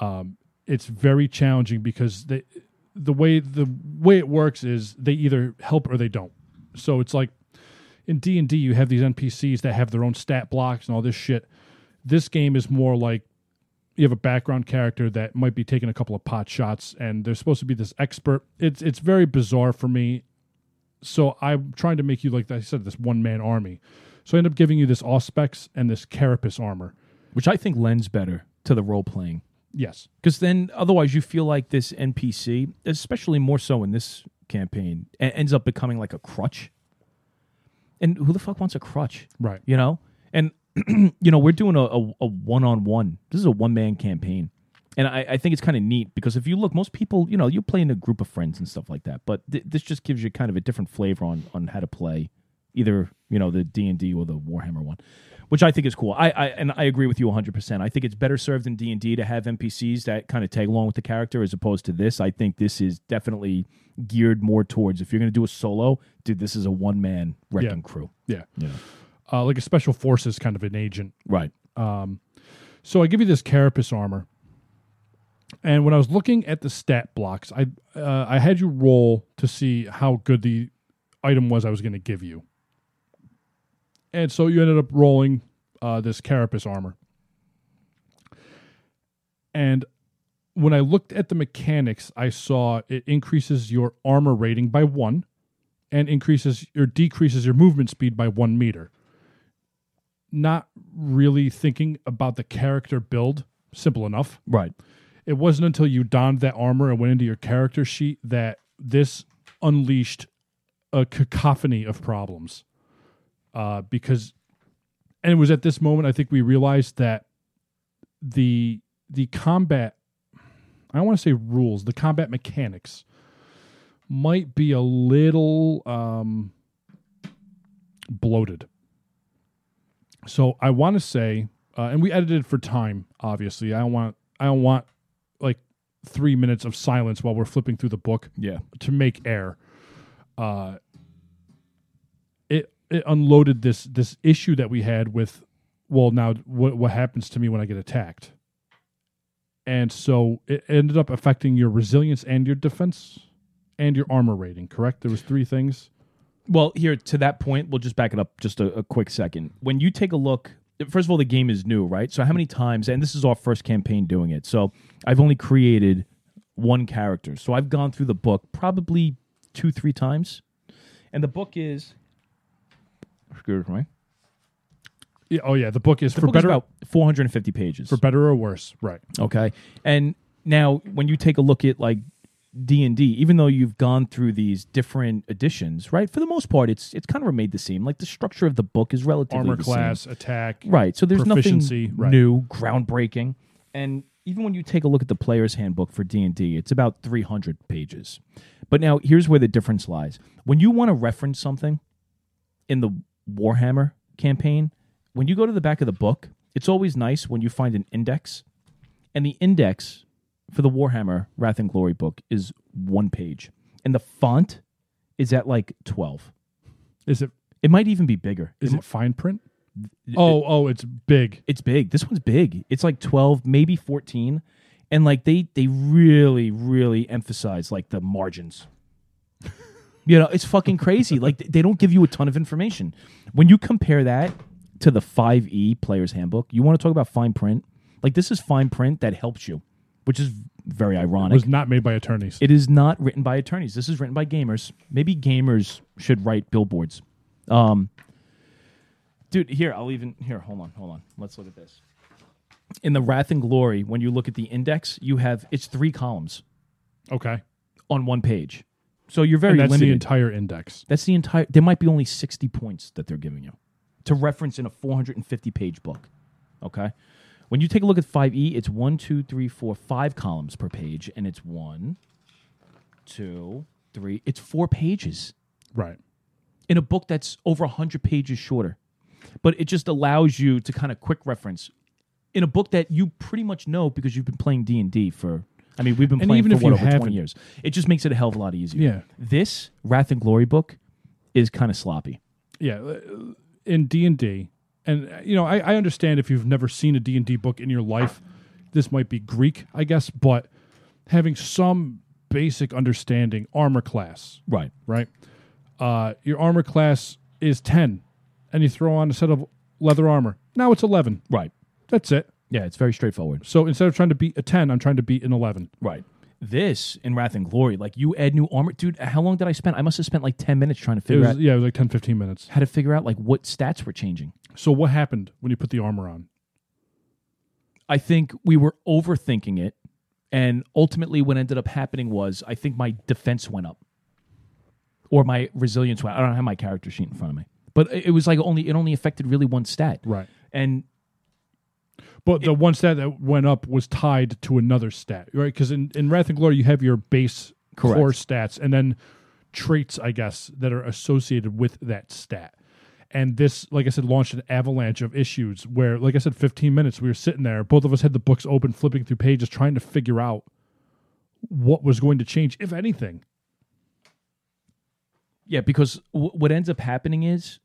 S2: Um, it's very challenging because they, the way the way it works is they either help or they don't. So it's like in D and D, you have these NPCs that have their own stat blocks and all this shit. This game is more like you have a background character that might be taking a couple of pot shots, and they're supposed to be this expert. It's it's very bizarre for me. So I'm trying to make you like I said, this one man army. So I end up giving you this auspex and this carapace armor.
S1: which i think lends better to the role playing
S2: Yes.
S1: because then otherwise you feel like this npc especially more so in this campaign e- ends up becoming like a crutch and who the fuck wants a crutch
S2: Right.
S1: you know and you know, we're doing a, a, a one-on-one. This is a one-man campaign. And I, I think it's kind of neat because if you look, most people, you know, you play in a group of friends and stuff like that. But th- this just gives you kind of a different flavor on on how to play, either you know the D and D or the Warhammer one, which I think is cool. I, I and I agree with you 100. percent I think it's better served in D and D to have NPCs that kind of tag along with the character as opposed to this. I think this is definitely geared more towards if you're going to do a solo, dude. This is a one man wrecking
S2: Yeah.
S1: crew,
S2: Yeah.
S1: Yeah.
S2: Uh, like a special forces kind of an agent.
S1: right?
S2: So I give you this carapace armor. And when I was looking at the stat blocks, I uh, I had you roll to see how good the item was I was going to give you. And so you ended up rolling uh, this carapace armor. And when I looked at the mechanics, I saw it increases your armor rating by one, and increases or decreases your movement speed by one meter not really thinking about the character build. Simple enough.
S1: Right.
S2: It wasn't until you donned that armor and went into your character sheet that this unleashed a cacophony of problems. Uh, because, and it was at this moment I think we realized that the the combat, I don't want to say rules, the combat mechanics might be a little um, bloated. So I want to say, uh, and we edited for time. Obviously, I don't want I don't want like three minutes of silence while we're flipping through the book
S1: Yeah.
S2: to make air. Uh, it it unloaded this this issue that we had with well now what what happens to me when I get attacked, and so it ended up affecting your resilience and your defense and your armor rating. Correct? There was three things.
S1: Well, here to that point, we'll just back it up just a, a quick second. When you take a look, first of all, the game is new, right? So how many times? And this is our first campaign doing it. So I've only created one character. So I've gone through the book probably two, three times, and the book is. Excuse me.
S2: Yeah, oh yeah, the book is
S1: The
S2: for
S1: book
S2: better
S1: is about 450 pages.
S2: for better or worse. Right.
S1: Okay. And now when you take a look at like D&D, even though you've gone through these different editions, right? For the most part, it's it's kind of remained the same. Like the structure of the book is relatively
S2: Armor
S1: the same.
S2: class, attack.
S1: Right. So there's
S2: proficiency,
S1: nothing
S2: right.
S1: new, groundbreaking. And even when you take a look at the player's handbook for D&D, it's about 300 pages. But now here's where the difference lies. When you want to reference something in the Warhammer campaign, when you go to the back of the book, it's always nice when you find an index. And the index for the Warhammer Wrath and Glory book is one page. And the font is at like 12.
S2: Is it
S1: It might even be bigger.
S2: is it fine print? Oh, oh, it's big.
S1: it's big. This one's big. It's like 12, maybe 14. And like they they really really emphasize like the margins. you know, it's fucking crazy. like they don't give you a ton of information. When you compare that to the 5e player's handbook, you want to talk about fine print? Like this is fine print that helps you, which is very ironic.
S2: was not made by attorneys.
S1: It is not written by attorneys. This is written by gamers. Maybe gamers should write billboards. Um, dude, here I'll even here. Hold on, hold on. Let's look at this. In the Wrath and Glory, when you look at the index, you have it's three columns
S2: okay,
S1: on one page, so you're very
S2: and that's
S1: limited.
S2: the entire index.
S1: that's the entire. There might be only sixty points that they're giving you to reference in a four hundred and fifty page book. Okay. When you take a look at 5e, it's one, two, three, four, five columns per page, and it's one, two, three. It's four pages
S2: Right.
S1: in a book that's over 100 pages shorter. But it just allows you to kind of quick reference in a book that you pretty much know because you've been playing D&D for I mean, we've been
S2: And
S1: playing
S2: even
S1: for
S2: if
S1: what,
S2: you
S1: over 20
S2: haven't-
S1: years. It just makes it a hell of a lot easier.
S2: Yeah.
S1: This Wrath and Glory book is kind of sloppy.
S2: Yeah. uh, In D and D, and uh, you know, I, I understand if you've never seen a D and D book in your life, this might be Greek, I guess, but having some basic understanding, armor class,
S1: Right.
S2: right? Uh, your armor class is ten, and you throw on a set of leather armor. Now it's eleven.
S1: Right.
S2: That's it.
S1: Yeah, it's very straightforward.
S2: So instead of trying to beat a ten, I'm trying to beat an eleven.
S1: Right. This in Wrath and Glory, like you add new armor, dude. How long did I spend? I must have spent like ten minutes trying to
S2: It
S1: figure
S2: was,
S1: out
S2: yeah, it was like 10, 15 minutes.
S1: how to figure out like what stats were changing.
S2: So what happened when you put the armor on?
S1: I think we were overthinking it, and ultimately, what ended up happening was I think my defense went up, or my resilience went. I don't have my character sheet in front of me, but it it was like only it only affected really one stat.
S2: Right.
S1: and
S2: But the one stat that went up was tied to another stat, right? Because in, in Wrath and Glory, you have your base
S1: Correct.
S2: core stats and then traits, I guess, that are associated with that stat. And this, like I said, launched an avalanche of issues where, like I said, 15 minutes, we were sitting there. Both of us had the books open, flipping through pages, trying to figure out what was going to change, if anything.
S1: Yeah, because w- what ends up happening is,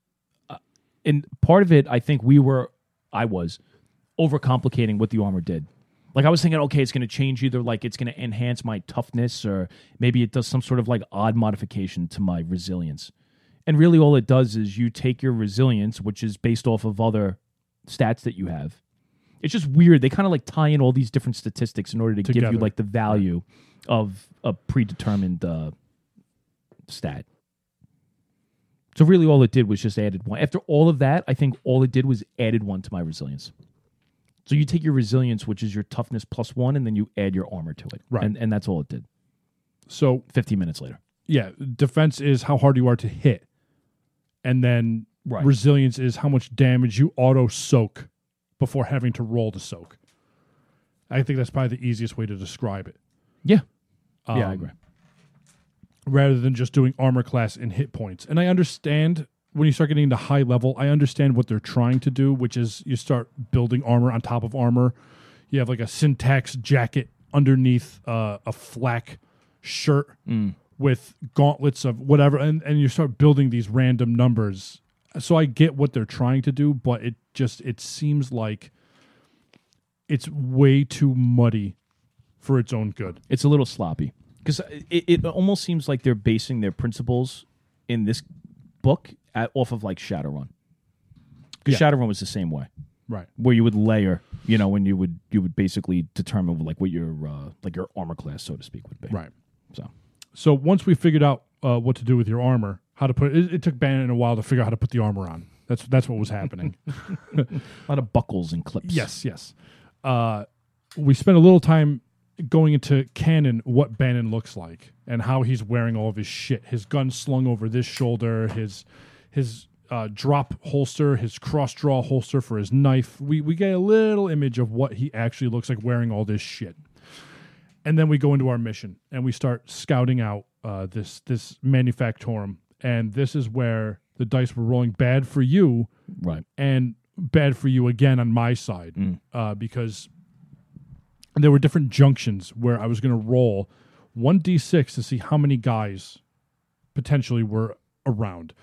S1: uh, and part of it, I think we were, I was, overcomplicating what the armor did. Like I was thinking, okay, it's going to change either like it's going to enhance my toughness, or maybe it does some sort of like odd modification to my resilience. And really, all it does is you take your resilience, which is based off of other stats that you have. It's just weird. They kind of like tie in all these different statistics in order to give
S2: Together.
S1: you like the value of a predetermined uh, stat. So really, all it did was just added one. After all of that, I think all it did was added one to my resilience. So you take your resilience, which is your toughness plus one, and then you add your armor to it.
S2: Right.
S1: and, and that's all it did.
S2: So
S1: Fifteen minutes later,
S2: yeah, defense is how hard you are to hit, and then
S1: Right.
S2: resilience is how much damage you auto soak before having to roll to soak. I think that's probably the easiest way to describe it.
S1: yeah,
S2: Um,
S1: yeah, I agree.
S2: Rather than just doing armor class and hit points, and I understand when you start getting into high level, I understand what they're trying to do, which is you start building armor on top of armor. You have like a syntax jacket underneath uh, a flak shirt with gauntlets of whatever and, and you start building these random numbers so i get what they're trying to do but it just it seems like it's way too muddy for its own good
S1: It's a little sloppy because it, it almost seems like they're basing their principles in this book at, off of like Shadowrun. Because Shadowrun was the same way.
S2: right
S1: where you would layer, you know, and you would you would basically determine like what your uh, like your armor class, so to speak, would be.
S2: right
S1: So
S2: so once we figured out uh, what to do with your armor how to put it, it took bannon a while to figure out how to put the armor on that's that's what was happening
S1: a lot of buckles and clips.
S2: Yes, yes. Uh, we spent a little time going into canon what Bannon looks like and how he's wearing all of his shit. His gun slung over this shoulder, his his uh, drop holster, his cross draw holster for his knife. We we get a little image of what he actually looks like wearing all this shit. And then we go into our mission and we start scouting out uh, this this manufactorum. And this is where the dice were rolling bad for you
S1: Right.
S2: and bad for you again on my side uh, because there were different junctions where I was going to roll one d6 to see how many guys potentially were around.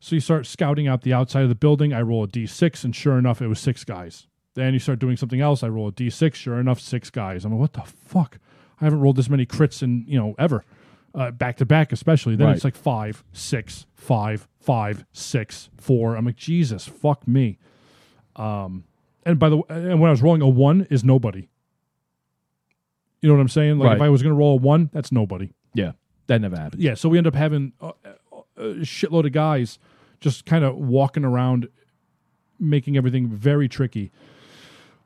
S2: So you start scouting out the outside of the building. I roll a d6, and sure enough, it was six guys. Then you start doing something else. I roll a d6. Sure enough, six guys. I'm like, what the fuck? I haven't rolled this many crits in you know ever, uh, back to back especially. Then it's
S1: Right.
S2: like five, six, five, five, six, four. I'm like, Jesus, fuck me. Um, and by the way, and when I was rolling a one is nobody. You know what I'm saying? Like if
S1: Right.
S2: I was going to roll a one, that's nobody
S1: Yeah. That never happened.
S2: yeah, so we end up having a, a shitload of guys just kind of walking around, making everything very tricky.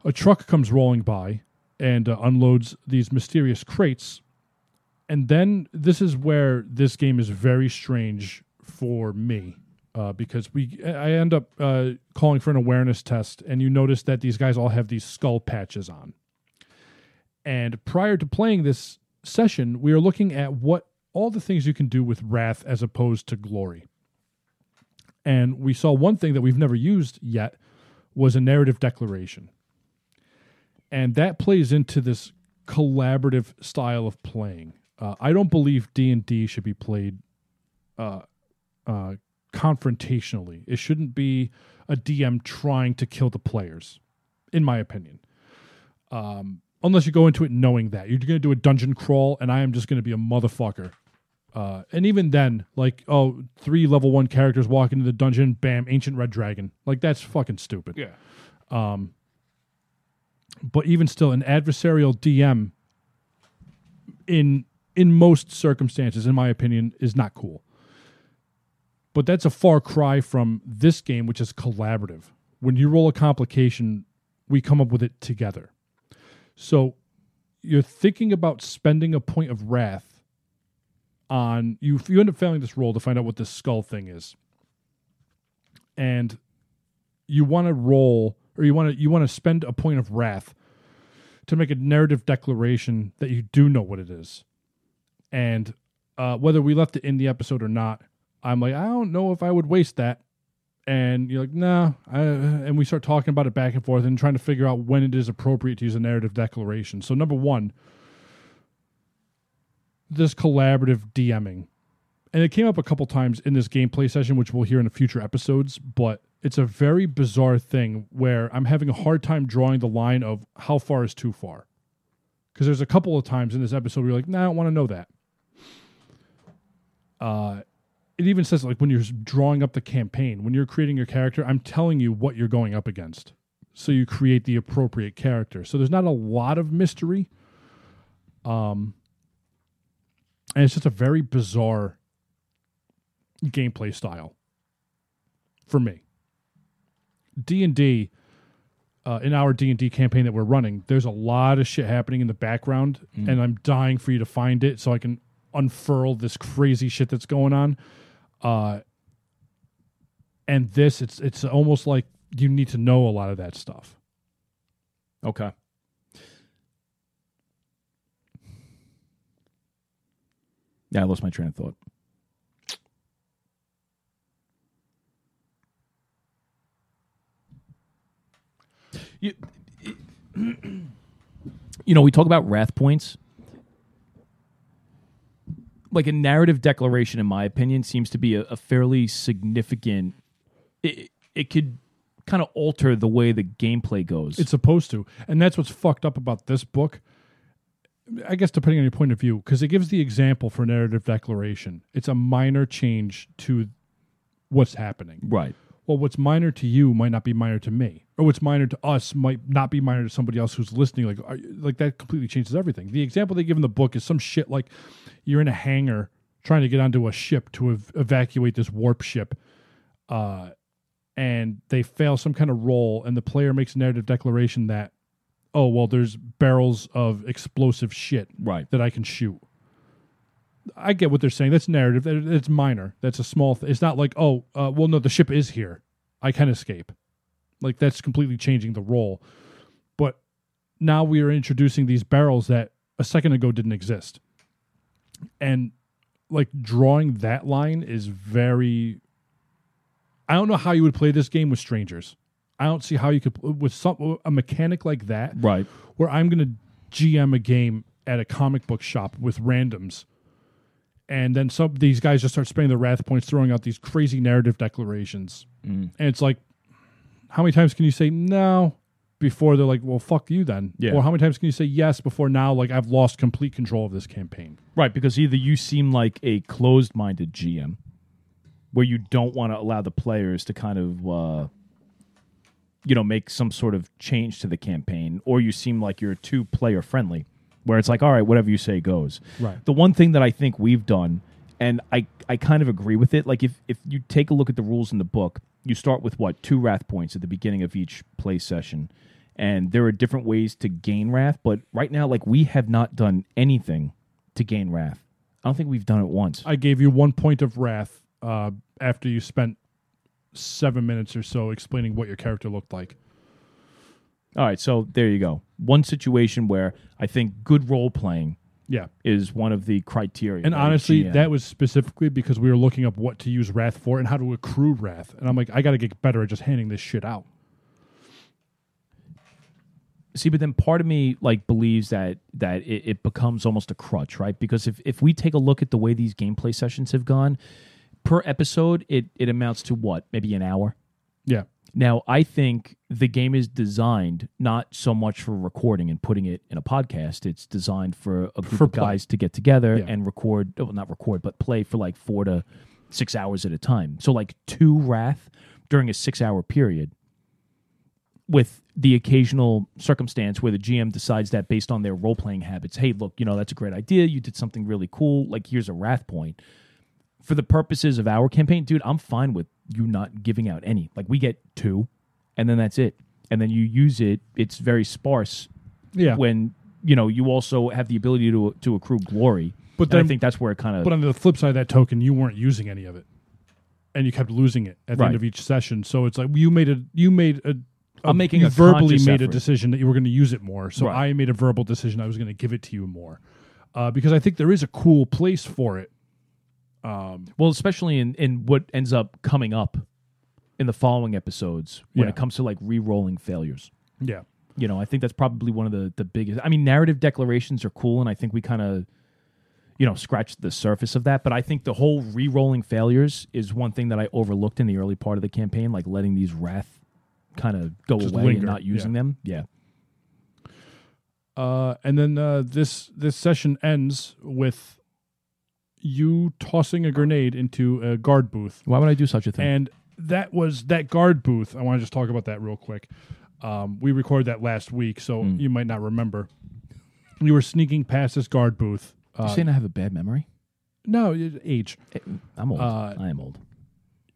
S2: A truck comes rolling by and uh, unloads these mysterious crates. And then this is where this game is very strange for me. Uh, because we, I end up uh, calling for an awareness test, and you notice that these guys all have these skull patches on. And prior to playing this session, we are looking at what all the things you can do with wrath as opposed to glory. And we saw one thing that we've never used yet was a narrative declaration. And that plays into this collaborative style of playing. Uh, I don't believe D&D should be played uh, uh, confrontationally. It shouldn't be a DM trying to kill the players, in my opinion unless you go into it knowing that you're going to do a dungeon crawl and i am just going to be a motherfucker uh, and even then like oh three level one characters walk into the dungeon bam ancient red dragon like that's fucking stupid yeah um but even still an adversarial dm in in most circumstances in my opinion is not cool but that's a far cry from this game which is collaborative when you roll a complication we come up with it together so you're thinking about spending a point of wrath on you you end up failing this roll to find out what this skull thing is. And you want to roll or you want to you want to spend a point of wrath to make a narrative declaration that you do know what it is. And uh, whether we left it in the episode or not, I'm like, I don't know if I would waste that. And you're like, nah. I, and we start talking about it back and forth and trying to figure out when it is appropriate to use a narrative declaration. So, number one, this collaborative DMing. And it came up a couple times in this gameplay session, which we'll hear in the future episodes, but it's a very bizarre thing where I'm having a hard time drawing the line of how far is too far. Because there's a couple of times in this episode where you're like, nah, I don't want to know that. Uh, it even says, like, when you're drawing up the campaign, when you're creating your character, I'm telling you what you're going up against. So you create the appropriate character. So there's not a lot of mystery. Um, and it's just a very bizarre gameplay style for me. D and D, uh, in our D and D campaign that we're running, there's a lot of shit happening in the background, and I'm dying for you to find it so I can unfurl this crazy shit that's going on. Uh, and this, it's it's almost like you need to know a lot of that stuff.
S1: Okay. Yeah, I lost my train of thought. You, you know, we talk about wrath points. Like a narrative declaration, in my opinion, seems to be a, a fairly significant. It, it could kind of alter the way the gameplay goes.
S2: It's supposed to, and that's what's fucked up about this book. I guess depending on your point of view, because it gives the example for narrative declaration. It's a minor change to what's happening.
S1: right.
S2: well, what's minor to you might not be minor to me, or what's minor to us might not be minor to somebody else who's listening. Like, are, like that completely changes everything. The example they give in the book is some shit like you're in a hangar trying to get onto a ship to ev- evacuate this warp ship, uh, and they fail some kind of role, and the player makes a narrative declaration that, oh well, there's barrels of explosive shit
S1: Right.
S2: that I can shoot. I get what they're saying. That's narrative. That- It's minor. That's a small. Th- it's not like oh, uh, well, no, the ship is here. I can escape. Like that's completely changing the role. But now we are introducing these barrels that a second ago didn't exist, and like drawing that line is very. I don't know how you would play this game with strangers. I don't see how you could with some a mechanic like that
S1: Right.
S2: where I'm going to GM a game at a comic book shop with randoms. And then some these guys just start spending their wrath points throwing out these crazy narrative declarations. And it's like, how many times can you say no before they're like, well, fuck you then?
S1: Yeah.
S2: Or how many times can you say yes before now, like, I've lost complete control of this campaign?
S1: Right, because either you seem like a closed minded GM where you don't want to allow the players to kind of uh, you know, make some sort of change to the campaign, or you seem like you're too player friendly, where it's like, all right, whatever you say goes.
S2: Right.
S1: The one thing that I think we've done, and I, I kind of agree with it, like if if you take a look at the rules in the book, you start with what, two wrath points at the beginning of each play session. And there are different ways to gain wrath, but right now, like we have not done anything to gain wrath. I don't think we've done it once.
S2: I gave you one point of wrath uh, after you spent seven minutes or so explaining what your character looked like.
S1: All right, so there you go. One situation where I think good role playing
S2: Yeah.
S1: is one of the criteria.
S2: And
S1: that a
S2: honestly,
S1: GM
S2: that was specifically because we were looking up what to use wrath for and how to accrue wrath. And I'm like, I got to get better at just handing this shit out.
S1: see but then part of me like believes that that it, it becomes almost a crutch right because if, if we take a look at the way these gameplay sessions have gone per episode it it amounts to what maybe an hour
S2: Yeah.
S1: now i think the game is designed not so much for recording and putting it in a podcast it's designed for a group
S2: For
S1: of
S2: play.
S1: guys to get together
S2: Yeah.
S1: and record well, not record but play for like four to six hours at a time so like two wrath during a six hour period with the occasional circumstance where the GM decides that based on their role playing habits, hey, look, you know, that's a great idea. You did something really cool. Like, here's a wrath point. For the purposes of our campaign, dude, I'm fine with you not giving out any. Like, we get two, and then that's it. And then you use it, it's very sparse
S2: Yeah.
S1: when, you know, you also have the ability to, to accrue glory.
S2: But
S1: And I
S2: then-
S1: think that's where it kind of.
S2: But on the flip side of that token, you weren't using any of it, and you kept losing it at the
S1: Right.
S2: end of each session. So it's like you made a you made a
S1: I'm making
S2: you
S1: a
S2: verbally
S1: conscious
S2: made a
S1: effort.
S2: decision that you were going to use it more. So
S1: Right.
S2: I made a verbal decision I was going to give it to you more uh, because I think there is a cool place for it.
S1: Well, especially in, in what ends up coming up in the following episodes when
S2: Yeah.
S1: it comes to like re-rolling failures.
S2: Yeah,
S1: You know, I think that's probably one of the the biggest. I mean, narrative declarations are cool, and I think we kind of, you know, scratched the surface of that. But I think the whole re-rolling failures is one thing that I overlooked in the early part of the campaign, like letting these wrath kind of go
S2: Just
S1: away
S2: linger,
S1: and not
S2: yeah.
S1: using them. Yeah,
S2: uh, and then uh, this this session ends with you tossing a grenade into a guard booth
S1: why would I do such a thing?
S2: And that was that guard booth. I want to just talk about that real quick. Um, we recorded that last week, so you might not remember. You were sneaking past this guard booth.
S1: you
S2: Uh,
S1: saying I have a bad memory? Eh,
S2: no, it- age.
S1: I'm old.
S2: uh,
S1: I am old.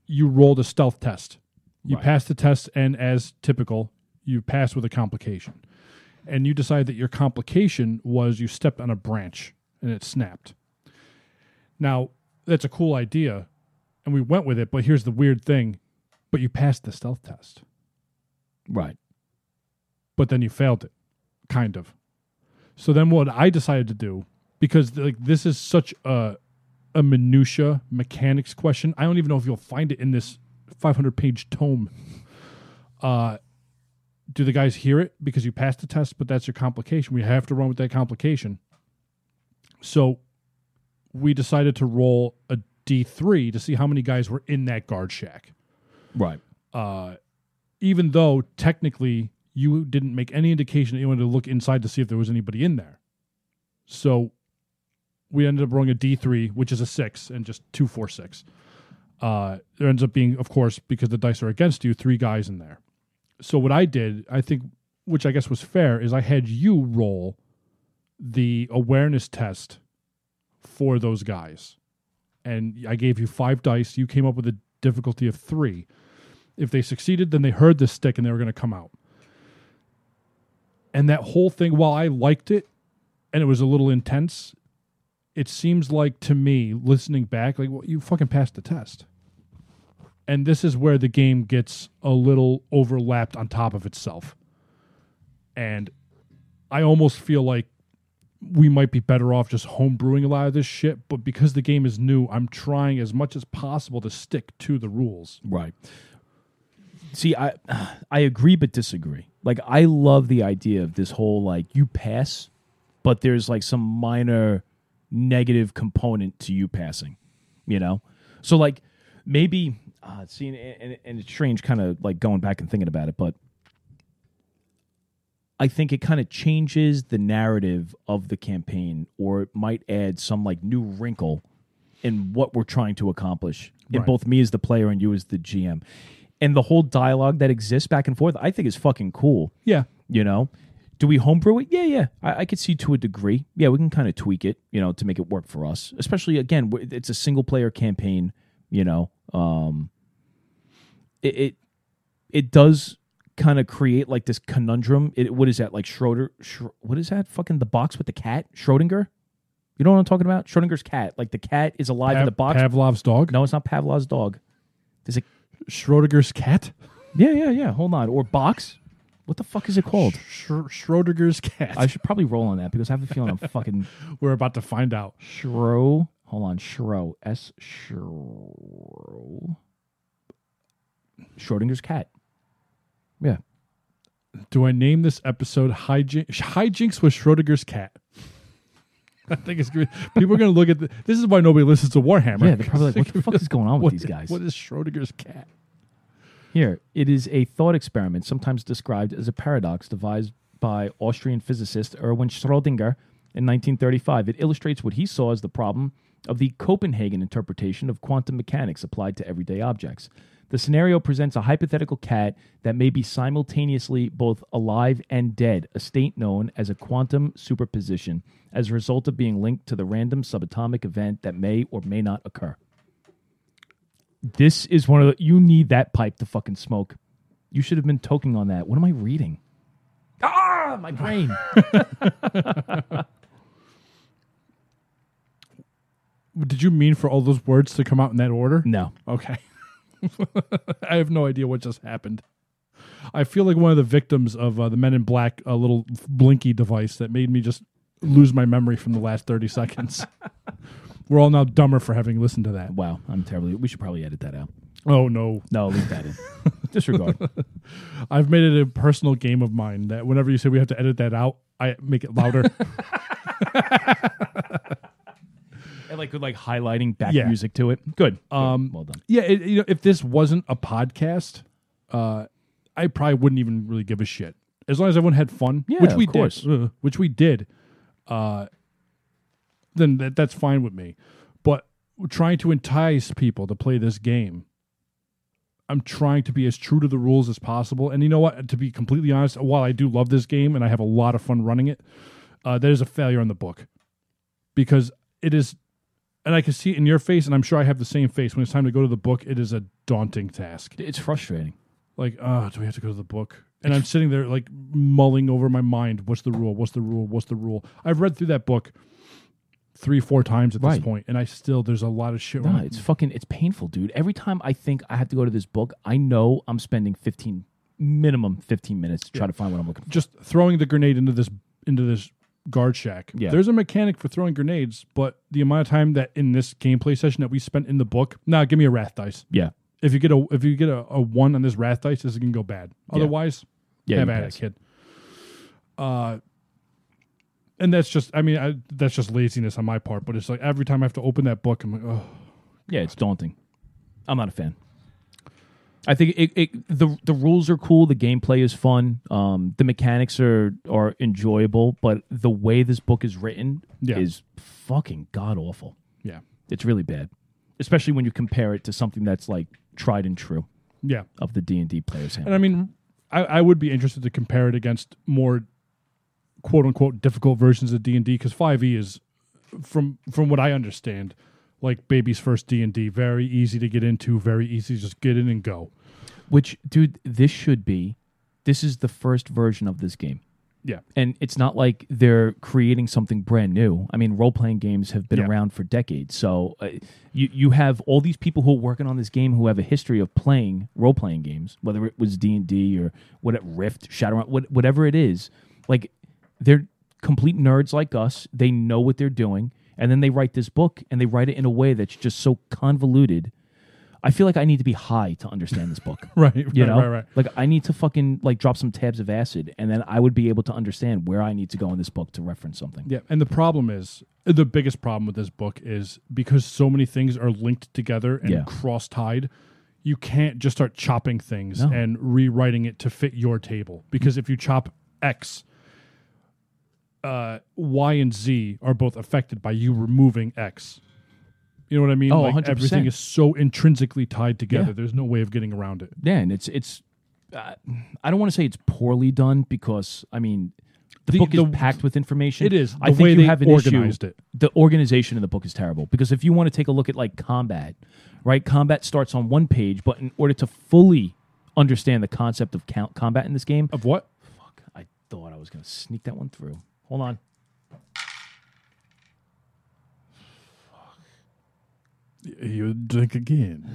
S2: You rolled a stealth test. You
S1: Right.
S2: passed the test, and as typical, you passed with a complication. And you decided that your complication was you stepped on a branch and it snapped. Now, that's a cool idea, and we went with it, but here's the weird thing. But you passed the stealth test.
S1: Right.
S2: but then you failed it, kind of. So then what I decided to do, because like this is such a a minutia mechanics question, I don't even know if you'll find it in this 500 page tome. Uh, do the guys hear it because you passed the test, but that's your complication. We have to run with that complication. So we decided to roll a D3 to see how many guys were in that guard shack
S1: Right.
S2: uh, even though technically you didn't make any indication that you wanted to look inside to see if there was anybody in there. So we ended up rolling a D3, which is a six, and just two, four, six. Uh, there ends up being, of course, because the dice are against you, three guys in there. So what I did, I think, which I guess was fair, is I had you roll the awareness test for those guys. And I gave you five dice. You came up with a difficulty of three. If they succeeded, then they heard the stick and they were going to come out. And that whole thing, while I liked it and it was a little intense, it seems like to me, listening back, like, well, you fucking passed the test. And this is where the game gets a little overlapped on top of itself. And I almost feel like we might be better off just homebrewing a lot of this shit. But because the game is new, I'm trying as much as possible to stick to the rules.
S1: Right. See, I I agree but disagree. Like I love the idea of this whole like you pass, but there's like some minor negative component to you passing, you know? So like maybe uh see and, and, and it's strange kind of like going back and thinking about it, but I think it kind of changes the narrative of the campaign or it might add some like new wrinkle in what we're trying to accomplish in
S2: Right.
S1: both me as the player and you as the GM. And the whole dialogue that exists back and forth, I think is fucking cool.
S2: Yeah.
S1: You know, do we homebrew it? Yeah, yeah. I, I could see to a degree. Yeah, we can kind of tweak it, you know, to make it work for us. Especially again, w- it's a single player campaign. You know, um, it it, it does kind of create like this conundrum. It, what is that like Schroeder? Schro- what is that? Fucking the box with the cat, Schrodinger. You know what I'm talking about? Schrodinger's cat. Like the cat is alive in
S2: Pav-
S1: the box.
S2: Pavlov's dog?
S1: no, it's not Pavlov's dog. There's a
S2: Schrodinger's cat?
S1: yeah, yeah, yeah. Hold on, or box. What the fuck is it called?
S2: Sch- Schrodinger's cat.
S1: I should probably roll on that because I have a feeling I'm fucking
S2: We're about to find out.
S1: Shro. Hold on, Shro. S Shro. Schrodinger's cat. Yeah.
S2: Do I name this episode Hijin- Hijinks with Schrodinger's cat? I think it's great. People are going to look at the, this. Is why nobody listens to Warhammer.
S1: Yeah, they're probably like, what the fuck is going on with
S2: What-
S1: these guys?
S2: What is Schrodinger's cat?
S1: Here, it is a thought experiment, sometimes described as a paradox devised by Austrian physicist Erwin Schrödinger in 1935. It illustrates what he saw as the problem of the Copenhagen interpretation of quantum mechanics applied to everyday objects. The scenario presents a hypothetical cat that may be simultaneously both alive and dead, a state known as a quantum superposition, as a result of being linked to the random subatomic event that may or may not occur this is one of the you need that pipe to fucking smoke. You should have been toking on that. What am I reading? Ah, my brain.
S2: Did you mean for all those words to come out in that order?
S1: no.
S2: Okay. I have no idea what just happened. I feel like one of the victims of uh, the Men in Black uh, little blinky device that made me just lose my memory from the last 30 seconds. We're all now dumber for having listened to that.
S1: Wow, I'm terribly. We should probably edit that out.
S2: Oh, no.
S1: No, leave that in. Disregard.
S2: I've made it a personal game of mine that whenever you say we have to edit that out, I make it louder.
S1: and like with like highlighting back
S2: Yeah.
S1: music to it. Good. Um, well done.
S2: yeah, it, you know, if this wasn't a podcast, uh, I probably wouldn't even really give a shit. As long as everyone had fun,
S1: Yeah,
S2: which we
S1: of course.
S2: did, uh, which we did, uh, then that, that's fine with me. But trying to entice people to play this game, I'm trying to be as true to the rules as possible. And you know what? To be completely honest, while I do love this game and I have a lot of fun running it, uh, that is a failure on the book because it is and I can see it in your face, and I'm sure I have the same face. When it's time to go to the book, it is a daunting task.
S1: It's frustrating.
S2: Like, ah, do we have to go to the book? And I'm sitting there like mulling over my mind, what's the rule? What's the rule? What's the rule? I've read through that book three, four times at
S1: Right.
S2: this point, and I still there's a lot of shit. where
S1: Nah,
S2: I'm-
S1: it's fucking. It's painful, dude. Every time I think I have to go to this book, I know I'm spending 15 minimum 15 minutes to try to find what I'm looking for.
S2: just throwing the grenade into this into this guard shack.
S1: Yeah.
S2: There's a mechanic for throwing grenades, but the amount of time that in this gameplay session that we spent in the book, now nah, give me a wrath dice.
S1: Yeah.
S2: if you get a if you get a, a one on this wrath dice, this is gonna go bad. Otherwise,
S1: Yeah,
S2: have
S1: you
S2: at it,
S1: pass.
S2: kid. Uh, and that's just I mean I, that's just laziness on my part. But it's like every time I have to open that book, I'm like, oh,
S1: Yeah, it's daunting. I'm not a fan. I think it, it the the rules are cool, the gameplay is fun, um, the mechanics are are enjoyable, but the way this book is written
S2: Yeah.
S1: is fucking god awful.
S2: yeah,
S1: It's really bad, especially when you compare it to something that's like tried and true
S2: yeah.
S1: of the D and D players. hand.
S2: And I mean, I, I would be interested to compare it against more quote unquote difficult versions of D and D because Five E is from from what I understand, like baby's first D and D, very easy to get into, very easy to just get in and go.
S1: Which, dude, this should be. This is the first version of this game.
S2: Yeah.
S1: And it's not like they're creating something brand new. I mean, role playing games have been
S2: Yeah.
S1: around for decades. So uh, you, you have all these people who are working on this game who have a history of playing role playing games, whether it was D and D or what Rift, Shadowrun, what, whatever it is. Like they're complete nerds like us. They know what they're doing, and then they write this book and they write it in a way that's just so convoluted. I feel like I need to be high to understand this book.
S2: Right,
S1: You
S2: right,
S1: know,
S2: right, right.
S1: like I need to fucking like drop some tabs of acid, and then I would be able to understand where I need to go in this book to reference something.
S2: Yeah, and the problem is the biggest problem with this book is because so many things are linked together and
S1: Yeah.
S2: cross tied. You can't just start chopping things
S1: No.
S2: and rewriting it to fit your table because if you chop X, uh, Y and Z are both affected by you removing X. You know what I mean?
S1: Oh,
S2: like
S1: 100%.
S2: everything is so intrinsically tied together.
S1: Yeah.
S2: There's no way of getting around it.
S1: Yeah, and it's it's. Uh, I don't want to say it's poorly done because I mean, the,
S2: The-
S1: book is
S2: the-
S1: packed with information.
S2: It is.
S1: I
S2: The
S1: think
S2: way
S1: you
S2: they
S1: have an
S2: organized
S1: issue.
S2: it.
S1: The organization of the book is terrible because if you want to take a look at like combat, right? Combat starts on one page, but in order to fully understand the concept of count combat in this game,
S2: Of what?
S1: Fuck, I thought I was going to sneak that one through. Hold on.
S2: You drink again.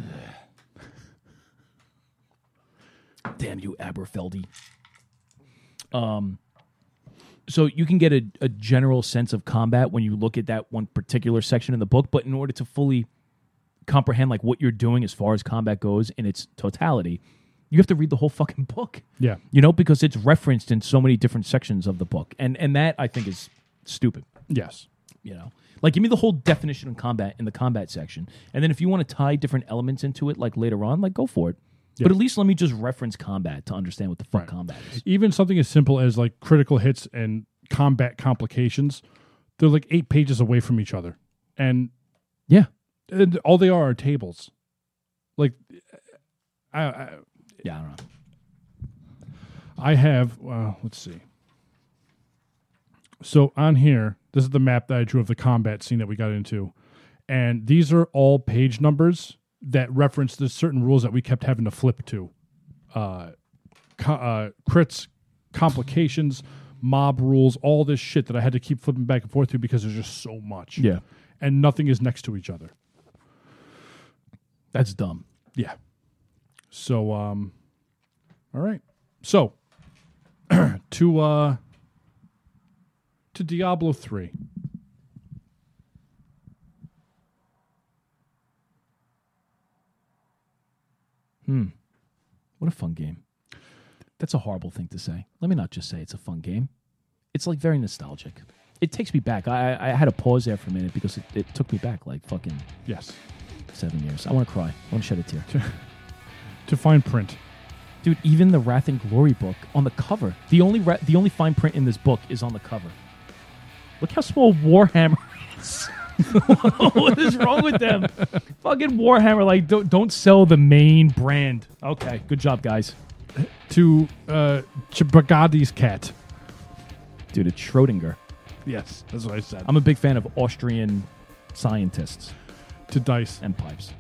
S1: Damn you, Aberfeldy. Um, so you can get a, a general sense of combat when you look at that one particular section in the book, but in order to fully comprehend like what you're doing as far as combat goes in its totality, you have to read the whole fucking book.
S2: Yeah.
S1: You know, because it's referenced in so many different sections of the book. And and that I think is stupid.
S2: Yes.
S1: you know like give me the whole definition of combat in the combat section and then if you want to tie different elements into it like later on like go for it but at least let me just reference combat to understand what the fuck combat is
S2: even something as simple as like critical hits and combat complications, they're like eight pages away from each other, and
S1: yeah
S2: and all they are are tables. Like, I I,
S1: yeah i don't know
S2: I have well, let's see. So on here, this is the map that I drew of the combat scene that we got into, and these are all page numbers that reference the certain rules that we kept having to flip to. co- uh, crits, complications, mob rules, all this shit that I had to keep flipping back and forth to because there's just so much.
S1: Yeah.
S2: And nothing is next to each other.
S1: that's dumb
S2: Yeah. So, um, all right. So, to uh, to Diablo three.
S1: What a fun game. That's a horrible thing to say. Let me not just say it's a fun game. It's like very nostalgic. It takes me back. I, I I had to pause there for a minute because it, it took me back like fucking
S2: Yes,
S1: seven years. I want to cry. I want to shed a tear.
S2: to find print.
S1: Dude, even the Wrath and Glory book on the cover. The only ra- the only fine print in this book is on the cover. Look how small Warhammer is. what is wrong with them? Fucking Warhammer, like don't don't sell the main brand. Okay, good job, guys.
S2: To uh, Chibagadi's cat.
S1: Dude, it's Schrodinger.
S2: Yes, that's what I said.
S1: I'm a big fan of Austrian scientists
S2: to dice.
S1: and pipes.